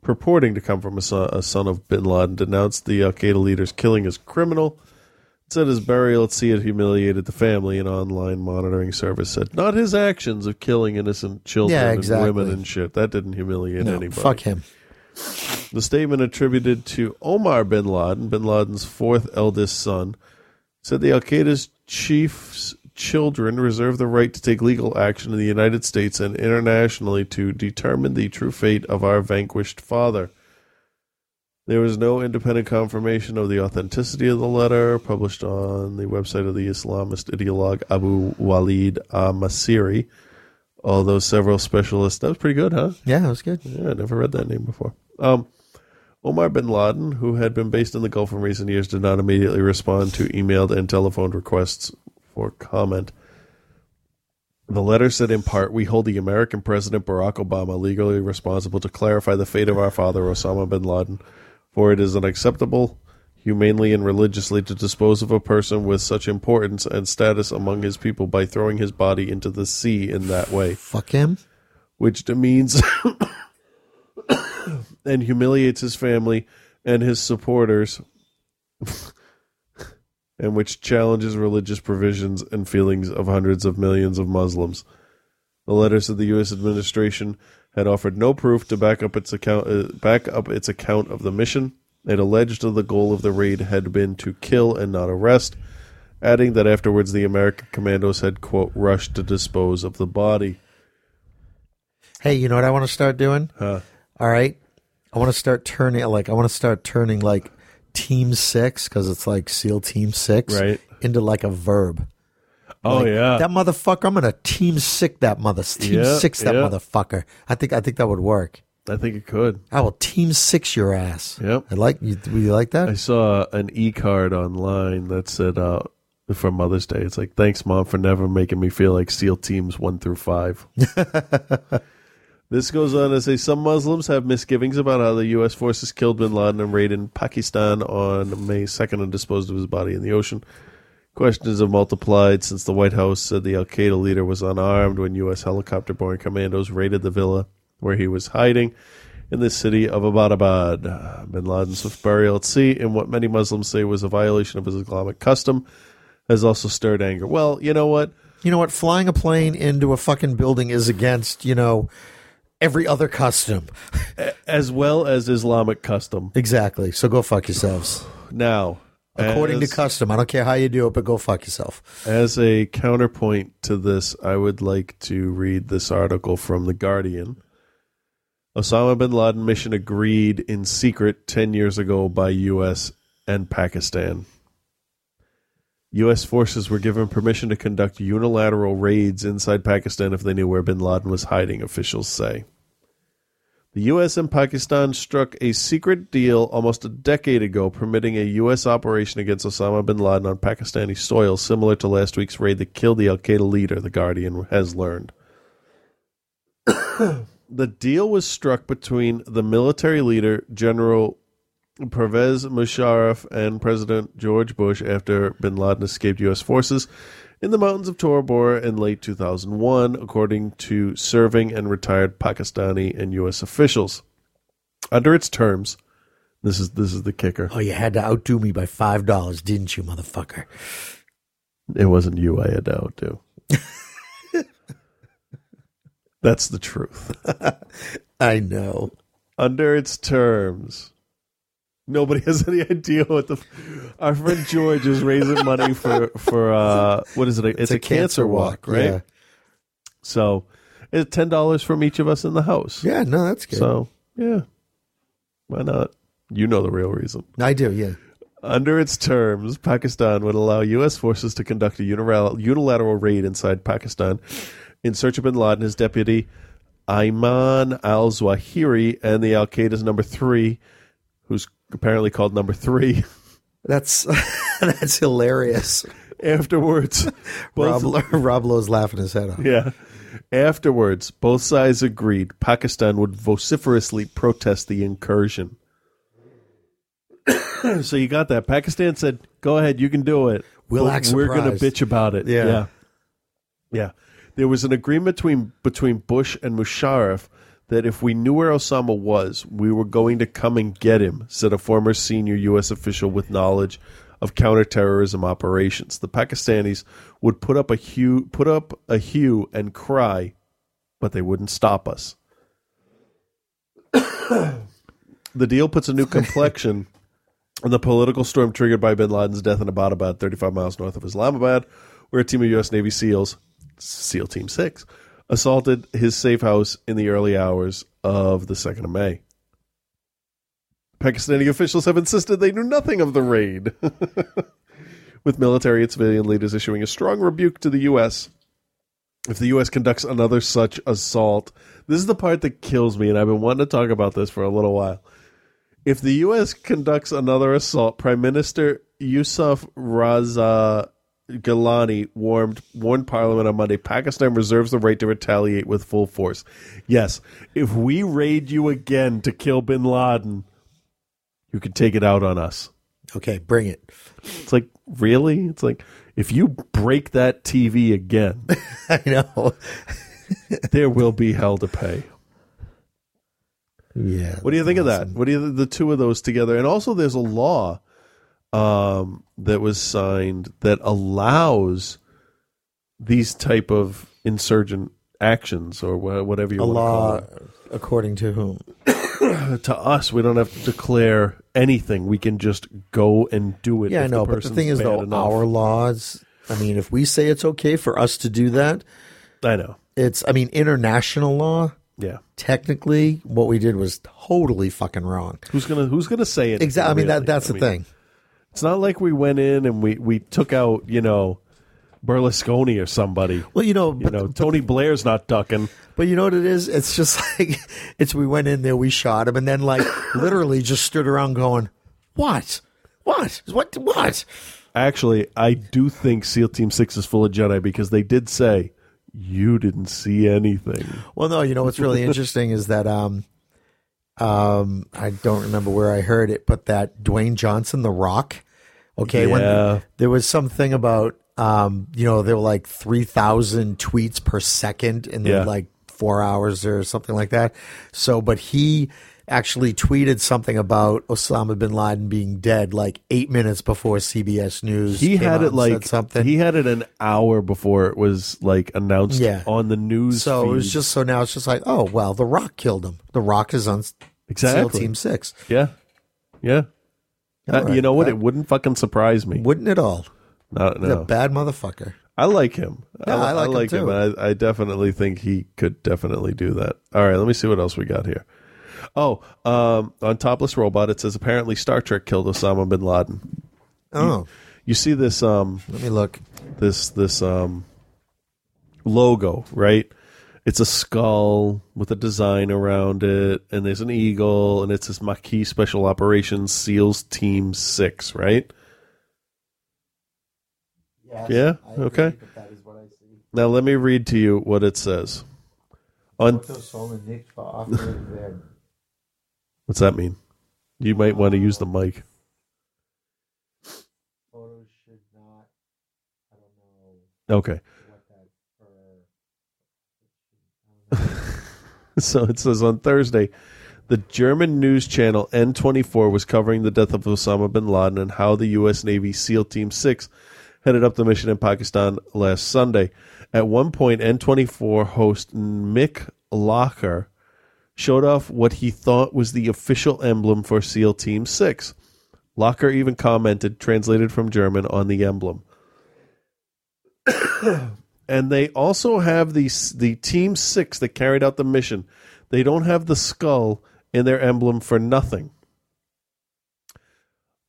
[SPEAKER 11] purporting to come from a son, a son of bin Laden denounced the Al Qaeda leader's killing as criminal. It said his burial at sea had humiliated the family. An online monitoring service said not his actions of killing innocent children
[SPEAKER 12] Yeah,
[SPEAKER 11] and
[SPEAKER 12] exactly.
[SPEAKER 11] women and shit. That didn't humiliate
[SPEAKER 12] No,
[SPEAKER 11] anybody.
[SPEAKER 12] fuck him.
[SPEAKER 11] The statement attributed to Omar bin Laden, bin Laden's fourth eldest son, said the Al Qaeda's chief's children reserve the right to take legal action in the United States and internationally to determine the true fate of our vanquished father. There was no independent confirmation of the authenticity of the letter published on the website of the Islamist ideologue Abu Walid al-Masiri, although several specialists... That was pretty good, huh?
[SPEAKER 12] Yeah, that was good.
[SPEAKER 11] Yeah, I never read that name before. Um, Omar bin Laden, who had been based in the Gulf in recent years, did not immediately respond to emailed and telephoned requests for comment. The letter said in part, We hold the American President Barack Obama legally responsible to clarify the fate of our father, Osama bin Laden, for it is unacceptable, humanely and religiously, to dispose of a person with such importance and status among his people by throwing his body into the sea in that way.
[SPEAKER 12] Fuck him.
[SPEAKER 11] Which demeans and humiliates his family and his supporters, and which challenges religious provisions and feelings of hundreds of millions of Muslims. The letters of the U.S. administration had offered no proof to back up its account, uh, back up its account of the mission. It alleged that the goal of the raid had been to kill and not arrest, adding that afterwards the American commandos had quote rushed to dispose of the body.
[SPEAKER 12] Hey, you know what I want to start doing?
[SPEAKER 11] Huh.
[SPEAKER 12] All right. I want to start turning like I want to start turning like team 6 cuz it's like seal team 6
[SPEAKER 11] Right.
[SPEAKER 12] into like a verb.
[SPEAKER 11] Oh,
[SPEAKER 12] Like,
[SPEAKER 11] yeah.
[SPEAKER 12] That motherfucker, I'm going to team sick that mother team
[SPEAKER 11] Yeah,
[SPEAKER 12] six that
[SPEAKER 11] yeah.
[SPEAKER 12] motherfucker. I think I think that would work.
[SPEAKER 11] I think it could.
[SPEAKER 12] I will team 6 your ass.
[SPEAKER 11] Yep.
[SPEAKER 12] I like you would you like that?
[SPEAKER 11] I saw an e card online that said uh, for Mother's Day. It's like, thanks, mom, for never making me feel like SEAL teams one through five. this goes on to say some Muslims have misgivings about how the U.S. forces killed bin Laden and raided in Pakistan on May 2nd and disposed of his body in the ocean. Questions have multiplied since the White House said the Al Qaeda leader was unarmed when U.S. helicopter borne commandos raided the villa where he was hiding in the city of Abbottabad. Bin Laden's burial at sea, in what many Muslims say was a violation of his Islamic custom, has also stirred anger. Well, you know what?
[SPEAKER 12] You know what? Flying a plane into a fucking building is against, you know, every other custom.
[SPEAKER 11] As well as Islamic custom.
[SPEAKER 12] Exactly. So go fuck yourselves.
[SPEAKER 11] Now,
[SPEAKER 12] According
[SPEAKER 11] as-
[SPEAKER 12] to custom. I don't care how you do it, but go fuck yourself.
[SPEAKER 11] As a counterpoint to this, I would like to read this article from The Guardian. Osama bin Laden mission agreed in secret 10 years ago by U.S. and Pakistan. U.S. forces were given permission to conduct unilateral raids inside Pakistan if they knew where bin Laden was hiding, officials say. The U.S. and Pakistan struck a secret deal almost a decade ago, permitting a U.S. operation against Osama bin Laden on Pakistani soil, similar to last week's raid that killed the Al Qaeda leader, The Guardian has learned. the deal was struck between the military leader, General Pervez Musharraf, and President George Bush after bin Laden escaped U.S. forces in the mountains of Tora Bora in late 2001, according to serving and retired Pakistani and U.S. officials. Under its terms, this is this is the kicker.
[SPEAKER 12] Oh, you had to outdo me by five dollars, didn't you, motherfucker?
[SPEAKER 11] It wasn't you I had to outdo. That's the truth.
[SPEAKER 12] I know.
[SPEAKER 11] Under its terms, nobody has any idea what the. Our friend George is raising money for for uh, what is it? It's, a, cancer, walk, right?
[SPEAKER 12] yeah.
[SPEAKER 11] So, it's ten dollars from each of us in the house.
[SPEAKER 12] Yeah, no, that's good.
[SPEAKER 11] So, yeah, why not? You know the real reason.
[SPEAKER 12] I do, yeah.
[SPEAKER 11] Under its terms, Pakistan would allow U.S. forces to conduct a unilateral, unilateral raid inside Pakistan in search of bin Laden, his deputy Ayman al Zawahiri, and the Al Qaeda's number three, who's apparently called number three.
[SPEAKER 12] That's that's hilarious.
[SPEAKER 11] Afterwards,
[SPEAKER 12] Rob,
[SPEAKER 11] both-
[SPEAKER 12] Rob Lowe's laughing his head off.
[SPEAKER 11] Yeah. Afterwards, both sides agreed Pakistan would vociferously protest the incursion. so you got that. Pakistan said, "Go ahead, you can do it.
[SPEAKER 12] We'll
[SPEAKER 11] But
[SPEAKER 12] act
[SPEAKER 11] We're going
[SPEAKER 12] surprised."
[SPEAKER 11] to bitch about it."
[SPEAKER 12] Yeah.
[SPEAKER 11] yeah, Yeah. There was an agreement between between Bush and Musharraf that if we knew where Osama was, we were going to come and get him," said a former senior U.S. official with knowledge of counterterrorism operations. The Pakistanis would put up a hue, put up a hue and cry, but they wouldn't stop us. The deal puts a new complexion on the political storm triggered by bin Laden's death in Abbottabad, 35 miles north of Islamabad, where a team of U.S. Navy SEALs, SEAL Team 6, assaulted his safe house in the early hours of the 2nd of May. Pakistani officials have insisted they knew nothing of the raid, with military and civilian leaders issuing a strong rebuke to the U.S. If the U.S. conducts another such assault, this is the part that kills me, and I've been wanting to talk about this for a little while. If the U.S. conducts another assault, Prime Minister Yusuf Raza Gilani warned, warned Parliament on Monday Pakistan reserves the right to retaliate with full force. Yes, if we raid you again to kill bin Laden, you can take it out on us.
[SPEAKER 12] Okay, bring it.
[SPEAKER 11] It's like, really? It's like, if you break that TV again,
[SPEAKER 12] I know.
[SPEAKER 11] there will be hell to pay.
[SPEAKER 12] Yeah.
[SPEAKER 11] What do you think of that? What do you the two of those together? And also, there's a law um, that was signed that allows these type of insurgent actions or wha- whatever you
[SPEAKER 12] A
[SPEAKER 11] want
[SPEAKER 12] law
[SPEAKER 11] to
[SPEAKER 12] according to whom?
[SPEAKER 11] call it. to us, we don't have to declare anything. We can just go and do it.
[SPEAKER 12] yeah, I
[SPEAKER 11] if
[SPEAKER 12] know. but the
[SPEAKER 11] person's
[SPEAKER 12] thing is,
[SPEAKER 11] bad
[SPEAKER 12] though,
[SPEAKER 11] enough.
[SPEAKER 12] our laws. I mean, if we say it's okay for us to do that,
[SPEAKER 11] I know
[SPEAKER 12] it's. I mean, international law.
[SPEAKER 11] Yeah.
[SPEAKER 12] Technically, what we did was totally fucking wrong.
[SPEAKER 11] Who's gonna Who's gonna say it?
[SPEAKER 12] Exactly. I mean, that that's
[SPEAKER 11] I
[SPEAKER 12] the
[SPEAKER 11] mean,
[SPEAKER 12] thing.
[SPEAKER 11] It's not like we went in and we we took out you know Berlusconi or somebody.
[SPEAKER 12] Well, you know,
[SPEAKER 11] you know Tony Blair's not ducking.
[SPEAKER 12] But you know what it is? It's just like it's we went in there, we shot him, and then like literally just stood around going, "What? What? What? What?"
[SPEAKER 11] Actually, I do think SEAL Team Six is full of Jedi because they did say you didn't see anything.
[SPEAKER 12] Well, no, you know what's really interesting is that um, um, I don't remember where I heard it, but that Dwayne Johnson, The Rock. Okay,
[SPEAKER 11] Yeah.
[SPEAKER 12] when there was something about um, you know, there were like three thousand tweets per second, and then
[SPEAKER 11] Yeah.
[SPEAKER 12] like four hours or something like that. So, but he actually tweeted something about Osama bin Laden being dead like eight minutes before CBS News.
[SPEAKER 11] He
[SPEAKER 12] came
[SPEAKER 11] had
[SPEAKER 12] out
[SPEAKER 11] it
[SPEAKER 12] and said
[SPEAKER 11] like
[SPEAKER 12] something.
[SPEAKER 11] He had it an hour before it was like announced
[SPEAKER 12] Yeah.
[SPEAKER 11] on the news.
[SPEAKER 12] So it was
[SPEAKER 11] feed.
[SPEAKER 12] just so now it's just like, oh well, The Rock killed him. The Rock is on
[SPEAKER 11] Exactly.
[SPEAKER 12] SEAL Team Six.
[SPEAKER 11] yeah, yeah.
[SPEAKER 12] All
[SPEAKER 11] Uh,
[SPEAKER 12] right,
[SPEAKER 11] you know what?
[SPEAKER 12] that-
[SPEAKER 11] it wouldn't fucking surprise me.
[SPEAKER 12] Wouldn't it all?
[SPEAKER 11] Not,
[SPEAKER 12] He's
[SPEAKER 11] no.
[SPEAKER 12] a bad motherfucker.
[SPEAKER 11] I like him.
[SPEAKER 12] Yeah, I like him too.
[SPEAKER 11] and I, I definitely think he could definitely do that. All right, let me see what else we got here. Oh, um, on Topless Robot, it says apparently Star Trek killed Osama bin Laden.
[SPEAKER 12] Oh.
[SPEAKER 11] you, you see this? Um,
[SPEAKER 12] Let me look.
[SPEAKER 11] This this um, logo, right? It's a skull with a design around it, and there's an eagle, and it says Maquis Special Operations SEALs Team Six, right? Oh, Yeah. okay. Now let me read to you what it says. On what's that mean? You might want to use the mic. Okay. so it says on Thursday, the German news channel N24 was covering the death of Osama bin Laden and how the U.S. Navy SEAL Team 6 headed up the mission in Pakistan last Sunday. At one point, N24 host Mick Locker showed off what he thought was the official emblem for SEAL Team 6. Locker even commented, translated from German, on the emblem. and they also have the, the Team 6 that carried out the mission. They don't have the skull in their emblem for nothing.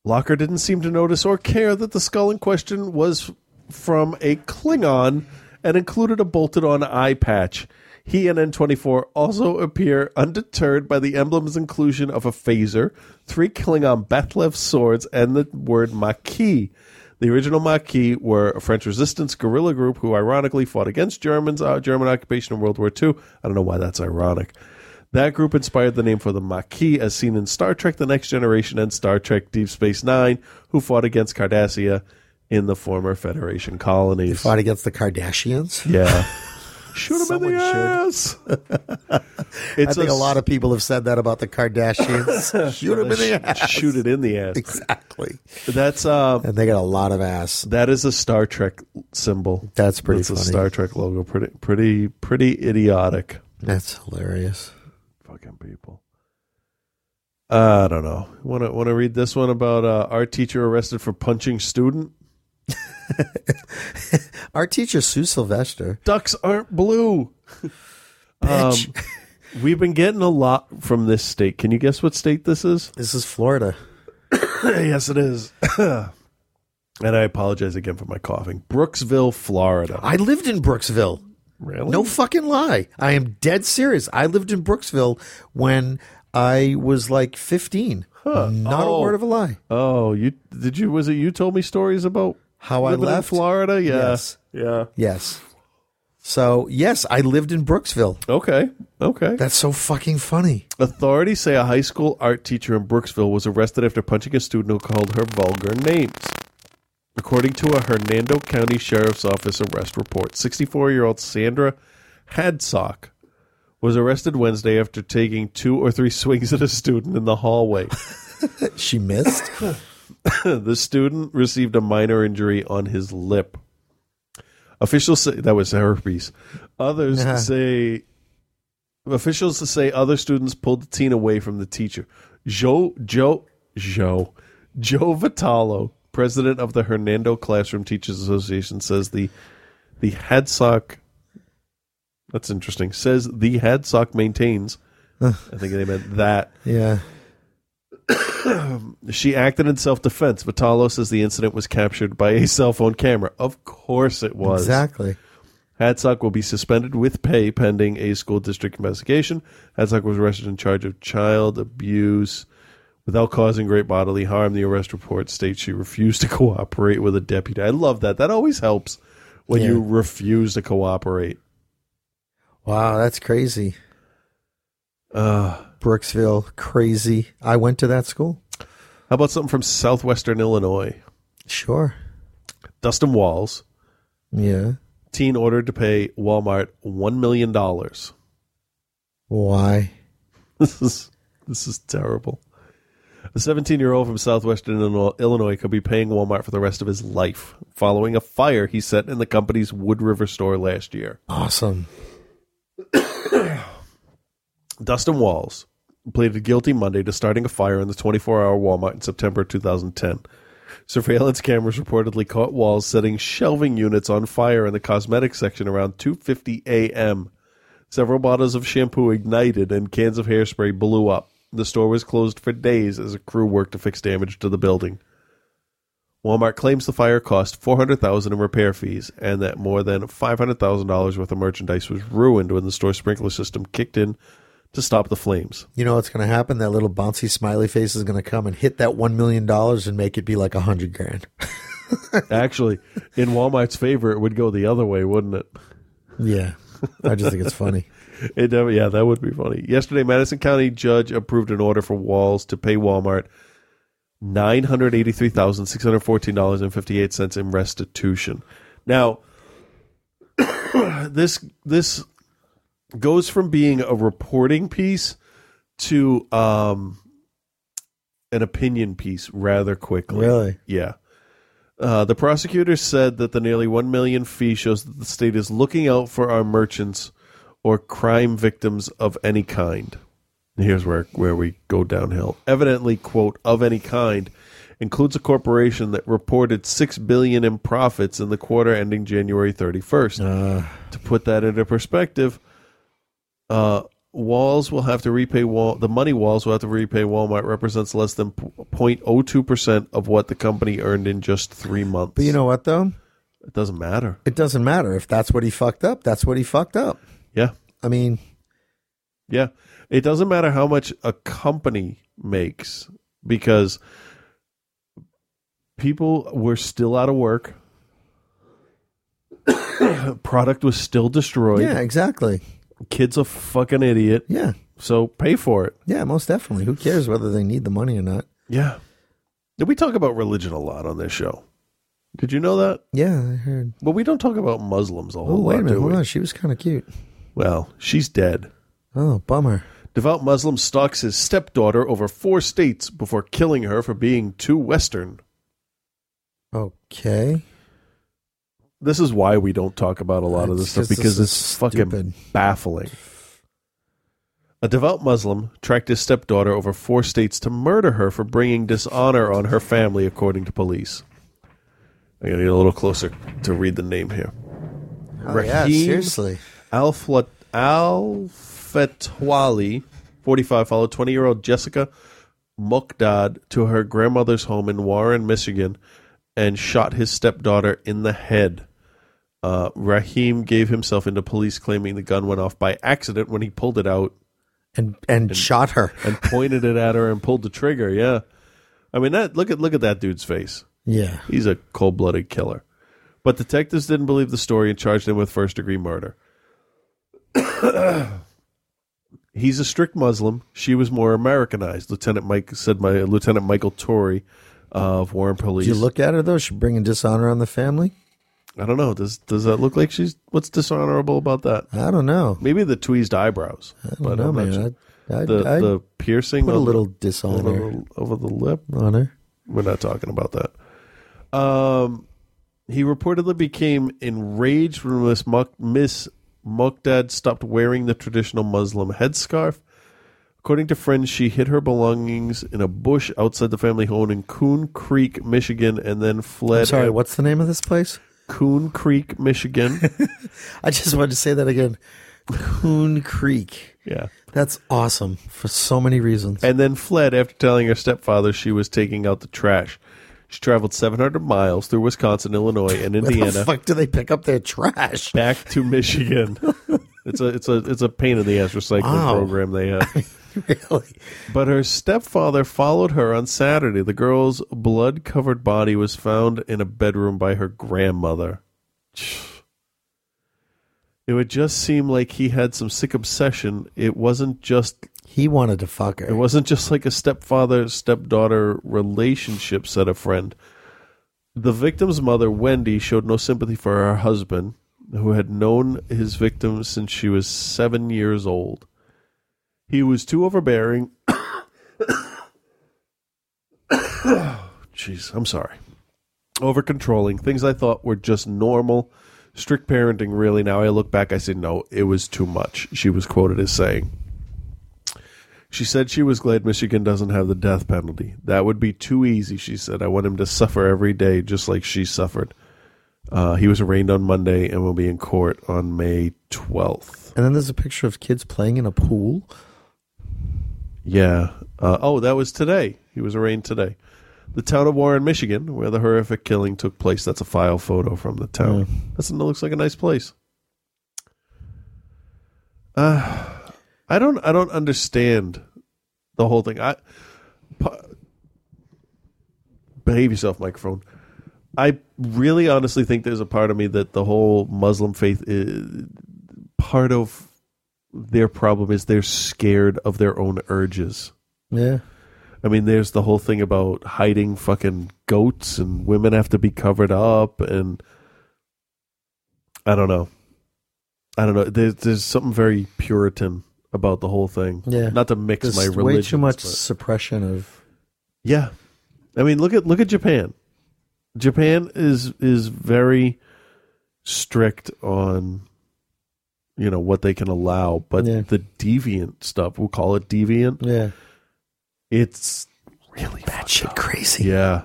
[SPEAKER 11] Locker didn't seem to notice or care that the skull in question was from a Klingon and included a bolted on eye patch. He and N24 also appear undeterred by the emblem's inclusion of a phaser, three Klingon Batleth swords, and the word Maquis. The original Maquis were a French resistance guerrilla group who ironically fought against Germans, uh, German occupation in World War II. I don't know why that's ironic. That group inspired the name for the Maquis, as seen in Star Trek The Next Generation and Star Trek Deep Space Nine, who fought against Cardassia in the former Federation colonies. They
[SPEAKER 12] fought against the Kardashians?
[SPEAKER 11] Yeah. Shoot him in the ass.
[SPEAKER 12] I think a, lot of people have said that about the Kardashians. Shoot him in the ass.
[SPEAKER 11] Shoot it in the ass.
[SPEAKER 12] Exactly.
[SPEAKER 11] That's uh,
[SPEAKER 12] and they got a lot of ass.
[SPEAKER 11] That is a Star Trek symbol.
[SPEAKER 12] That's pretty. That's
[SPEAKER 11] a Star Trek logo. Pretty, pretty, pretty idiotic.
[SPEAKER 12] That's hilarious.
[SPEAKER 11] Fucking people. Uh, I don't know. Want to want to read this one about uh, our teacher arrested for punching student?
[SPEAKER 12] Our teacher, Sue Sylvester.
[SPEAKER 11] Ducks aren't blue. um,
[SPEAKER 12] Bitch.
[SPEAKER 11] we've been getting a lot from this state. Can you guess what state this is?
[SPEAKER 12] This is Florida.
[SPEAKER 11] yes, it is. and I apologize again for my coughing. Brooksville, Florida.
[SPEAKER 12] I lived in Brooksville.
[SPEAKER 11] Really?
[SPEAKER 12] No fucking lie. I am dead serious. I lived in Brooksville when I was like 15. Not
[SPEAKER 11] Oh.
[SPEAKER 12] a word of a lie.
[SPEAKER 11] Oh, you did you was it you told me stories about
[SPEAKER 12] How Oh, I
[SPEAKER 11] living in
[SPEAKER 12] left?
[SPEAKER 11] Florida? Yeah.
[SPEAKER 12] Yes.
[SPEAKER 11] Yeah.
[SPEAKER 12] Yes. So, yes, I lived in Brooksville.
[SPEAKER 11] Okay. Okay.
[SPEAKER 12] That's so fucking funny.
[SPEAKER 11] Authorities say a high school art teacher in Brooksville was arrested after punching a student who called her vulgar names. According to a Hernando County Sheriff's Office arrest report, 64 year old Sandra Hadsock was arrested Wednesday after taking two or three swings at a student in the hallway.
[SPEAKER 12] She missed.
[SPEAKER 11] the student received a minor injury on his lip. Officials say that was herpes. Others
[SPEAKER 12] Uh-huh.
[SPEAKER 11] say officials say other students pulled the teen away from the teacher. Joe Joe Joe Joe Vitalo, president of the Hernando Classroom Teachers Association, says the the Hadsock. That's interesting. Says the Hadsock maintains. I think they meant that
[SPEAKER 12] yeah.
[SPEAKER 11] she acted in self defense. Vitalo says the incident was captured by a cell phone camera. Of course it was.
[SPEAKER 12] Exactly.
[SPEAKER 11] Hadsock will be suspended with pay pending a school district investigation. Hadsock was arrested in charge of child abuse without causing great bodily harm. The arrest report states she refused to cooperate with a deputy. I love that. That always helps when
[SPEAKER 12] Yeah.
[SPEAKER 11] you refuse to cooperate.
[SPEAKER 12] Wow, that's crazy.
[SPEAKER 11] Uh,
[SPEAKER 12] Brooksville, crazy. I went to that school.
[SPEAKER 11] how about something from southwestern Illinois?
[SPEAKER 12] Sure.
[SPEAKER 11] Dustin Walls,
[SPEAKER 12] Yeah.
[SPEAKER 11] teen ordered to pay Walmart $1 million.
[SPEAKER 12] Why?
[SPEAKER 11] This is this is terrible. A 17-year-old from southwestern Illinois- Illinois could be paying Walmart for the rest of his life following a fire he set in the company's Wood River store last year.
[SPEAKER 12] Awesome.
[SPEAKER 11] Dustin Walls pleaded guilty Monday to starting a fire in the 24-hour Walmart in September 2010. Surveillance cameras reportedly caught Walls setting shelving units on fire in the cosmetics section around 2:50 a.m. Several bottles of shampoo ignited and cans of hairspray blew up. The store was closed for days as a crew worked to fix damage to the building. Walmart claims the fire cost 400,000 in repair fees and that more than $500,000 worth of merchandise was ruined when the store sprinkler system kicked in to stop the flames.
[SPEAKER 12] You know what's going to happen? That little bouncy smiley face is going to come and hit that $1 million and make it be like a 100 grand.
[SPEAKER 11] Actually, in Walmart's favor, it would go the other way, wouldn't it?
[SPEAKER 12] yeah. I just think it's funny.
[SPEAKER 11] It never, yeah, that would be funny. Yesterday, Madison County judge approved an order for Walls to pay Walmart nine hundred eighty-three thousand six hundred fourteen dollars and fifty-eight cents in restitution. Now, this this goes from being a reporting piece to um, an opinion piece rather quickly.
[SPEAKER 12] Really?
[SPEAKER 11] Yeah. Uh, the prosecutor said that the nearly 1 million fee shows that the state is looking out for our merchants or crime victims of any kind. And here's where, where we go downhill. Evidently, quote, of any kind includes a corporation that reported 6 billion in profits in the quarter ending January
[SPEAKER 12] Ah.
[SPEAKER 11] 31st. to put that into perspective, uh, Walls will have to repay Wal- the money Walls will have to repay Walmart represents less than 0.02 percent of what the company earned in just three months.
[SPEAKER 12] But you know what though?
[SPEAKER 11] It doesn't matter.
[SPEAKER 12] It doesn't matter if that's what he fucked up. That's what he fucked up.
[SPEAKER 11] Yeah,
[SPEAKER 12] I mean,
[SPEAKER 11] yeah, it doesn't matter how much a company makes because people were still out of work. Product was still destroyed.
[SPEAKER 12] Yeah, exactly.
[SPEAKER 11] Kid's a fucking idiot.
[SPEAKER 12] Yeah.
[SPEAKER 11] So pay for it.
[SPEAKER 12] Yeah, most definitely. Who cares whether they need the money or not?
[SPEAKER 11] Yeah. Did we talk about religion a lot on this show? Did you know that?
[SPEAKER 12] Yeah, I heard.
[SPEAKER 11] But we don't talk about Muslims a whole
[SPEAKER 12] Oh, wait
[SPEAKER 11] lot.
[SPEAKER 12] a minute.
[SPEAKER 11] do
[SPEAKER 12] Hold
[SPEAKER 11] we?
[SPEAKER 12] on. She was kind of cute.
[SPEAKER 11] Well, she's dead.
[SPEAKER 12] Oh, bummer.
[SPEAKER 11] Devout Muslim stalks his stepdaughter over four states before killing her for being too Western.
[SPEAKER 12] Okay.
[SPEAKER 11] This is why we don't talk about a lot of this
[SPEAKER 12] It's
[SPEAKER 11] stuff
[SPEAKER 12] just- this
[SPEAKER 11] because
[SPEAKER 12] is
[SPEAKER 11] it's fucking baffling. A devout Muslim tracked his stepdaughter over four states to murder her for bringing dishonor on her family, according to police. I'm going to get a little closer to read the name here.
[SPEAKER 12] Oh, yeah, seriously.
[SPEAKER 11] Al Fetwali, 45, followed 20 year old Jessica Mokdad to her grandmother's home in Warren, Michigan, and shot his stepdaughter in the head. Uh, Raheem gave himself into police, claiming the gun went off by accident when he pulled it out
[SPEAKER 12] And and, shot her.
[SPEAKER 11] and pointed it at her and pulled the trigger. Yeah, I mean that. Look at look at that dude's face.
[SPEAKER 12] Yeah.
[SPEAKER 11] He's a cold blooded killer. But detectives didn't believe the story and charged him with first degree murder. He's a strict Muslim. She was more Americanized. Lieutenant Mike said my uh, Lieutenant Michael Torrey of Warren Police.
[SPEAKER 12] Did you look at her though? She bringing dishonor on the family?
[SPEAKER 11] I don't know. Does does that look like she's what's dishonorable about that?
[SPEAKER 12] I don't know.
[SPEAKER 11] Maybe the tweezed eyebrows. I
[SPEAKER 12] don't know, man. I'd-
[SPEAKER 11] the
[SPEAKER 12] I'd-
[SPEAKER 11] the
[SPEAKER 12] I'd
[SPEAKER 11] piercing
[SPEAKER 12] put a
[SPEAKER 11] on the-
[SPEAKER 12] little dishonor
[SPEAKER 11] over the, over the lip
[SPEAKER 12] on her.
[SPEAKER 11] We're not talking about that. Um, he reportedly became enraged when Miss Mok- Miss Mokdad stopped wearing the traditional Muslim headscarf. According to friends, she hid her belongings in a bush outside the family home in Coon Creek, Michigan, and then fled.
[SPEAKER 12] I'm sorry, what's the name of this place?
[SPEAKER 11] Coon Creek, Michigan.
[SPEAKER 12] I just wanted to say that again. Coon Creek.
[SPEAKER 11] Yeah.
[SPEAKER 12] That's awesome for so many reasons.
[SPEAKER 11] and then fled after telling her stepfather she was taking out the trash. She traveled 700 miles through Wisconsin, Illinois, and
[SPEAKER 12] Where
[SPEAKER 11] Indiana.
[SPEAKER 12] the fuck do they pick up their trash?
[SPEAKER 11] back to Michigan. it's a it's a it's a pain in the ass recycling
[SPEAKER 12] Wow.
[SPEAKER 11] program they have. really? But her stepfather followed her on Saturday. The girl's blood covered body was found in a bedroom by her grandmother. It would just seem like he had some sick obsession. It wasn't just
[SPEAKER 12] he wanted to fuck her.
[SPEAKER 11] It wasn't just like a stepfather stepdaughter relationship, said a friend. The victim's mother, Wendy, showed no sympathy for her husband, who had known his victim since she was seven years old. He was too overbearing. Jeez, I'm sorry. Over controlling things I thought were just normal, strict parenting. Really, now I look back, I say no, it was too much. She was quoted as saying. She said she was glad Michigan doesn't have the death penalty. That would be too easy, she said. I want him to suffer every day just like she suffered. Uh, he was arraigned on Monday and will be in court on May 12th.
[SPEAKER 12] And then there's a picture of kids playing in a pool.
[SPEAKER 11] Yeah. Uh, oh, that was today. He was arraigned today. The town of Warren, Michigan, where the horrific killing took place. That's a file photo from the town. That's that looks like a nice place. Uh, I don't. I don't understand the whole thing. I pa- behave yourself, microphone. I really, honestly think there's a part of me that the whole Muslim faith is part of their problem is they're scared of their own urges.
[SPEAKER 12] Yeah.
[SPEAKER 11] I mean, there's the whole thing about hiding fucking goats and women have to be covered up, and I don't know. I don't know. There's, there's something very Puritan about the whole thing.
[SPEAKER 12] Yeah.
[SPEAKER 11] Not to mix
[SPEAKER 12] There's
[SPEAKER 11] my religion.
[SPEAKER 12] Way too much suppression of
[SPEAKER 11] Yeah. I mean, look at look at Japan. Japan is is very strict on you know what they can allow, but
[SPEAKER 12] Yeah.
[SPEAKER 11] the deviant stuff, we'll call it deviant.
[SPEAKER 12] Yeah.
[SPEAKER 11] It's really bad shit crazy. Yeah.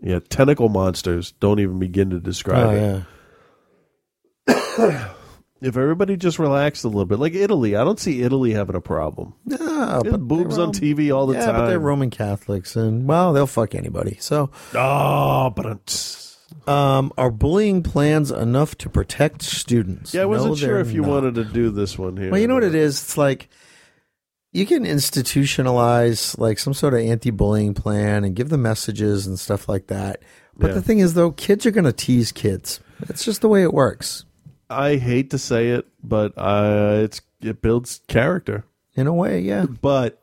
[SPEAKER 11] Yeah, tentacle monsters don't even begin to describe
[SPEAKER 12] Oh,
[SPEAKER 11] it.
[SPEAKER 12] yeah.
[SPEAKER 11] If everybody just relaxed a little bit, like Italy, I don't see Italy having a problem.
[SPEAKER 12] Ah,
[SPEAKER 11] It
[SPEAKER 12] but
[SPEAKER 11] boobs
[SPEAKER 12] they're
[SPEAKER 11] on TV all the
[SPEAKER 12] yeah,
[SPEAKER 11] time.
[SPEAKER 12] but they're Roman Catholics, and well, they'll fuck anybody. So,
[SPEAKER 11] oh, but
[SPEAKER 12] um, are bullying plans enough to protect students?
[SPEAKER 11] Yeah, I wasn't
[SPEAKER 12] No,
[SPEAKER 11] sure
[SPEAKER 12] they're
[SPEAKER 11] if you
[SPEAKER 12] not.
[SPEAKER 11] wanted to do this one here.
[SPEAKER 12] Well, you know what it is? It's like you can institutionalize like some sort of anti-bullying plan and give them messages and stuff like that. But
[SPEAKER 11] Yeah.
[SPEAKER 12] the thing is, though, kids are going to tease kids. That's just the way it works.
[SPEAKER 11] I hate to say it, but uh, it's it builds character
[SPEAKER 12] in a way, yeah.
[SPEAKER 11] But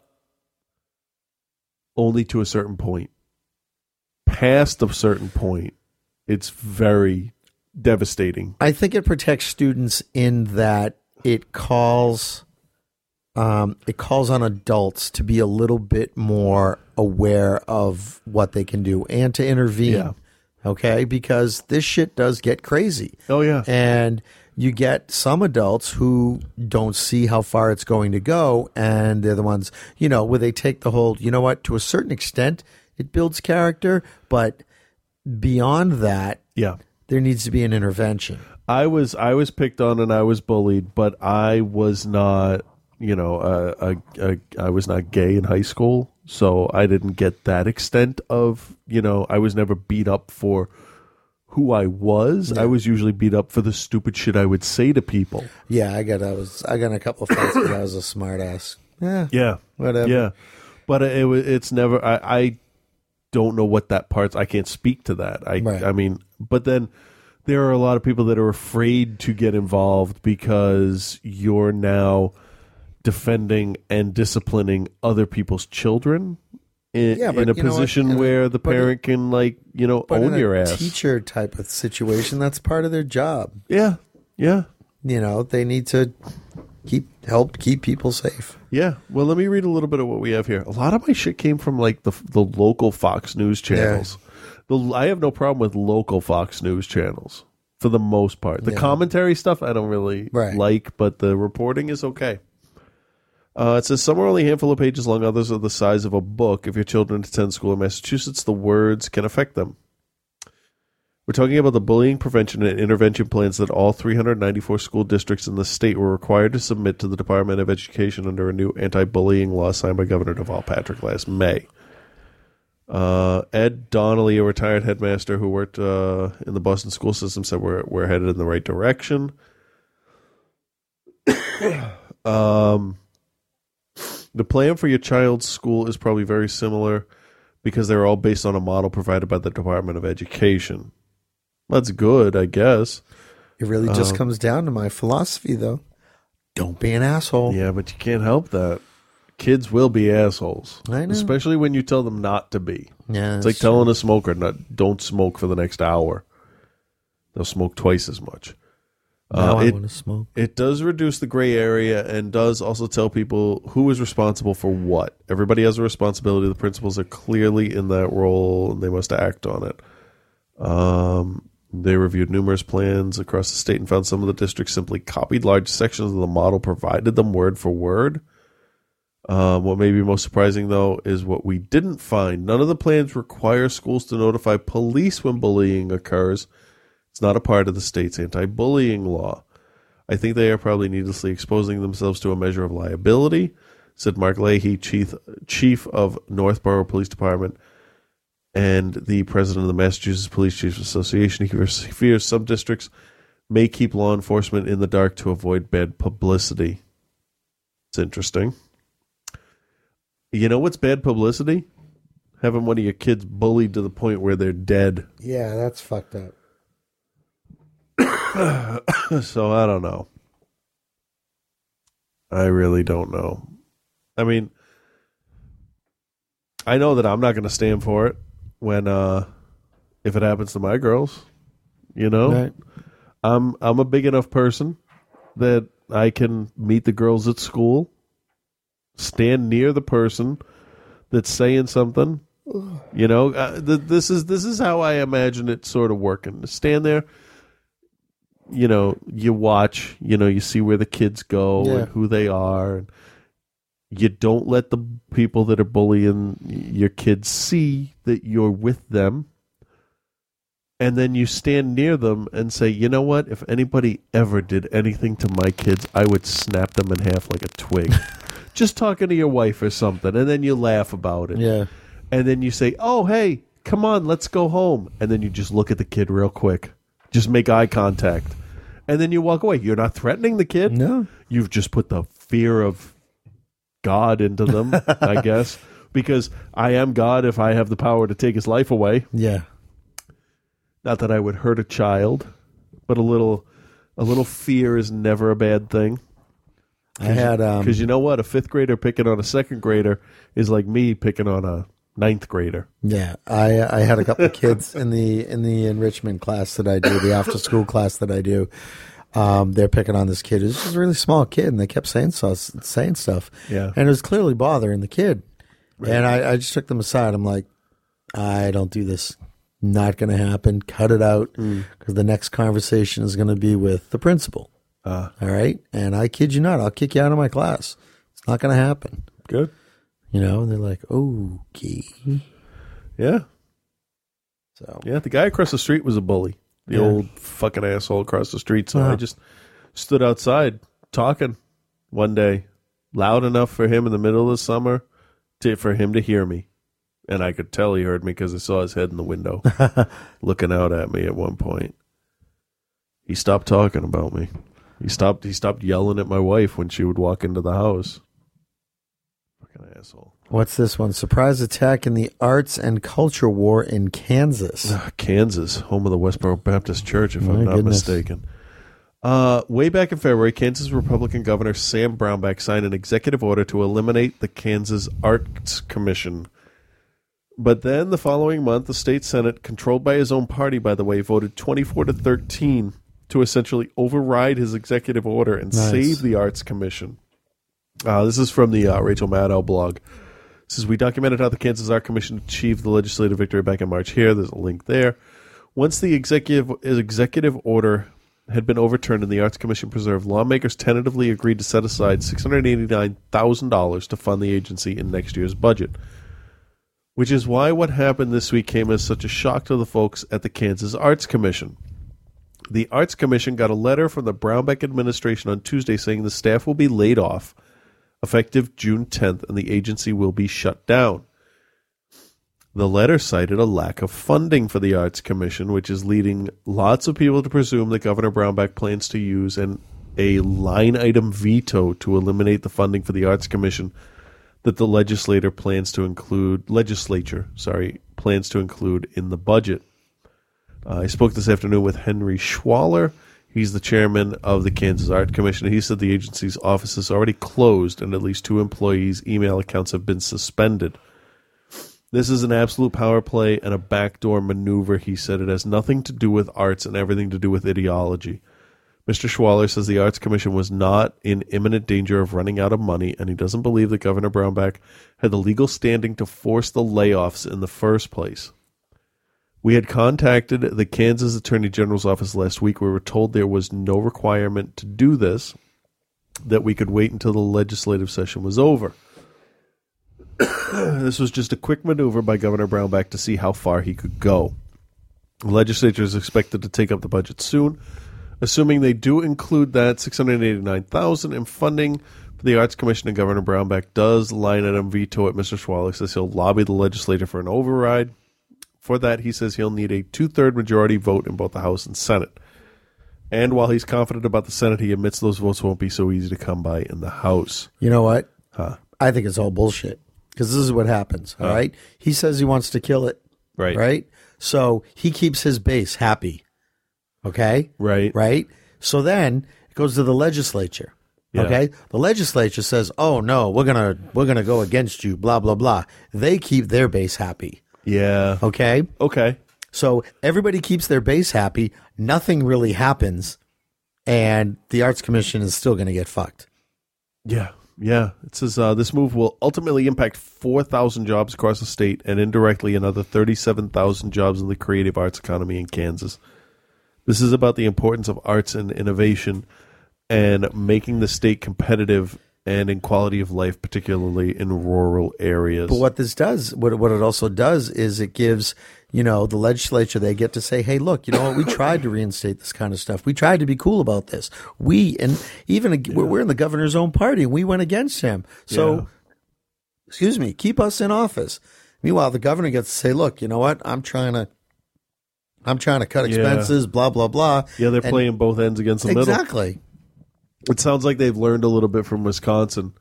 [SPEAKER 11] only to a certain point. Past a certain point, it's very devastating.
[SPEAKER 12] I think it protects students in that it calls um, it calls on adults to be a little bit more aware of what they can do and to intervene.
[SPEAKER 11] Yeah.
[SPEAKER 12] Okay, because this shit does get crazy.
[SPEAKER 11] Oh yeah.
[SPEAKER 12] And you get some adults who don't see how far it's going to go and they're the ones, you know, where they take the whole, you know what, to a certain extent it builds character, but beyond that,
[SPEAKER 11] yeah.
[SPEAKER 12] There needs to be an intervention.
[SPEAKER 11] I was I was picked on and I was bullied, but I was not you know uh, a, a, I was not gay in high school, so I didn't get that extent of you know I was never beat up for who I was. I was usually beat up for the stupid shit I would say to people.
[SPEAKER 12] Yeah, I got I was I got in a couple of fights because I was a smartass. Yeah.
[SPEAKER 11] Yeah.
[SPEAKER 12] Whatever.
[SPEAKER 11] Yeah. But it wa- it's never I I don't know what that part's I can't speak to that. I I mean, but then there are a lot of people that are afraid to get involved because you're now defending and disciplining other people's children in,
[SPEAKER 12] Yeah, but
[SPEAKER 11] in a
[SPEAKER 12] you know what?
[SPEAKER 11] position
[SPEAKER 12] And-
[SPEAKER 11] where the
[SPEAKER 12] but it-
[SPEAKER 11] parent can like, you know,
[SPEAKER 12] But in
[SPEAKER 11] own
[SPEAKER 12] a
[SPEAKER 11] your ass.
[SPEAKER 12] teacher type of situation, that's part of their job.
[SPEAKER 11] Yeah. Yeah.
[SPEAKER 12] You know, they need to keep help keep people safe.
[SPEAKER 11] Yeah. Well, let me read a little bit of what we have here. A lot of my shit came from like the the local Fox News channels. The I have no problem with local Fox News channels for the most part. The
[SPEAKER 12] Yeah.
[SPEAKER 11] commentary stuff I don't really like, but the reporting is okay. Uh, it says some are only a handful of pages long, others are the size of a book. If your children attend school in Massachusetts, the words can affect them. We're talking about the bullying prevention and intervention plans that all 394 school districts in the state were required to submit to the Department of Education under a new anti bullying law signed by Governor Deval Patrick last May. Uh, Ed Donnelly, a retired headmaster who worked uh, in the Boston school system, said we're, we're headed in the right direction. um, the plan for your child's school is probably very similar because they're all based on a model provided by the Department of Education. That's good, I guess.
[SPEAKER 12] It really just
[SPEAKER 11] Um,
[SPEAKER 12] comes down to my philosophy though. Don't be an asshole.
[SPEAKER 11] Yeah, but you can't help that. Kids will be assholes.
[SPEAKER 12] I know.
[SPEAKER 11] Especially when you tell them not to be.
[SPEAKER 12] Yeah,
[SPEAKER 11] It's
[SPEAKER 12] that's
[SPEAKER 11] like telling a smoker not don't smoke for the next hour. They'll smoke twice as much.
[SPEAKER 12] Now I wanna smoke.
[SPEAKER 11] Uh, It does reduce the gray area and does also tell people who is responsible for what. Everybody has a responsibility. The principals are clearly in that role and they must act on it. Um, they reviewed numerous plans across the state and found some of the districts simply copied large sections of the model, provided them word for word. Um, what may be most surprising, though, is what we didn't find. None of the plans require schools to notify police when bullying occurs. It's not a part of the state's anti bullying law. I think they are probably needlessly exposing themselves to a measure of liability, said Mark Leahy, chief, chief of Northborough Police Department and the president of the Massachusetts Police Chiefs Association. He fears- he fears some districts may keep law enforcement in the dark to avoid bad publicity. It's interesting. You know what's bad publicity? Having one of your kids bullied to the point where they're dead.
[SPEAKER 12] Yeah, that's fucked up.
[SPEAKER 11] so I don't know. I really don't know. I mean, I know that I'm not going to stand for it when uh if it happens to my girls, you know?
[SPEAKER 12] Right.
[SPEAKER 11] I'm I'm a big enough person that I can meet the girls at school, stand near the person that's saying something You know, uh, th- this is this is how I imagine it sort of working. Stand there, you know, you watch, you know, you see where the kids go
[SPEAKER 12] Yeah.
[SPEAKER 11] and who they are, and you don't let the people that are bullying your kids see that you're with them. And then you stand near them and say, you know what? If anybody ever did anything to my kids, I would snap them in half like a twig. Just talking to your wife or something. And then you laugh about it.
[SPEAKER 12] Yeah.
[SPEAKER 11] And then you say, oh, hey, come on, let's go home. And then you just look at the kid real quick. Just make eye contact. And then you walk away. You're not threatening the kid. No. You've just put the fear of God into them, I guess. Because I am God if I have the power to take his life away.
[SPEAKER 12] Yeah.
[SPEAKER 11] Not that I would hurt a child, but a little a little fear is never a bad thing.
[SPEAKER 12] I had, um,
[SPEAKER 11] because you know what, a fifth grader picking on a second grader is like me picking on a ninth grader.
[SPEAKER 12] Yeah, I I had a couple of kids in the in the enrichment class that I do, the after school class that I do. Um, they're picking on this kid. He's just a really small kid, and they kept saying so, saying stuff.
[SPEAKER 11] Yeah.
[SPEAKER 12] and it was clearly bothering the kid. And I, I just took them aside. I'm like, I don't do this. Not going to happen. Cut it out
[SPEAKER 11] Mm.
[SPEAKER 12] because the next conversation is going to be with the principal.
[SPEAKER 11] Uh,
[SPEAKER 12] All right, and I kid you not, I'll kick you out of my class. It's not going to happen.
[SPEAKER 11] Good.
[SPEAKER 12] You know, and they're like, okay.
[SPEAKER 11] Yeah.
[SPEAKER 12] So
[SPEAKER 11] yeah, the guy across the street was a bully. The
[SPEAKER 12] Yeah.
[SPEAKER 11] old fucking asshole across the street. So I
[SPEAKER 12] Uh-huh.
[SPEAKER 11] just stood outside talking one day, loud enough for him in the middle of the summer to for him to hear me, and I could tell he heard me because I saw his head in the window, looking out at me at one point. He stopped talking about me. He stopped. He stopped yelling at my wife when she would walk into the house. Fucking asshole.
[SPEAKER 12] What's this one? Surprise attack in the arts and culture war in Kansas.
[SPEAKER 11] Ah, Kansas, home of the Westboro Baptist Church, if
[SPEAKER 12] My
[SPEAKER 11] I'm not
[SPEAKER 12] goodness.
[SPEAKER 11] mistaken. Uh, way back in February, Kansas Republican Governor Sam Brownback signed an executive order to eliminate the Kansas Arts Commission. But then the following month, the state senate, controlled by his own party, by the way, voted 24 to 13 to essentially override his executive order and
[SPEAKER 12] Nice.
[SPEAKER 11] save the Arts Commission. Uh, this is from the uh, Rachel Maddow blog. It says we documented how the Kansas Art Commission achieved the legislative victory back in March. Here, there's a link there. Once the executive executive order had been overturned and the Arts Commission preserved, lawmakers tentatively agreed to set aside six hundred eighty nine thousand dollars to fund the agency in next year's budget. Which is why what happened this week came as such a shock to the folks at the Kansas Arts Commission. The Arts Commission got a letter from the Brownback administration on Tuesday saying the staff will be laid off effective June 10th and the agency will be shut down. The letter cited a lack of funding for the Arts Commission, which is leading lots of people to presume that Governor Brownback plans to use an a line item veto to eliminate the funding for the Arts Commission that the legislator plans to include legislature, sorry, plans to include in the budget. Uh, I spoke this afternoon with Henry Schwaller. He's the chairman of the Kansas Art Commission. He said the agency's office is already closed and at least two employees' email accounts have been suspended. This is an absolute power play and a backdoor maneuver, he said. It has nothing to do with arts and everything to do with ideology. Mr. Schwaller says the Arts Commission was not in imminent danger of running out of money, and he doesn't believe that Governor Brownback had the legal standing to force the layoffs in the first place. We had contacted the Kansas Attorney General's office last week. We were told there was no requirement to do this, that we could wait until the legislative session was over. this was just a quick maneuver by Governor Brownback to see how far he could go. The legislature is expected to take up the budget soon, assuming they do include that 689,000 in funding for the Arts Commission and Governor Brownback does line item veto it. Mr. Schwalik says he'll lobby the legislature for an override. For that, he says he'll need a two-third majority vote in both the House and Senate. And while he's confident about the Senate, he admits those votes won't be so easy to come by in the House.
[SPEAKER 12] You know what? I think it's all bullshit because this is what happens. All right,
[SPEAKER 11] Huh.
[SPEAKER 12] he says he wants to kill it.
[SPEAKER 11] Right.
[SPEAKER 12] right. So he keeps his base happy. Okay,
[SPEAKER 11] right,
[SPEAKER 12] right. So then it goes to the legislature.
[SPEAKER 11] Yeah.
[SPEAKER 12] Okay, the legislature says, "Oh no, we're gonna we're gonna go against you." Blah blah blah. They keep their base happy.
[SPEAKER 11] Yeah.
[SPEAKER 12] Okay.
[SPEAKER 11] Okay.
[SPEAKER 12] So everybody keeps their base happy. Nothing really happens, and the arts commission is still going to get fucked.
[SPEAKER 11] Yeah, Yeah, it says uh, this move will ultimately impact 4,000 jobs across the state and indirectly another 37,000 jobs in the creative arts economy in Kansas. This is about the importance of arts and innovation and making the state competitive and in quality of life, particularly in rural areas.
[SPEAKER 12] But what this does, what what it also does, is it gives you know the legislature they get to say, hey, look, you know what, we tried to reinstate this kind of stuff. We tried to be cool about this. We and even ag- we're we're in the governor's own party. We went against him. So,
[SPEAKER 11] Yeah.
[SPEAKER 12] excuse me, keep us in office. Meanwhile, the governor gets to say, look, you know what, I'm trying to. I'm trying to cut
[SPEAKER 11] Yeah.
[SPEAKER 12] expenses, blah blah blah.
[SPEAKER 11] Yeah, they're
[SPEAKER 12] And-
[SPEAKER 11] playing both ends against the middle.
[SPEAKER 12] Exactly.
[SPEAKER 11] It sounds like they've learned a little bit from Wisconsin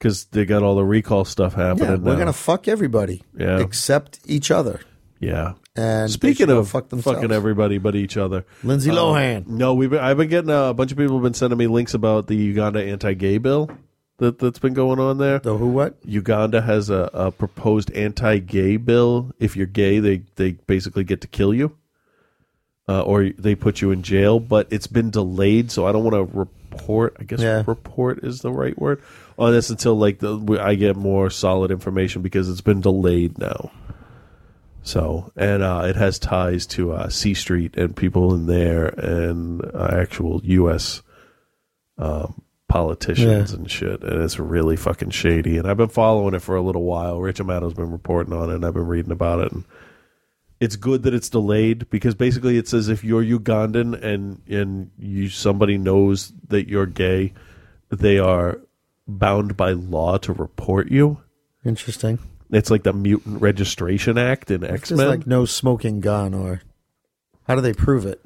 [SPEAKER 11] because they got all the recall stuff happening.
[SPEAKER 12] Yeah, we're
[SPEAKER 11] now.
[SPEAKER 12] gonna fuck everybody.
[SPEAKER 11] Yeah.
[SPEAKER 12] Except each other.
[SPEAKER 11] Yeah.
[SPEAKER 12] And they should
[SPEAKER 11] speaking
[SPEAKER 12] go
[SPEAKER 11] of
[SPEAKER 12] fuck themselves.
[SPEAKER 11] fucking everybody but each other,
[SPEAKER 12] Lindsay
[SPEAKER 11] um,
[SPEAKER 12] Lohan.
[SPEAKER 11] No, we've been, I've been getting uh, a bunch of people have been sending me links about the Uganda anti-gay bill that that's been going on there.
[SPEAKER 12] The who what?
[SPEAKER 11] Uganda has a, a proposed anti-gay bill. If you're gay, they they basically get to kill you. Uh, or they put you in jail, but it's been delayed, so I don't want to report. I guess
[SPEAKER 12] Yeah.
[SPEAKER 11] report is the right word on this until like the, we- I get more solid information because it's been delayed now. So, and uh, it has ties to uh, C Street and people in there and uh, actual U.S. Um, politicians
[SPEAKER 12] Yeah.
[SPEAKER 11] and shit. And it's really fucking shady. And I've been following it for a little while. Rich Amato's been reporting on it and I've been reading about it. And it's good that it's delayed because basically it says if you're Ugandan and, and you somebody knows that you're gay, they are bound by law to report you.
[SPEAKER 12] Interesting.
[SPEAKER 11] It's like the Mutant Registration Act in X
[SPEAKER 12] It's
[SPEAKER 11] Men.
[SPEAKER 12] like no smoking gun or how do they prove it?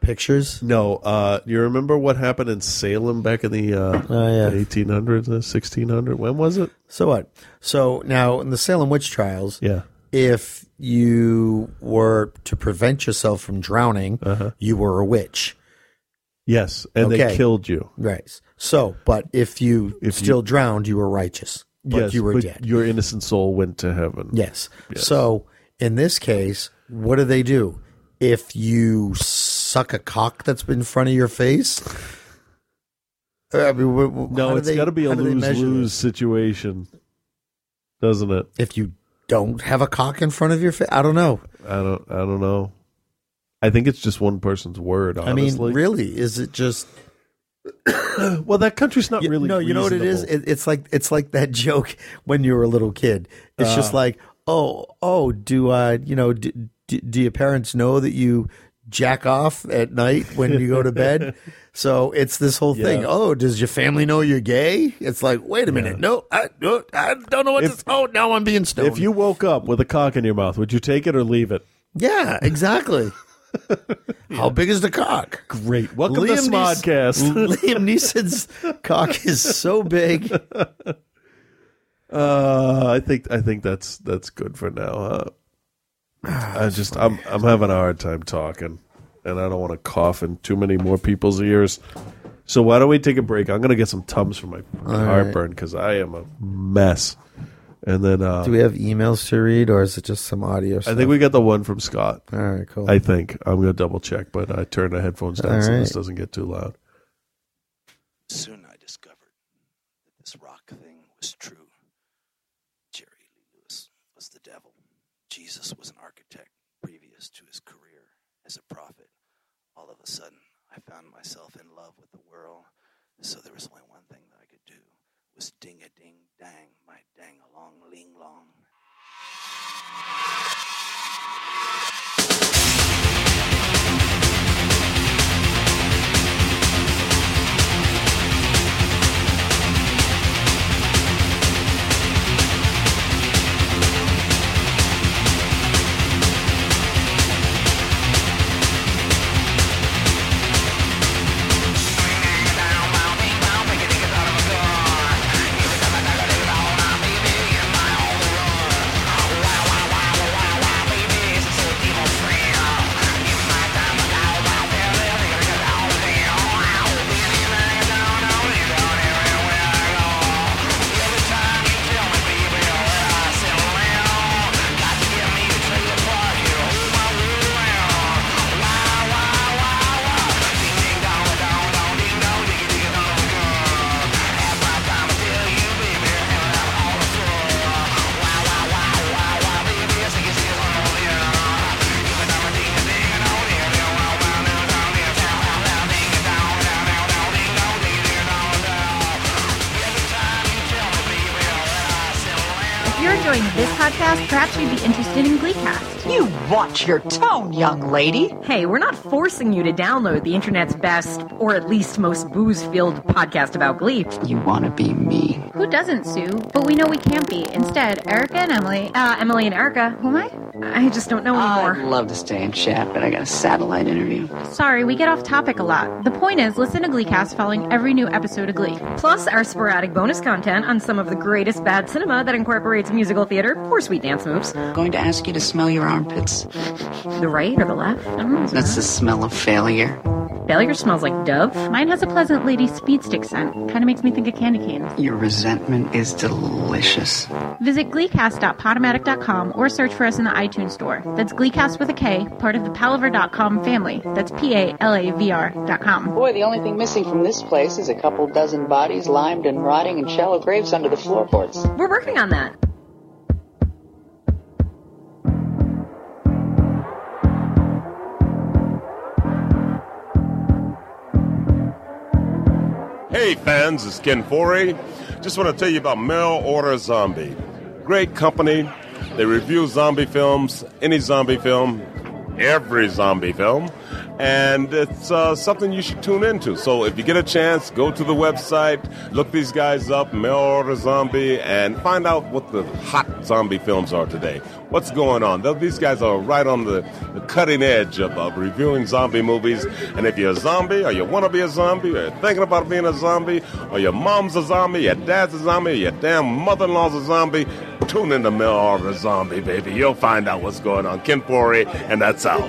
[SPEAKER 12] Pictures?
[SPEAKER 11] No. Uh, you remember what happened in Salem back in the uh,
[SPEAKER 12] Oh, yeah.
[SPEAKER 11] 1800s, uh, 1600? When was it?
[SPEAKER 12] So what? So now in the Salem witch trials,
[SPEAKER 11] Yeah.
[SPEAKER 12] if you were to prevent yourself from drowning, you were a witch.
[SPEAKER 11] Uh-huh. Yes, and they killed you.
[SPEAKER 12] Right. So, but if you still drowned, you were righteous. But
[SPEAKER 11] yes,
[SPEAKER 12] you were
[SPEAKER 11] but
[SPEAKER 12] dead.
[SPEAKER 11] Your innocent soul went to heaven.
[SPEAKER 12] Yes. So in this case, what do they do? If you suck a cock that's been in front of your face, I mean, wh- wh- how
[SPEAKER 11] No,
[SPEAKER 12] do
[SPEAKER 11] it's
[SPEAKER 12] they-
[SPEAKER 11] got to be a
[SPEAKER 12] how do they
[SPEAKER 11] lose
[SPEAKER 12] measure
[SPEAKER 11] lose situation, doesn't it?
[SPEAKER 12] If you don't have a cock in front of your face, I don't know.
[SPEAKER 11] I don't. I don't know. I think it's just one person's word.
[SPEAKER 12] I
[SPEAKER 11] Honestly,
[SPEAKER 12] mean, really, is it just?
[SPEAKER 11] well, that country's not really
[SPEAKER 12] No, you know what it is? It, it's like it's like that joke when you were a little kid. It's just
[SPEAKER 11] Ah.
[SPEAKER 12] like, oh, oh, do uh, you know, do, do, do your parents know that you jack off at night when you go to bed? so it's this whole thing.
[SPEAKER 11] Yeah.
[SPEAKER 12] Oh, does your family know you're gay? It's like, wait a minute, no, I, no, I don't know what to. Oh, now I'm being stoned.
[SPEAKER 11] If you woke up with a cock in your mouth, would you take it or leave it?
[SPEAKER 12] Yeah, exactly. How big is the cock?
[SPEAKER 11] Great. Welcome to
[SPEAKER 12] Liam Nees-
[SPEAKER 11] Smodcast.
[SPEAKER 12] Liam Neeson's cock is so big.
[SPEAKER 11] Uh, I think I think that's that's good for now. Huh?
[SPEAKER 12] Ah,
[SPEAKER 11] I just I'm I'm having a hard time talking, and I don't want to cough in too many more people's ears. So why don't we take a break? I'm gonna get some tums for my fucking
[SPEAKER 12] All right.
[SPEAKER 11] heartburn because I am a mess. And then uh,
[SPEAKER 12] Do we have emails to read, or is it just some audio?
[SPEAKER 11] I think we got the one from Scott.
[SPEAKER 12] All right, cool.
[SPEAKER 11] I think I'm gonna double check, but I turned the headphones down
[SPEAKER 12] All
[SPEAKER 11] so this
[SPEAKER 12] right.
[SPEAKER 11] doesn't get too loud.
[SPEAKER 2] Soon I discovered that this rock thing was true. Jerry Lee Lewis was the devil. Jesus was an architect previous to his career as a prophet. All of a sudden, I found myself in love with the world, so there was only one thing that I could do was ding a ding dang my dang along ling long.
[SPEAKER 10] Thank
[SPEAKER 26] you're enjoying this podcast, perhaps you'd be interested in Gleecast. You watch your tone, young lady. Hey, we're not forcing you to download the internet's best, or at least most booze-filled podcast about Glee.
[SPEAKER 8] You want to be me.
[SPEAKER 26] Who doesn't, Sue? But we know we can't be. Instead, Erica and Emily, uh, Emily and Erica, who am I? I just don't know anymore.
[SPEAKER 8] I'd love to stay and chat, but I got a satellite interview.
[SPEAKER 26] Sorry, we get off topic a lot. The point is, listen to Gleecast following every new episode of Glee, plus our sporadic bonus content on some of the greatest bad cinema that incorporates musical theater or sweet dance moves.
[SPEAKER 8] Going to ask you to smell your armpits.
[SPEAKER 26] The right or the left? I don't know.
[SPEAKER 8] That's the smell of failure.
[SPEAKER 26] Failure smells like Dove. Mine has a pleasant lady speed stick scent. Kind of makes me think of candy canes.
[SPEAKER 8] Your resentment is delicious.
[SPEAKER 26] Visit gleecast.podomatic.com or search for us in the iTunes store. That's Gleecast with a K, part of the palaver.com family. That's P A L A V R.com.
[SPEAKER 8] Boy, the only thing missing from this place is a couple dozen bodies limed and rotting in shallow graves under the floorboards.
[SPEAKER 26] We're working on that.
[SPEAKER 9] Hey fans, it's Ken Forey. Just want to tell you about Mail Order Zombie. Great company. They review zombie films, any zombie film, every zombie film, and it's uh, something you should tune into. So if you get a chance, go to the website, look these guys up, Mail Order Zombie, and find out what the hot zombie films are today. What's going on? Though These guys are right on the, the cutting edge of, of reviewing zombie movies. And if you're a zombie, or you want to be a zombie, or you're thinking about being a zombie, or your mom's a zombie, your dad's a zombie, or your damn mother in law's a zombie, tune into Mail Order Zombie, baby. You'll find out what's going on. Ken Forey, and that's out.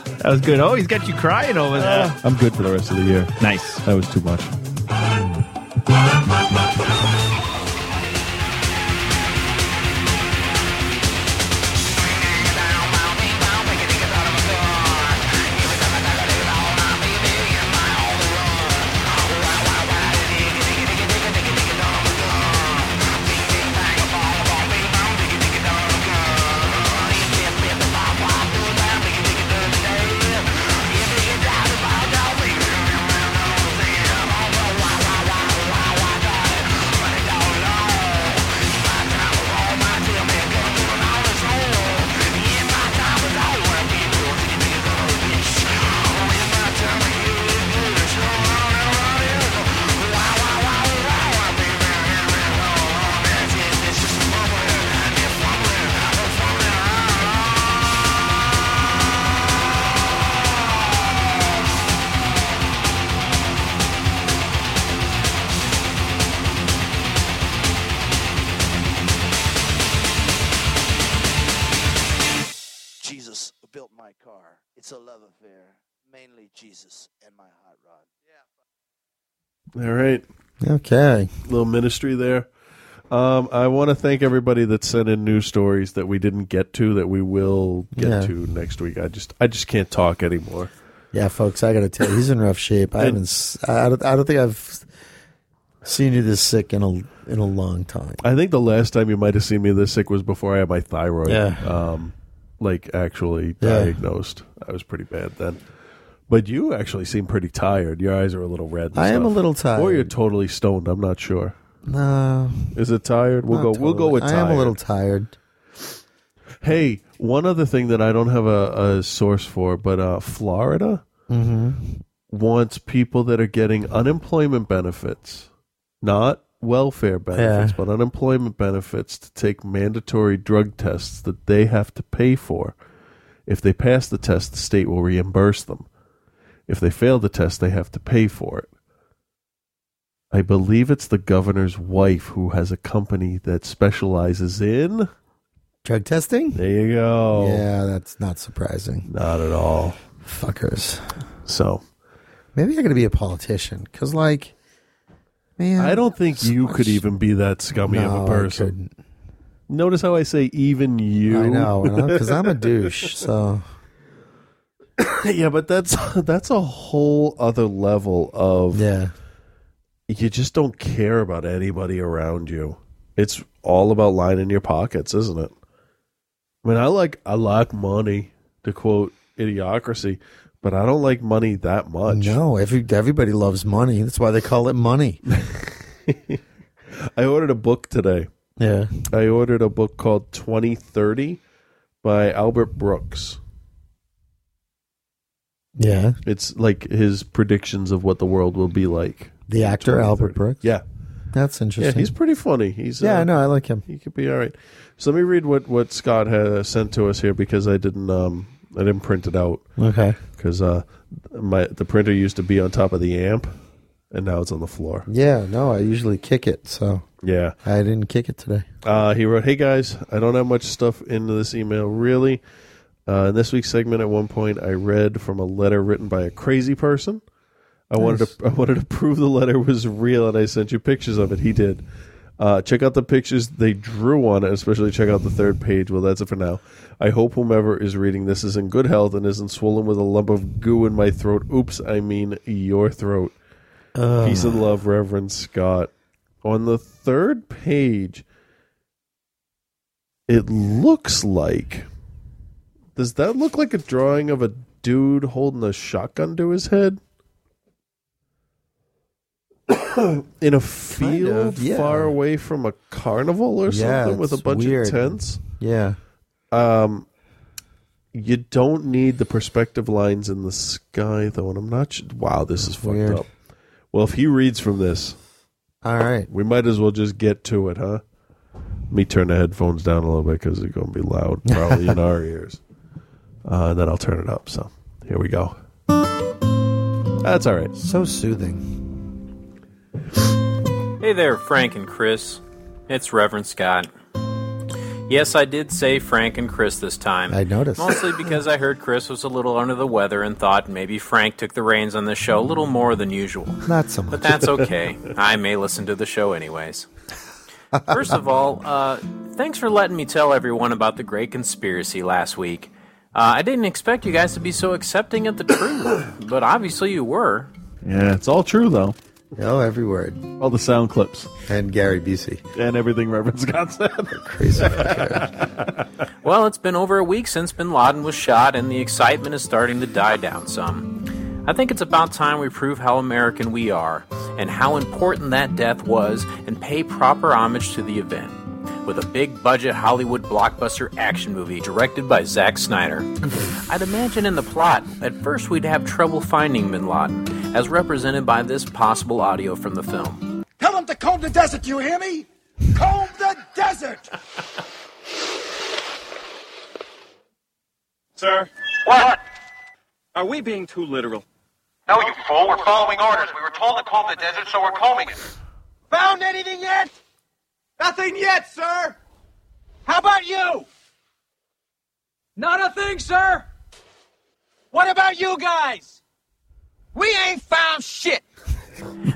[SPEAKER 1] that was good. Oh, he's got you crying over there.
[SPEAKER 27] I'm good for the rest of the year.
[SPEAKER 1] Nice.
[SPEAKER 27] That was too much.
[SPEAKER 10] Jesus built my car. It's a love affair, mainly Jesus and my hot rod.
[SPEAKER 11] All right.
[SPEAKER 12] Okay.
[SPEAKER 11] Little ministry there. Um, I want to thank everybody that sent in news stories that we didn't get to that we will get
[SPEAKER 12] Yeah.
[SPEAKER 11] to next week. I just I just can't talk anymore.
[SPEAKER 12] Yeah, folks, I gotta tell you, he's in rough shape. I
[SPEAKER 11] And-
[SPEAKER 12] haven't. s- I don't, I don't think I've seen you this sick in a in a long time.
[SPEAKER 11] I think the last time you might have seen me this sick was before I had my thyroid.
[SPEAKER 12] Yeah.
[SPEAKER 11] Um, like actually
[SPEAKER 12] Yeah.
[SPEAKER 11] diagnosed. I was pretty bad then. But you actually seem pretty tired. Your eyes are a little red. and
[SPEAKER 12] I
[SPEAKER 11] stuff.
[SPEAKER 12] am a little
[SPEAKER 11] Or
[SPEAKER 12] tired.
[SPEAKER 11] you're totally stoned. I'm not sure.
[SPEAKER 12] No,
[SPEAKER 11] Is it tired? We'll
[SPEAKER 12] Not
[SPEAKER 11] go. We'll go
[SPEAKER 12] totally.
[SPEAKER 11] with. Tired.
[SPEAKER 12] I am a little tired.
[SPEAKER 11] Hey, one other thing that I don't have a, a source for, but uh, Florida
[SPEAKER 12] Mhm.
[SPEAKER 11] wants people that are getting unemployment benefits, not welfare benefits, but unemployment benefits to take mandatory drug tests that they have to pay for. If they pass the test, the state will reimburse them. If they fail the test, they have to pay for it. I believe it's the governor's wife who has a company that specializes in
[SPEAKER 12] drug testing.
[SPEAKER 11] There you go.
[SPEAKER 12] Yeah, that's not surprising.
[SPEAKER 11] Not at all.
[SPEAKER 12] Fuckers.
[SPEAKER 11] So
[SPEAKER 12] maybe I got to be a politician because, like, man,
[SPEAKER 11] I don't think you could even be that scummy
[SPEAKER 12] No,
[SPEAKER 11] of
[SPEAKER 12] I
[SPEAKER 11] a person. Notice how I say even you.
[SPEAKER 12] I know because I'm a douche. So
[SPEAKER 11] yeah, but that's that's a whole other level of
[SPEAKER 12] yeah.
[SPEAKER 11] You just don't care about anybody around you. It's all about lining your pockets, isn't it? I mean, I like I like money to quote Idiocracy, but I don't like money that much.
[SPEAKER 12] no, every everybody loves money. That's why they call it money.
[SPEAKER 11] I ordered a book today.
[SPEAKER 12] Yeah.
[SPEAKER 11] I ordered a book called 2030 by Albert Brooks.
[SPEAKER 12] Yeah.
[SPEAKER 11] It's like his predictions of what the world will be like.
[SPEAKER 12] The actor Albert
[SPEAKER 11] 2030.
[SPEAKER 12] Brooks.
[SPEAKER 11] Yeah.
[SPEAKER 12] That's interesting.
[SPEAKER 11] Yeah, he's pretty funny. He's uh,
[SPEAKER 12] Yeah, I know, I like him.
[SPEAKER 11] He could be all right. So let me read what what Scott has sent to us here because I didn't um I didn't print it out.
[SPEAKER 12] Okay.
[SPEAKER 11] Because uh my the printer used to be on top of the amp, and now it's on the floor.
[SPEAKER 12] Yeah, no, I usually kick it, so
[SPEAKER 11] Yeah.
[SPEAKER 12] I didn't kick it today.
[SPEAKER 11] Uh, he wrote, "Hey guys, I don't have much stuff into this email really. Uh, in this week's segment, at one point, I read from a letter written by a crazy person. I wanted to I wanted to prove the letter was real, and I sent you pictures of it. He did. Uh, check out the pictures they drew on it, especially check out the third page. Well, that's it for now. I hope whomever is reading this is in good health and isn't swollen with a lump of goo in my throat. Oops, I mean your throat.
[SPEAKER 12] Ugh.
[SPEAKER 11] Peace and love, Reverend Scott. On the third page, it looks like. Does that look like a drawing of a dude holding a shotgun to his head? In a field
[SPEAKER 12] of, yeah.
[SPEAKER 11] far away from a carnival or
[SPEAKER 12] Yeah,
[SPEAKER 11] something with a
[SPEAKER 12] it's
[SPEAKER 11] bunch
[SPEAKER 12] weird.
[SPEAKER 11] of tents?
[SPEAKER 12] Yeah.
[SPEAKER 11] Um, you don't need the perspective lines in the sky, though, and I'm not sure. Wow, this is fucked
[SPEAKER 12] Weird.
[SPEAKER 11] up. Well, if he reads from this,
[SPEAKER 12] all right,
[SPEAKER 11] we might as well just get to it, huh? Let me turn the headphones down a little bit because they're going to be loud, probably in our ears. Uh, and then I'll turn it up. So here we go. That's all right.
[SPEAKER 12] So soothing.
[SPEAKER 4] Hey there, Frank and Chris. It's Reverend Scott. Yes, I did say Frank and Chris this time.
[SPEAKER 12] I noticed.
[SPEAKER 4] Mostly because I heard Chris was a little under the weather and thought maybe Frank took the reins on this show a little more than usual.
[SPEAKER 12] Not so much.
[SPEAKER 4] But that's okay. I may listen to the show anyways. First of all, uh, thanks for letting me tell everyone about the great conspiracy last week. Uh, I didn't expect you guys to be so accepting of the truth, but obviously you were.
[SPEAKER 28] Yeah, it's all true though.
[SPEAKER 12] Oh, every word.
[SPEAKER 28] All the sound clips
[SPEAKER 12] and Gary Busey
[SPEAKER 28] and everything Reverend Scott said.
[SPEAKER 12] Crazy.
[SPEAKER 4] Well, it's been over a week since bin Laden was shot, and the excitement is starting to die down some. I think it's about time we prove how American we are, and how important that death was, and pay proper homage to the event. With a big budget Hollywood blockbuster action movie directed by Zack Snyder. I'd imagine in the plot, at first we'd have trouble finding bin Laden, as represented by this possible audio from the film.
[SPEAKER 19] Tell them to comb the desert, you hear me? Comb the desert!
[SPEAKER 13] Sir? What? Are we being too literal? No, you fool. We're following orders. We were told to comb the desert, so we're combing it.
[SPEAKER 19] Found anything yet? Nothing yet, sir! How about you? Not a thing, sir! What about you guys? We ain't found shit!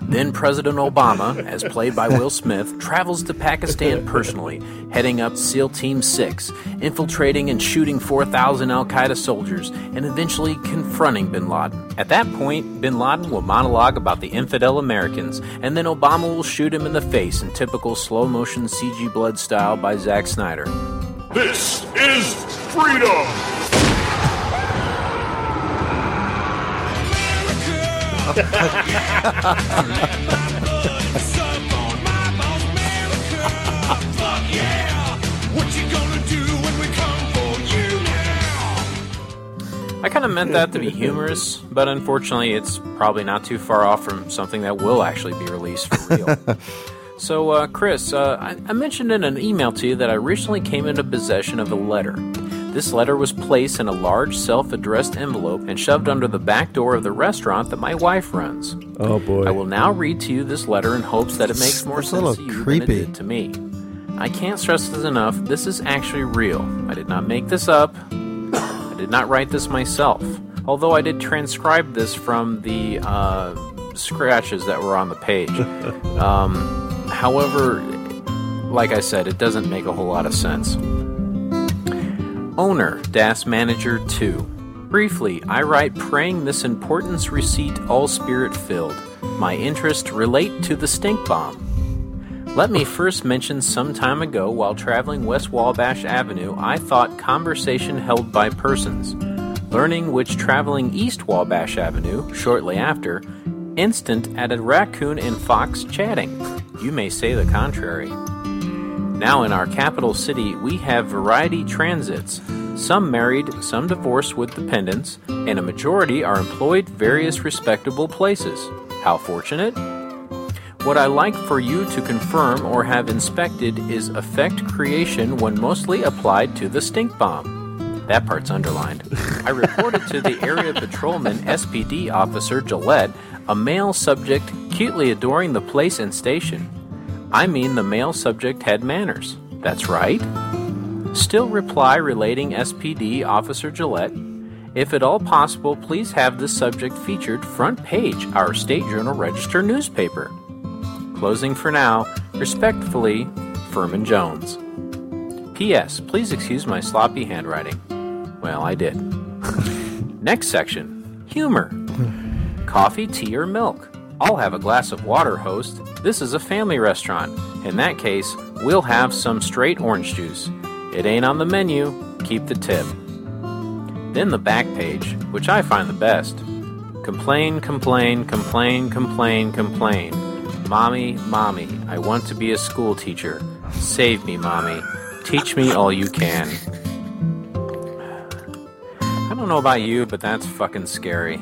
[SPEAKER 4] Then President Obama, as played by Will Smith, travels to Pakistan personally, heading up SEAL Team 6, infiltrating and shooting 4,000 Al Qaeda soldiers, and eventually confronting bin Laden. At that point, bin Laden will monologue about the infidel Americans, and then Obama will shoot him in the face in typical slow motion CG blood style by Zack Snyder.
[SPEAKER 19] This is freedom!
[SPEAKER 4] I kind of meant that to be humorous, but unfortunately, it's probably not too far off from something that will actually be released for real. So, uh, Chris, uh, I, I mentioned in an email to you that I recently came into possession of a letter. This letter was placed in a large self addressed envelope and shoved under the back door of the restaurant that my wife runs.
[SPEAKER 11] Oh boy.
[SPEAKER 4] I will now read to you this letter in hopes that it makes more
[SPEAKER 11] It's a
[SPEAKER 4] sense to
[SPEAKER 11] little
[SPEAKER 4] you than
[SPEAKER 11] creepy.
[SPEAKER 4] it did to me. I can't stress this enough. This is actually real. I did not make this up. I did not write this myself. Although I did transcribe this from the uh, scratches that were on the page. um, however, like I said, it doesn't make a whole lot of sense. Owner Das Manager 2. Briefly, I write praying this importance receipt all spirit filled. My interest relate to the stink bomb. Let me first mention some time ago while traveling West Wabash Avenue, I thought conversation held by persons. Learning which traveling East Wabash Avenue, shortly after, instant at a raccoon and fox chatting. You may say the contrary. Now in our capital city, we have variety transits. Some married, some divorced with dependents, and a majority are employed various respectable places. How fortunate? What I like for you to confirm or have inspected is effect creation when mostly applied to the stink bomb. That part's underlined. I reported to the area patrolman SPD officer Gillette a male subject cutely adoring the place and station. I mean, the male subject had manners. That's right. Still reply relating SPD Officer Gillette. If at all possible, please have this subject featured front page, our State Journal Register newspaper. Closing for now, respectfully, Furman Jones. P.S. Please excuse my sloppy handwriting. Well, I did. Next section humor. Coffee, tea, or milk? I'll have a glass of water, host. This is a family restaurant. In that case, we'll have some straight orange juice. It ain't on the menu. Keep the tip. Then the back page, which I find the best. Complain, complain, complain, complain, complain. Mommy, mommy, I want to be a school teacher. Save me, mommy. Teach me all you can. I don't know about you, but that's fucking scary.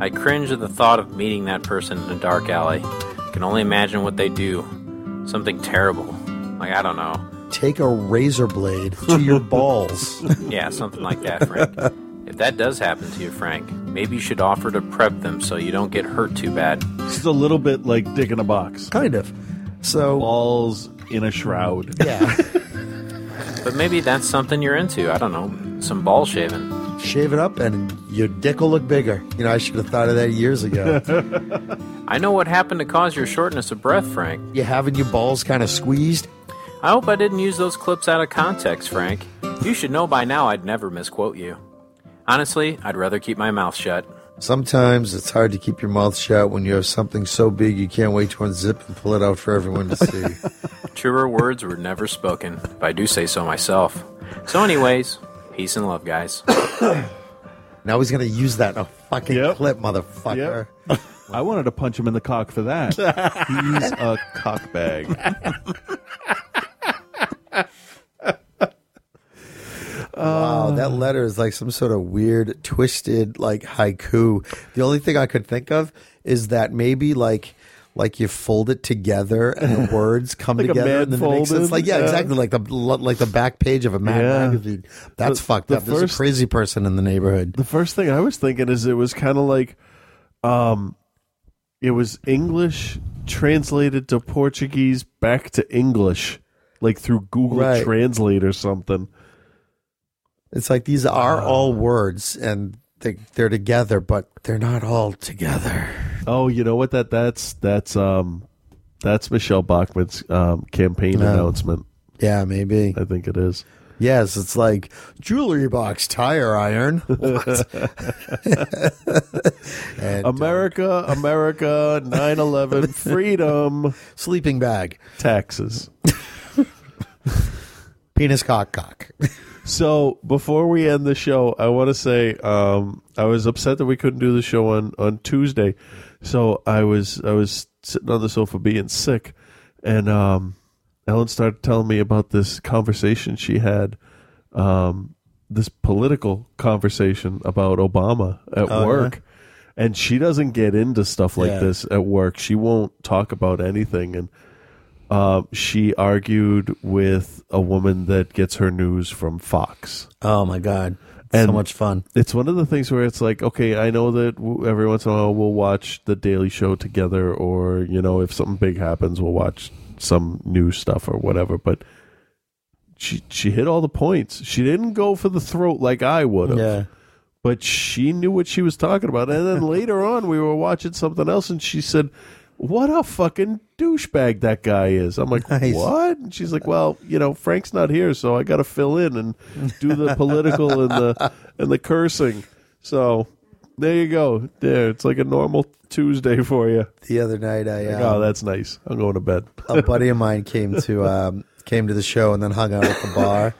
[SPEAKER 4] I cringe at the thought of meeting that person in a dark alley. Can only imagine what they do. Something terrible. Like, I don't know.
[SPEAKER 12] Take a razor blade to your balls.
[SPEAKER 4] Yeah, something like that, Frank. If that does happen to you, Frank, maybe you should offer to prep them so you don't get hurt too bad.
[SPEAKER 11] This is a little bit like dick in a box.
[SPEAKER 12] Kind of. So
[SPEAKER 11] balls in a shroud.
[SPEAKER 12] Yeah.
[SPEAKER 4] But maybe that's something you're into. I don't know. Some ball shaving.
[SPEAKER 12] Shave it up and your dick will look bigger. You know, I should have thought of that years ago.
[SPEAKER 4] I know what happened to cause your shortness of breath, Frank.
[SPEAKER 12] you having your balls kind of squeezed?
[SPEAKER 4] I hope I didn't use those clips out of context, Frank. You should know by now I'd never misquote you. Honestly, I'd rather keep my mouth shut.
[SPEAKER 12] Sometimes it's hard to keep your mouth shut when you have something so big you can't wait to unzip and pull it out for everyone to see.
[SPEAKER 4] Truer words were never spoken, if I do say so myself. So, anyways, peace and love, guys.
[SPEAKER 12] now he's going to use that in a fucking clip, motherfucker.
[SPEAKER 11] I wanted to punch him in the cock for that. He's a cockbag.
[SPEAKER 12] wow,
[SPEAKER 11] Uh.
[SPEAKER 12] that letter is like some sort of weird, twisted, like haiku. The only thing I could think of is that maybe like. Like you fold it together and the words come
[SPEAKER 11] Like a
[SPEAKER 12] together,
[SPEAKER 11] mad
[SPEAKER 12] and then it makes sense.
[SPEAKER 11] folded,
[SPEAKER 12] Like yeah,
[SPEAKER 11] yeah.
[SPEAKER 12] exactly. Like the like the back page of a Mad
[SPEAKER 11] Yeah.
[SPEAKER 12] magazine. That's
[SPEAKER 11] The-
[SPEAKER 12] fucked
[SPEAKER 11] the
[SPEAKER 12] up. There's a
[SPEAKER 11] first-
[SPEAKER 12] crazy person in the neighborhood.
[SPEAKER 11] The first thing I was thinking is it was kind of like, um, it was English translated to Portuguese back to English, like through Google
[SPEAKER 12] Right.
[SPEAKER 11] Translate or something.
[SPEAKER 12] It's like these are all words and they, they're together, but they're not all together.
[SPEAKER 11] Oh, you know what? That that's that's um, that's Michelle Bachman's um, campaign
[SPEAKER 12] Oh.
[SPEAKER 11] announcement.
[SPEAKER 12] Yeah, maybe.
[SPEAKER 11] I think it is.
[SPEAKER 12] Yes, it's like jewelry box, tire iron. What? And- uh,
[SPEAKER 11] America, America, 9 11, freedom.
[SPEAKER 12] Sleeping bag.
[SPEAKER 11] Taxes.
[SPEAKER 12] Penis cock cock.
[SPEAKER 11] so before we end the show, I want to say um, I was upset that we couldn't do the show on, on Tuesday. So I was I was sitting on the sofa being sick, and um, Ellen started telling me about this conversation she had, um, this political conversation about Obama at
[SPEAKER 12] Oh, yeah.
[SPEAKER 11] work. And she doesn't get into stuff like
[SPEAKER 12] Yeah.
[SPEAKER 11] this at work. She won't talk about anything. And Uh, she argued with a woman that gets her news from Fox.
[SPEAKER 12] Oh my god, so much fun!
[SPEAKER 11] It's one of the things where it's like, okay, I know that w- every once in a while we'll watch the Daily Show together, or you know, if something big happens, we'll watch some news stuff or whatever. But she she hit all the points. She didn't go for the throat like I would have.
[SPEAKER 12] Yeah.
[SPEAKER 11] But she knew what she was talking about. And then later on, we were watching something else, and she said, "What a fucking douchebag that guy is." I'm like,
[SPEAKER 12] Nice.
[SPEAKER 11] "What?" And she's like, "Well, you know, Frank's not here, so I got to fill in and do the political and the and the cursing." So there you go. There, it's like a normal Tuesday for you.
[SPEAKER 12] The other night, I
[SPEAKER 11] like,
[SPEAKER 12] um,
[SPEAKER 11] oh, that's nice. I'm going to bed.
[SPEAKER 12] a buddy of mine came to um, came to the show and then hung out at the bar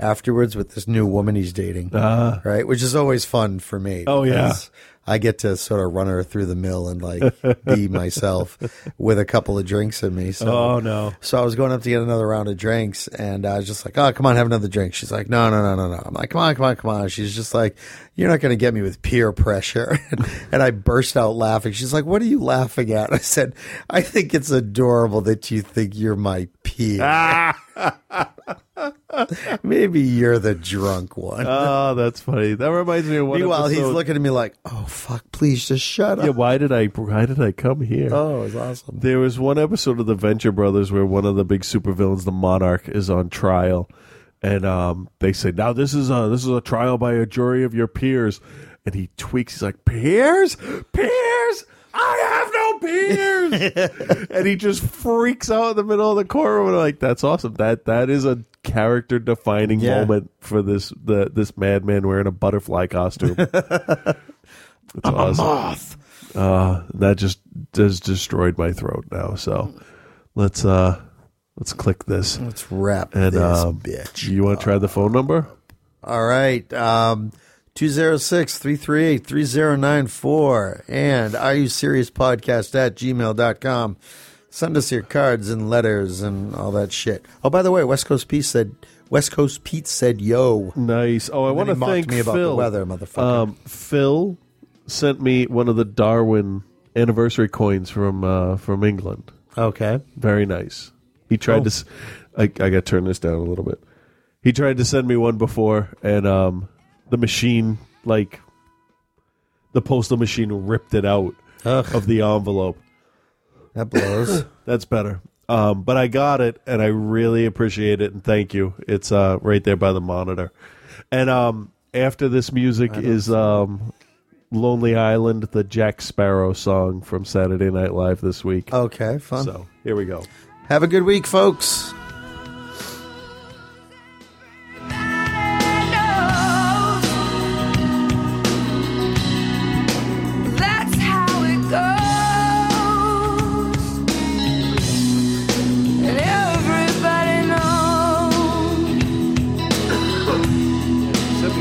[SPEAKER 12] afterwards with this new woman he's dating,
[SPEAKER 11] Ah.
[SPEAKER 12] right? Which is always fun for me.
[SPEAKER 11] Oh, yeah.
[SPEAKER 12] because I get to sort of run her through the mill and like be myself with a couple of drinks in me. So,
[SPEAKER 11] Oh, no.
[SPEAKER 12] So I was going up to get another round of drinks, and I was just like, "Oh, come on, have another drink." She's like, "No, no, no, no, no." I'm like, "Come on, come on, come on." She's just like, "You're not going to get me with peer pressure," and I burst out laughing. She's like, "What are you laughing at?" I said, "I think it's adorable that you think you're my peer.
[SPEAKER 11] Ah.
[SPEAKER 12] Maybe you're the drunk one."
[SPEAKER 11] Oh, that's funny. That reminds me of one.
[SPEAKER 12] Meanwhile, he's
[SPEAKER 11] episode-
[SPEAKER 12] looking at me like, "Oh fuck, please just shut up."
[SPEAKER 11] Yeah, why did I? Why did I come here?
[SPEAKER 12] Oh, it was awesome.
[SPEAKER 11] There was one episode of the Venture Brothers where one of the big supervillains, the Monarch, is on trial, and um, they say, "Now this is a this is a trial by a jury of your peers," and he tweaks. He's like, "Peers, peers." I have no peers, and he just freaks out in the middle of the courtroom. And I'm like, that's awesome. That that is a character defining
[SPEAKER 12] Yeah.
[SPEAKER 11] moment for this the this madman wearing a butterfly costume. It's awesome. Uh, that just has destroyed my throat now. So let's uh let's click this.
[SPEAKER 12] Let's wrap
[SPEAKER 11] and,
[SPEAKER 12] this
[SPEAKER 11] um, You want to try the phone number?
[SPEAKER 12] All right. Um, 206-338-3094 and are you serious podcast at gmail.com send us your cards and letters and all that shit oh by the way west coast pete said west coast pete said yo
[SPEAKER 11] nice oh i
[SPEAKER 12] want to
[SPEAKER 11] thank
[SPEAKER 12] me about
[SPEAKER 11] Phil.
[SPEAKER 12] the weather motherfucker
[SPEAKER 11] Um, Phil sent me one of the Darwin anniversary coins from uh, from England.
[SPEAKER 12] Okay,
[SPEAKER 11] very nice. He tried
[SPEAKER 12] Oh.
[SPEAKER 11] to. s- I, got to turn this down a little bit. He tried to send me one before, and um, the machine like the postal machine ripped it out of the envelope.
[SPEAKER 12] That blows.
[SPEAKER 11] That's better. Um, but I got it, and I really appreciate it, and thank you. It's uh, right there by the monitor. And um, after this music is um, "Lonely Island," the Jack Sparrow song from Saturday Night Live this week.
[SPEAKER 12] Okay, fun.
[SPEAKER 11] So here we go.
[SPEAKER 12] have a good week folks
[SPEAKER 29] That's how it goes. And everybody knows.
[SPEAKER 20] Oh,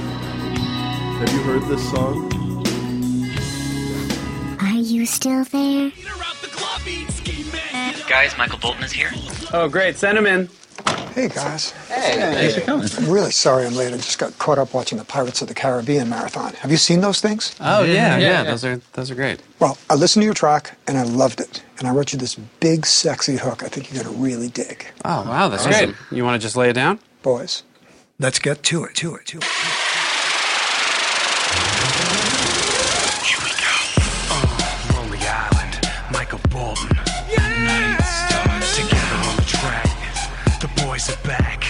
[SPEAKER 11] Have you heard this song?
[SPEAKER 30] Are you still there?
[SPEAKER 15] Guys, Michael Bolton is here.
[SPEAKER 8] Oh, great. Send him in.
[SPEAKER 17] Hey guys.
[SPEAKER 15] Hey. Thanks for coming.
[SPEAKER 17] I'm really sorry I'm late. I just got caught up watching the Pirates of the Caribbean marathon. Have you seen those things?
[SPEAKER 8] Oh, yeah, yeah. Those are those are great.
[SPEAKER 17] Well, I listened to your track and I loved it. And I wrote you this big, sexy hook I think you're going to really dig.
[SPEAKER 8] Oh, wow. That's
[SPEAKER 17] Awesome.
[SPEAKER 8] great. You want to just lay it down?
[SPEAKER 17] Boys, let's get to it, to it, to it.
[SPEAKER 8] Lonely Island, Michael Bolton. Night starts together on the track. The boys are back.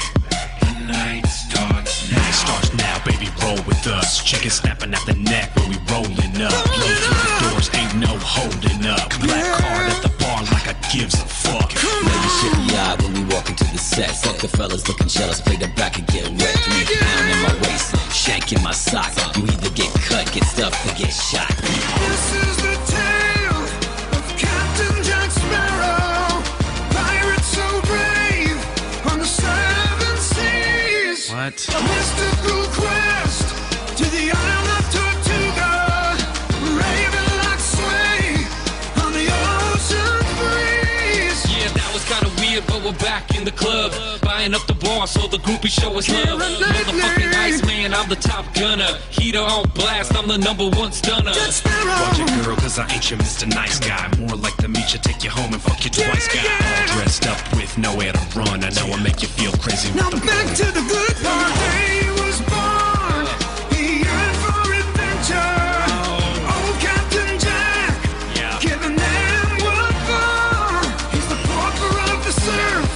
[SPEAKER 8] Night starts now. Night starts now, baby. Roll with us. Chicken snapping at the neck when we rolling up. Blow through the doors, ain't no holding up. Black card at the bar like I gives a fuck.
[SPEAKER 10] Maybe shit be odd when we walk into the set. Fuck the fellas looking jealous, play the back and get wet. Three pound in my waist, shank in my sock. You either get cut, get stuffed, or get shot.
[SPEAKER 8] This
[SPEAKER 10] Mm-hmm.
[SPEAKER 8] is the tale of Captain Jack Sparrow, pirate so brave on the seven seas. What? A mystical quest to the island of Tortuga, raving like sway on the ocean breeze.
[SPEAKER 10] Yeah, that was kinda weird, but we're back in the club. By
[SPEAKER 16] Flying up the bar so the groupies show us love. Motherfucking Iceman, I'm the top gunner. Heater on blast, I'm the number one stunner.
[SPEAKER 5] Watch it, girl, cause I ain't your Mr. Nice Guy. More like the meet you, take you home and fuck you twice, guy. All dressed up with nowhere to run. I know I make you feel crazy.
[SPEAKER 8] Now back to the good part. He was born. He yearned for adventure. Oh, Captain Jack,
[SPEAKER 16] Yeah.
[SPEAKER 8] giving them what for. He's the pauper of the surf,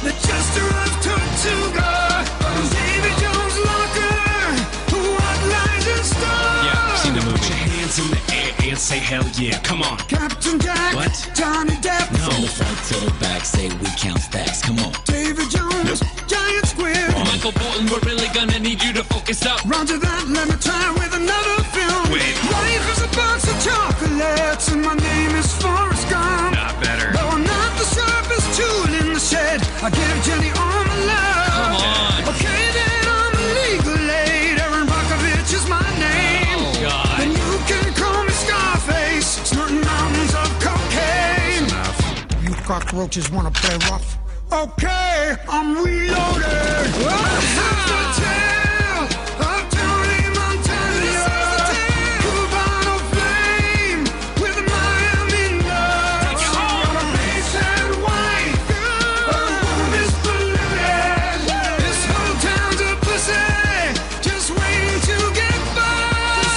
[SPEAKER 8] the jester of Tortuga. Davy Jones' locker, what lies in store?
[SPEAKER 16] Yeah, seen the
[SPEAKER 5] Put your hands in the air and say hell yeah. Come on.
[SPEAKER 8] Captain Jack,
[SPEAKER 5] What?
[SPEAKER 8] Johnny Depp,
[SPEAKER 10] From the front to the back, say we count stacks. Come on.
[SPEAKER 8] David Jones, Giant Squid.
[SPEAKER 16] Michael Bolton, we're really gonna need you to focus up.
[SPEAKER 8] Roger that, let me try with another film.
[SPEAKER 16] Wait.
[SPEAKER 8] Life is a box of chocolates, and my name is Forrest Gump.
[SPEAKER 16] Not better.
[SPEAKER 8] Though I'm not the sharpest tool in the shed, I give Jenny all my love. Come on. Okay, then I'm a legal aid. Aaron Brockovich is my name.
[SPEAKER 16] Oh, God.
[SPEAKER 8] And you can call me Scarface, snorting mountains of cocaine. You cockroaches wanna play rough? Okay, I'm reloaded. Here's the tale of Tony Montana. Cubano flame with Miami love. You're amazing white girl. Her womb is polluted. This whole town's a pussy, just waiting to get burned.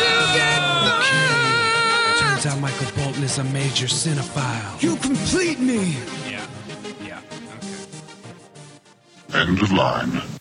[SPEAKER 8] To get burned.
[SPEAKER 5] Turns out Michael Bolton is a major cinephile.
[SPEAKER 8] You complete me.
[SPEAKER 5] Yeah. Yeah.
[SPEAKER 31] End of line.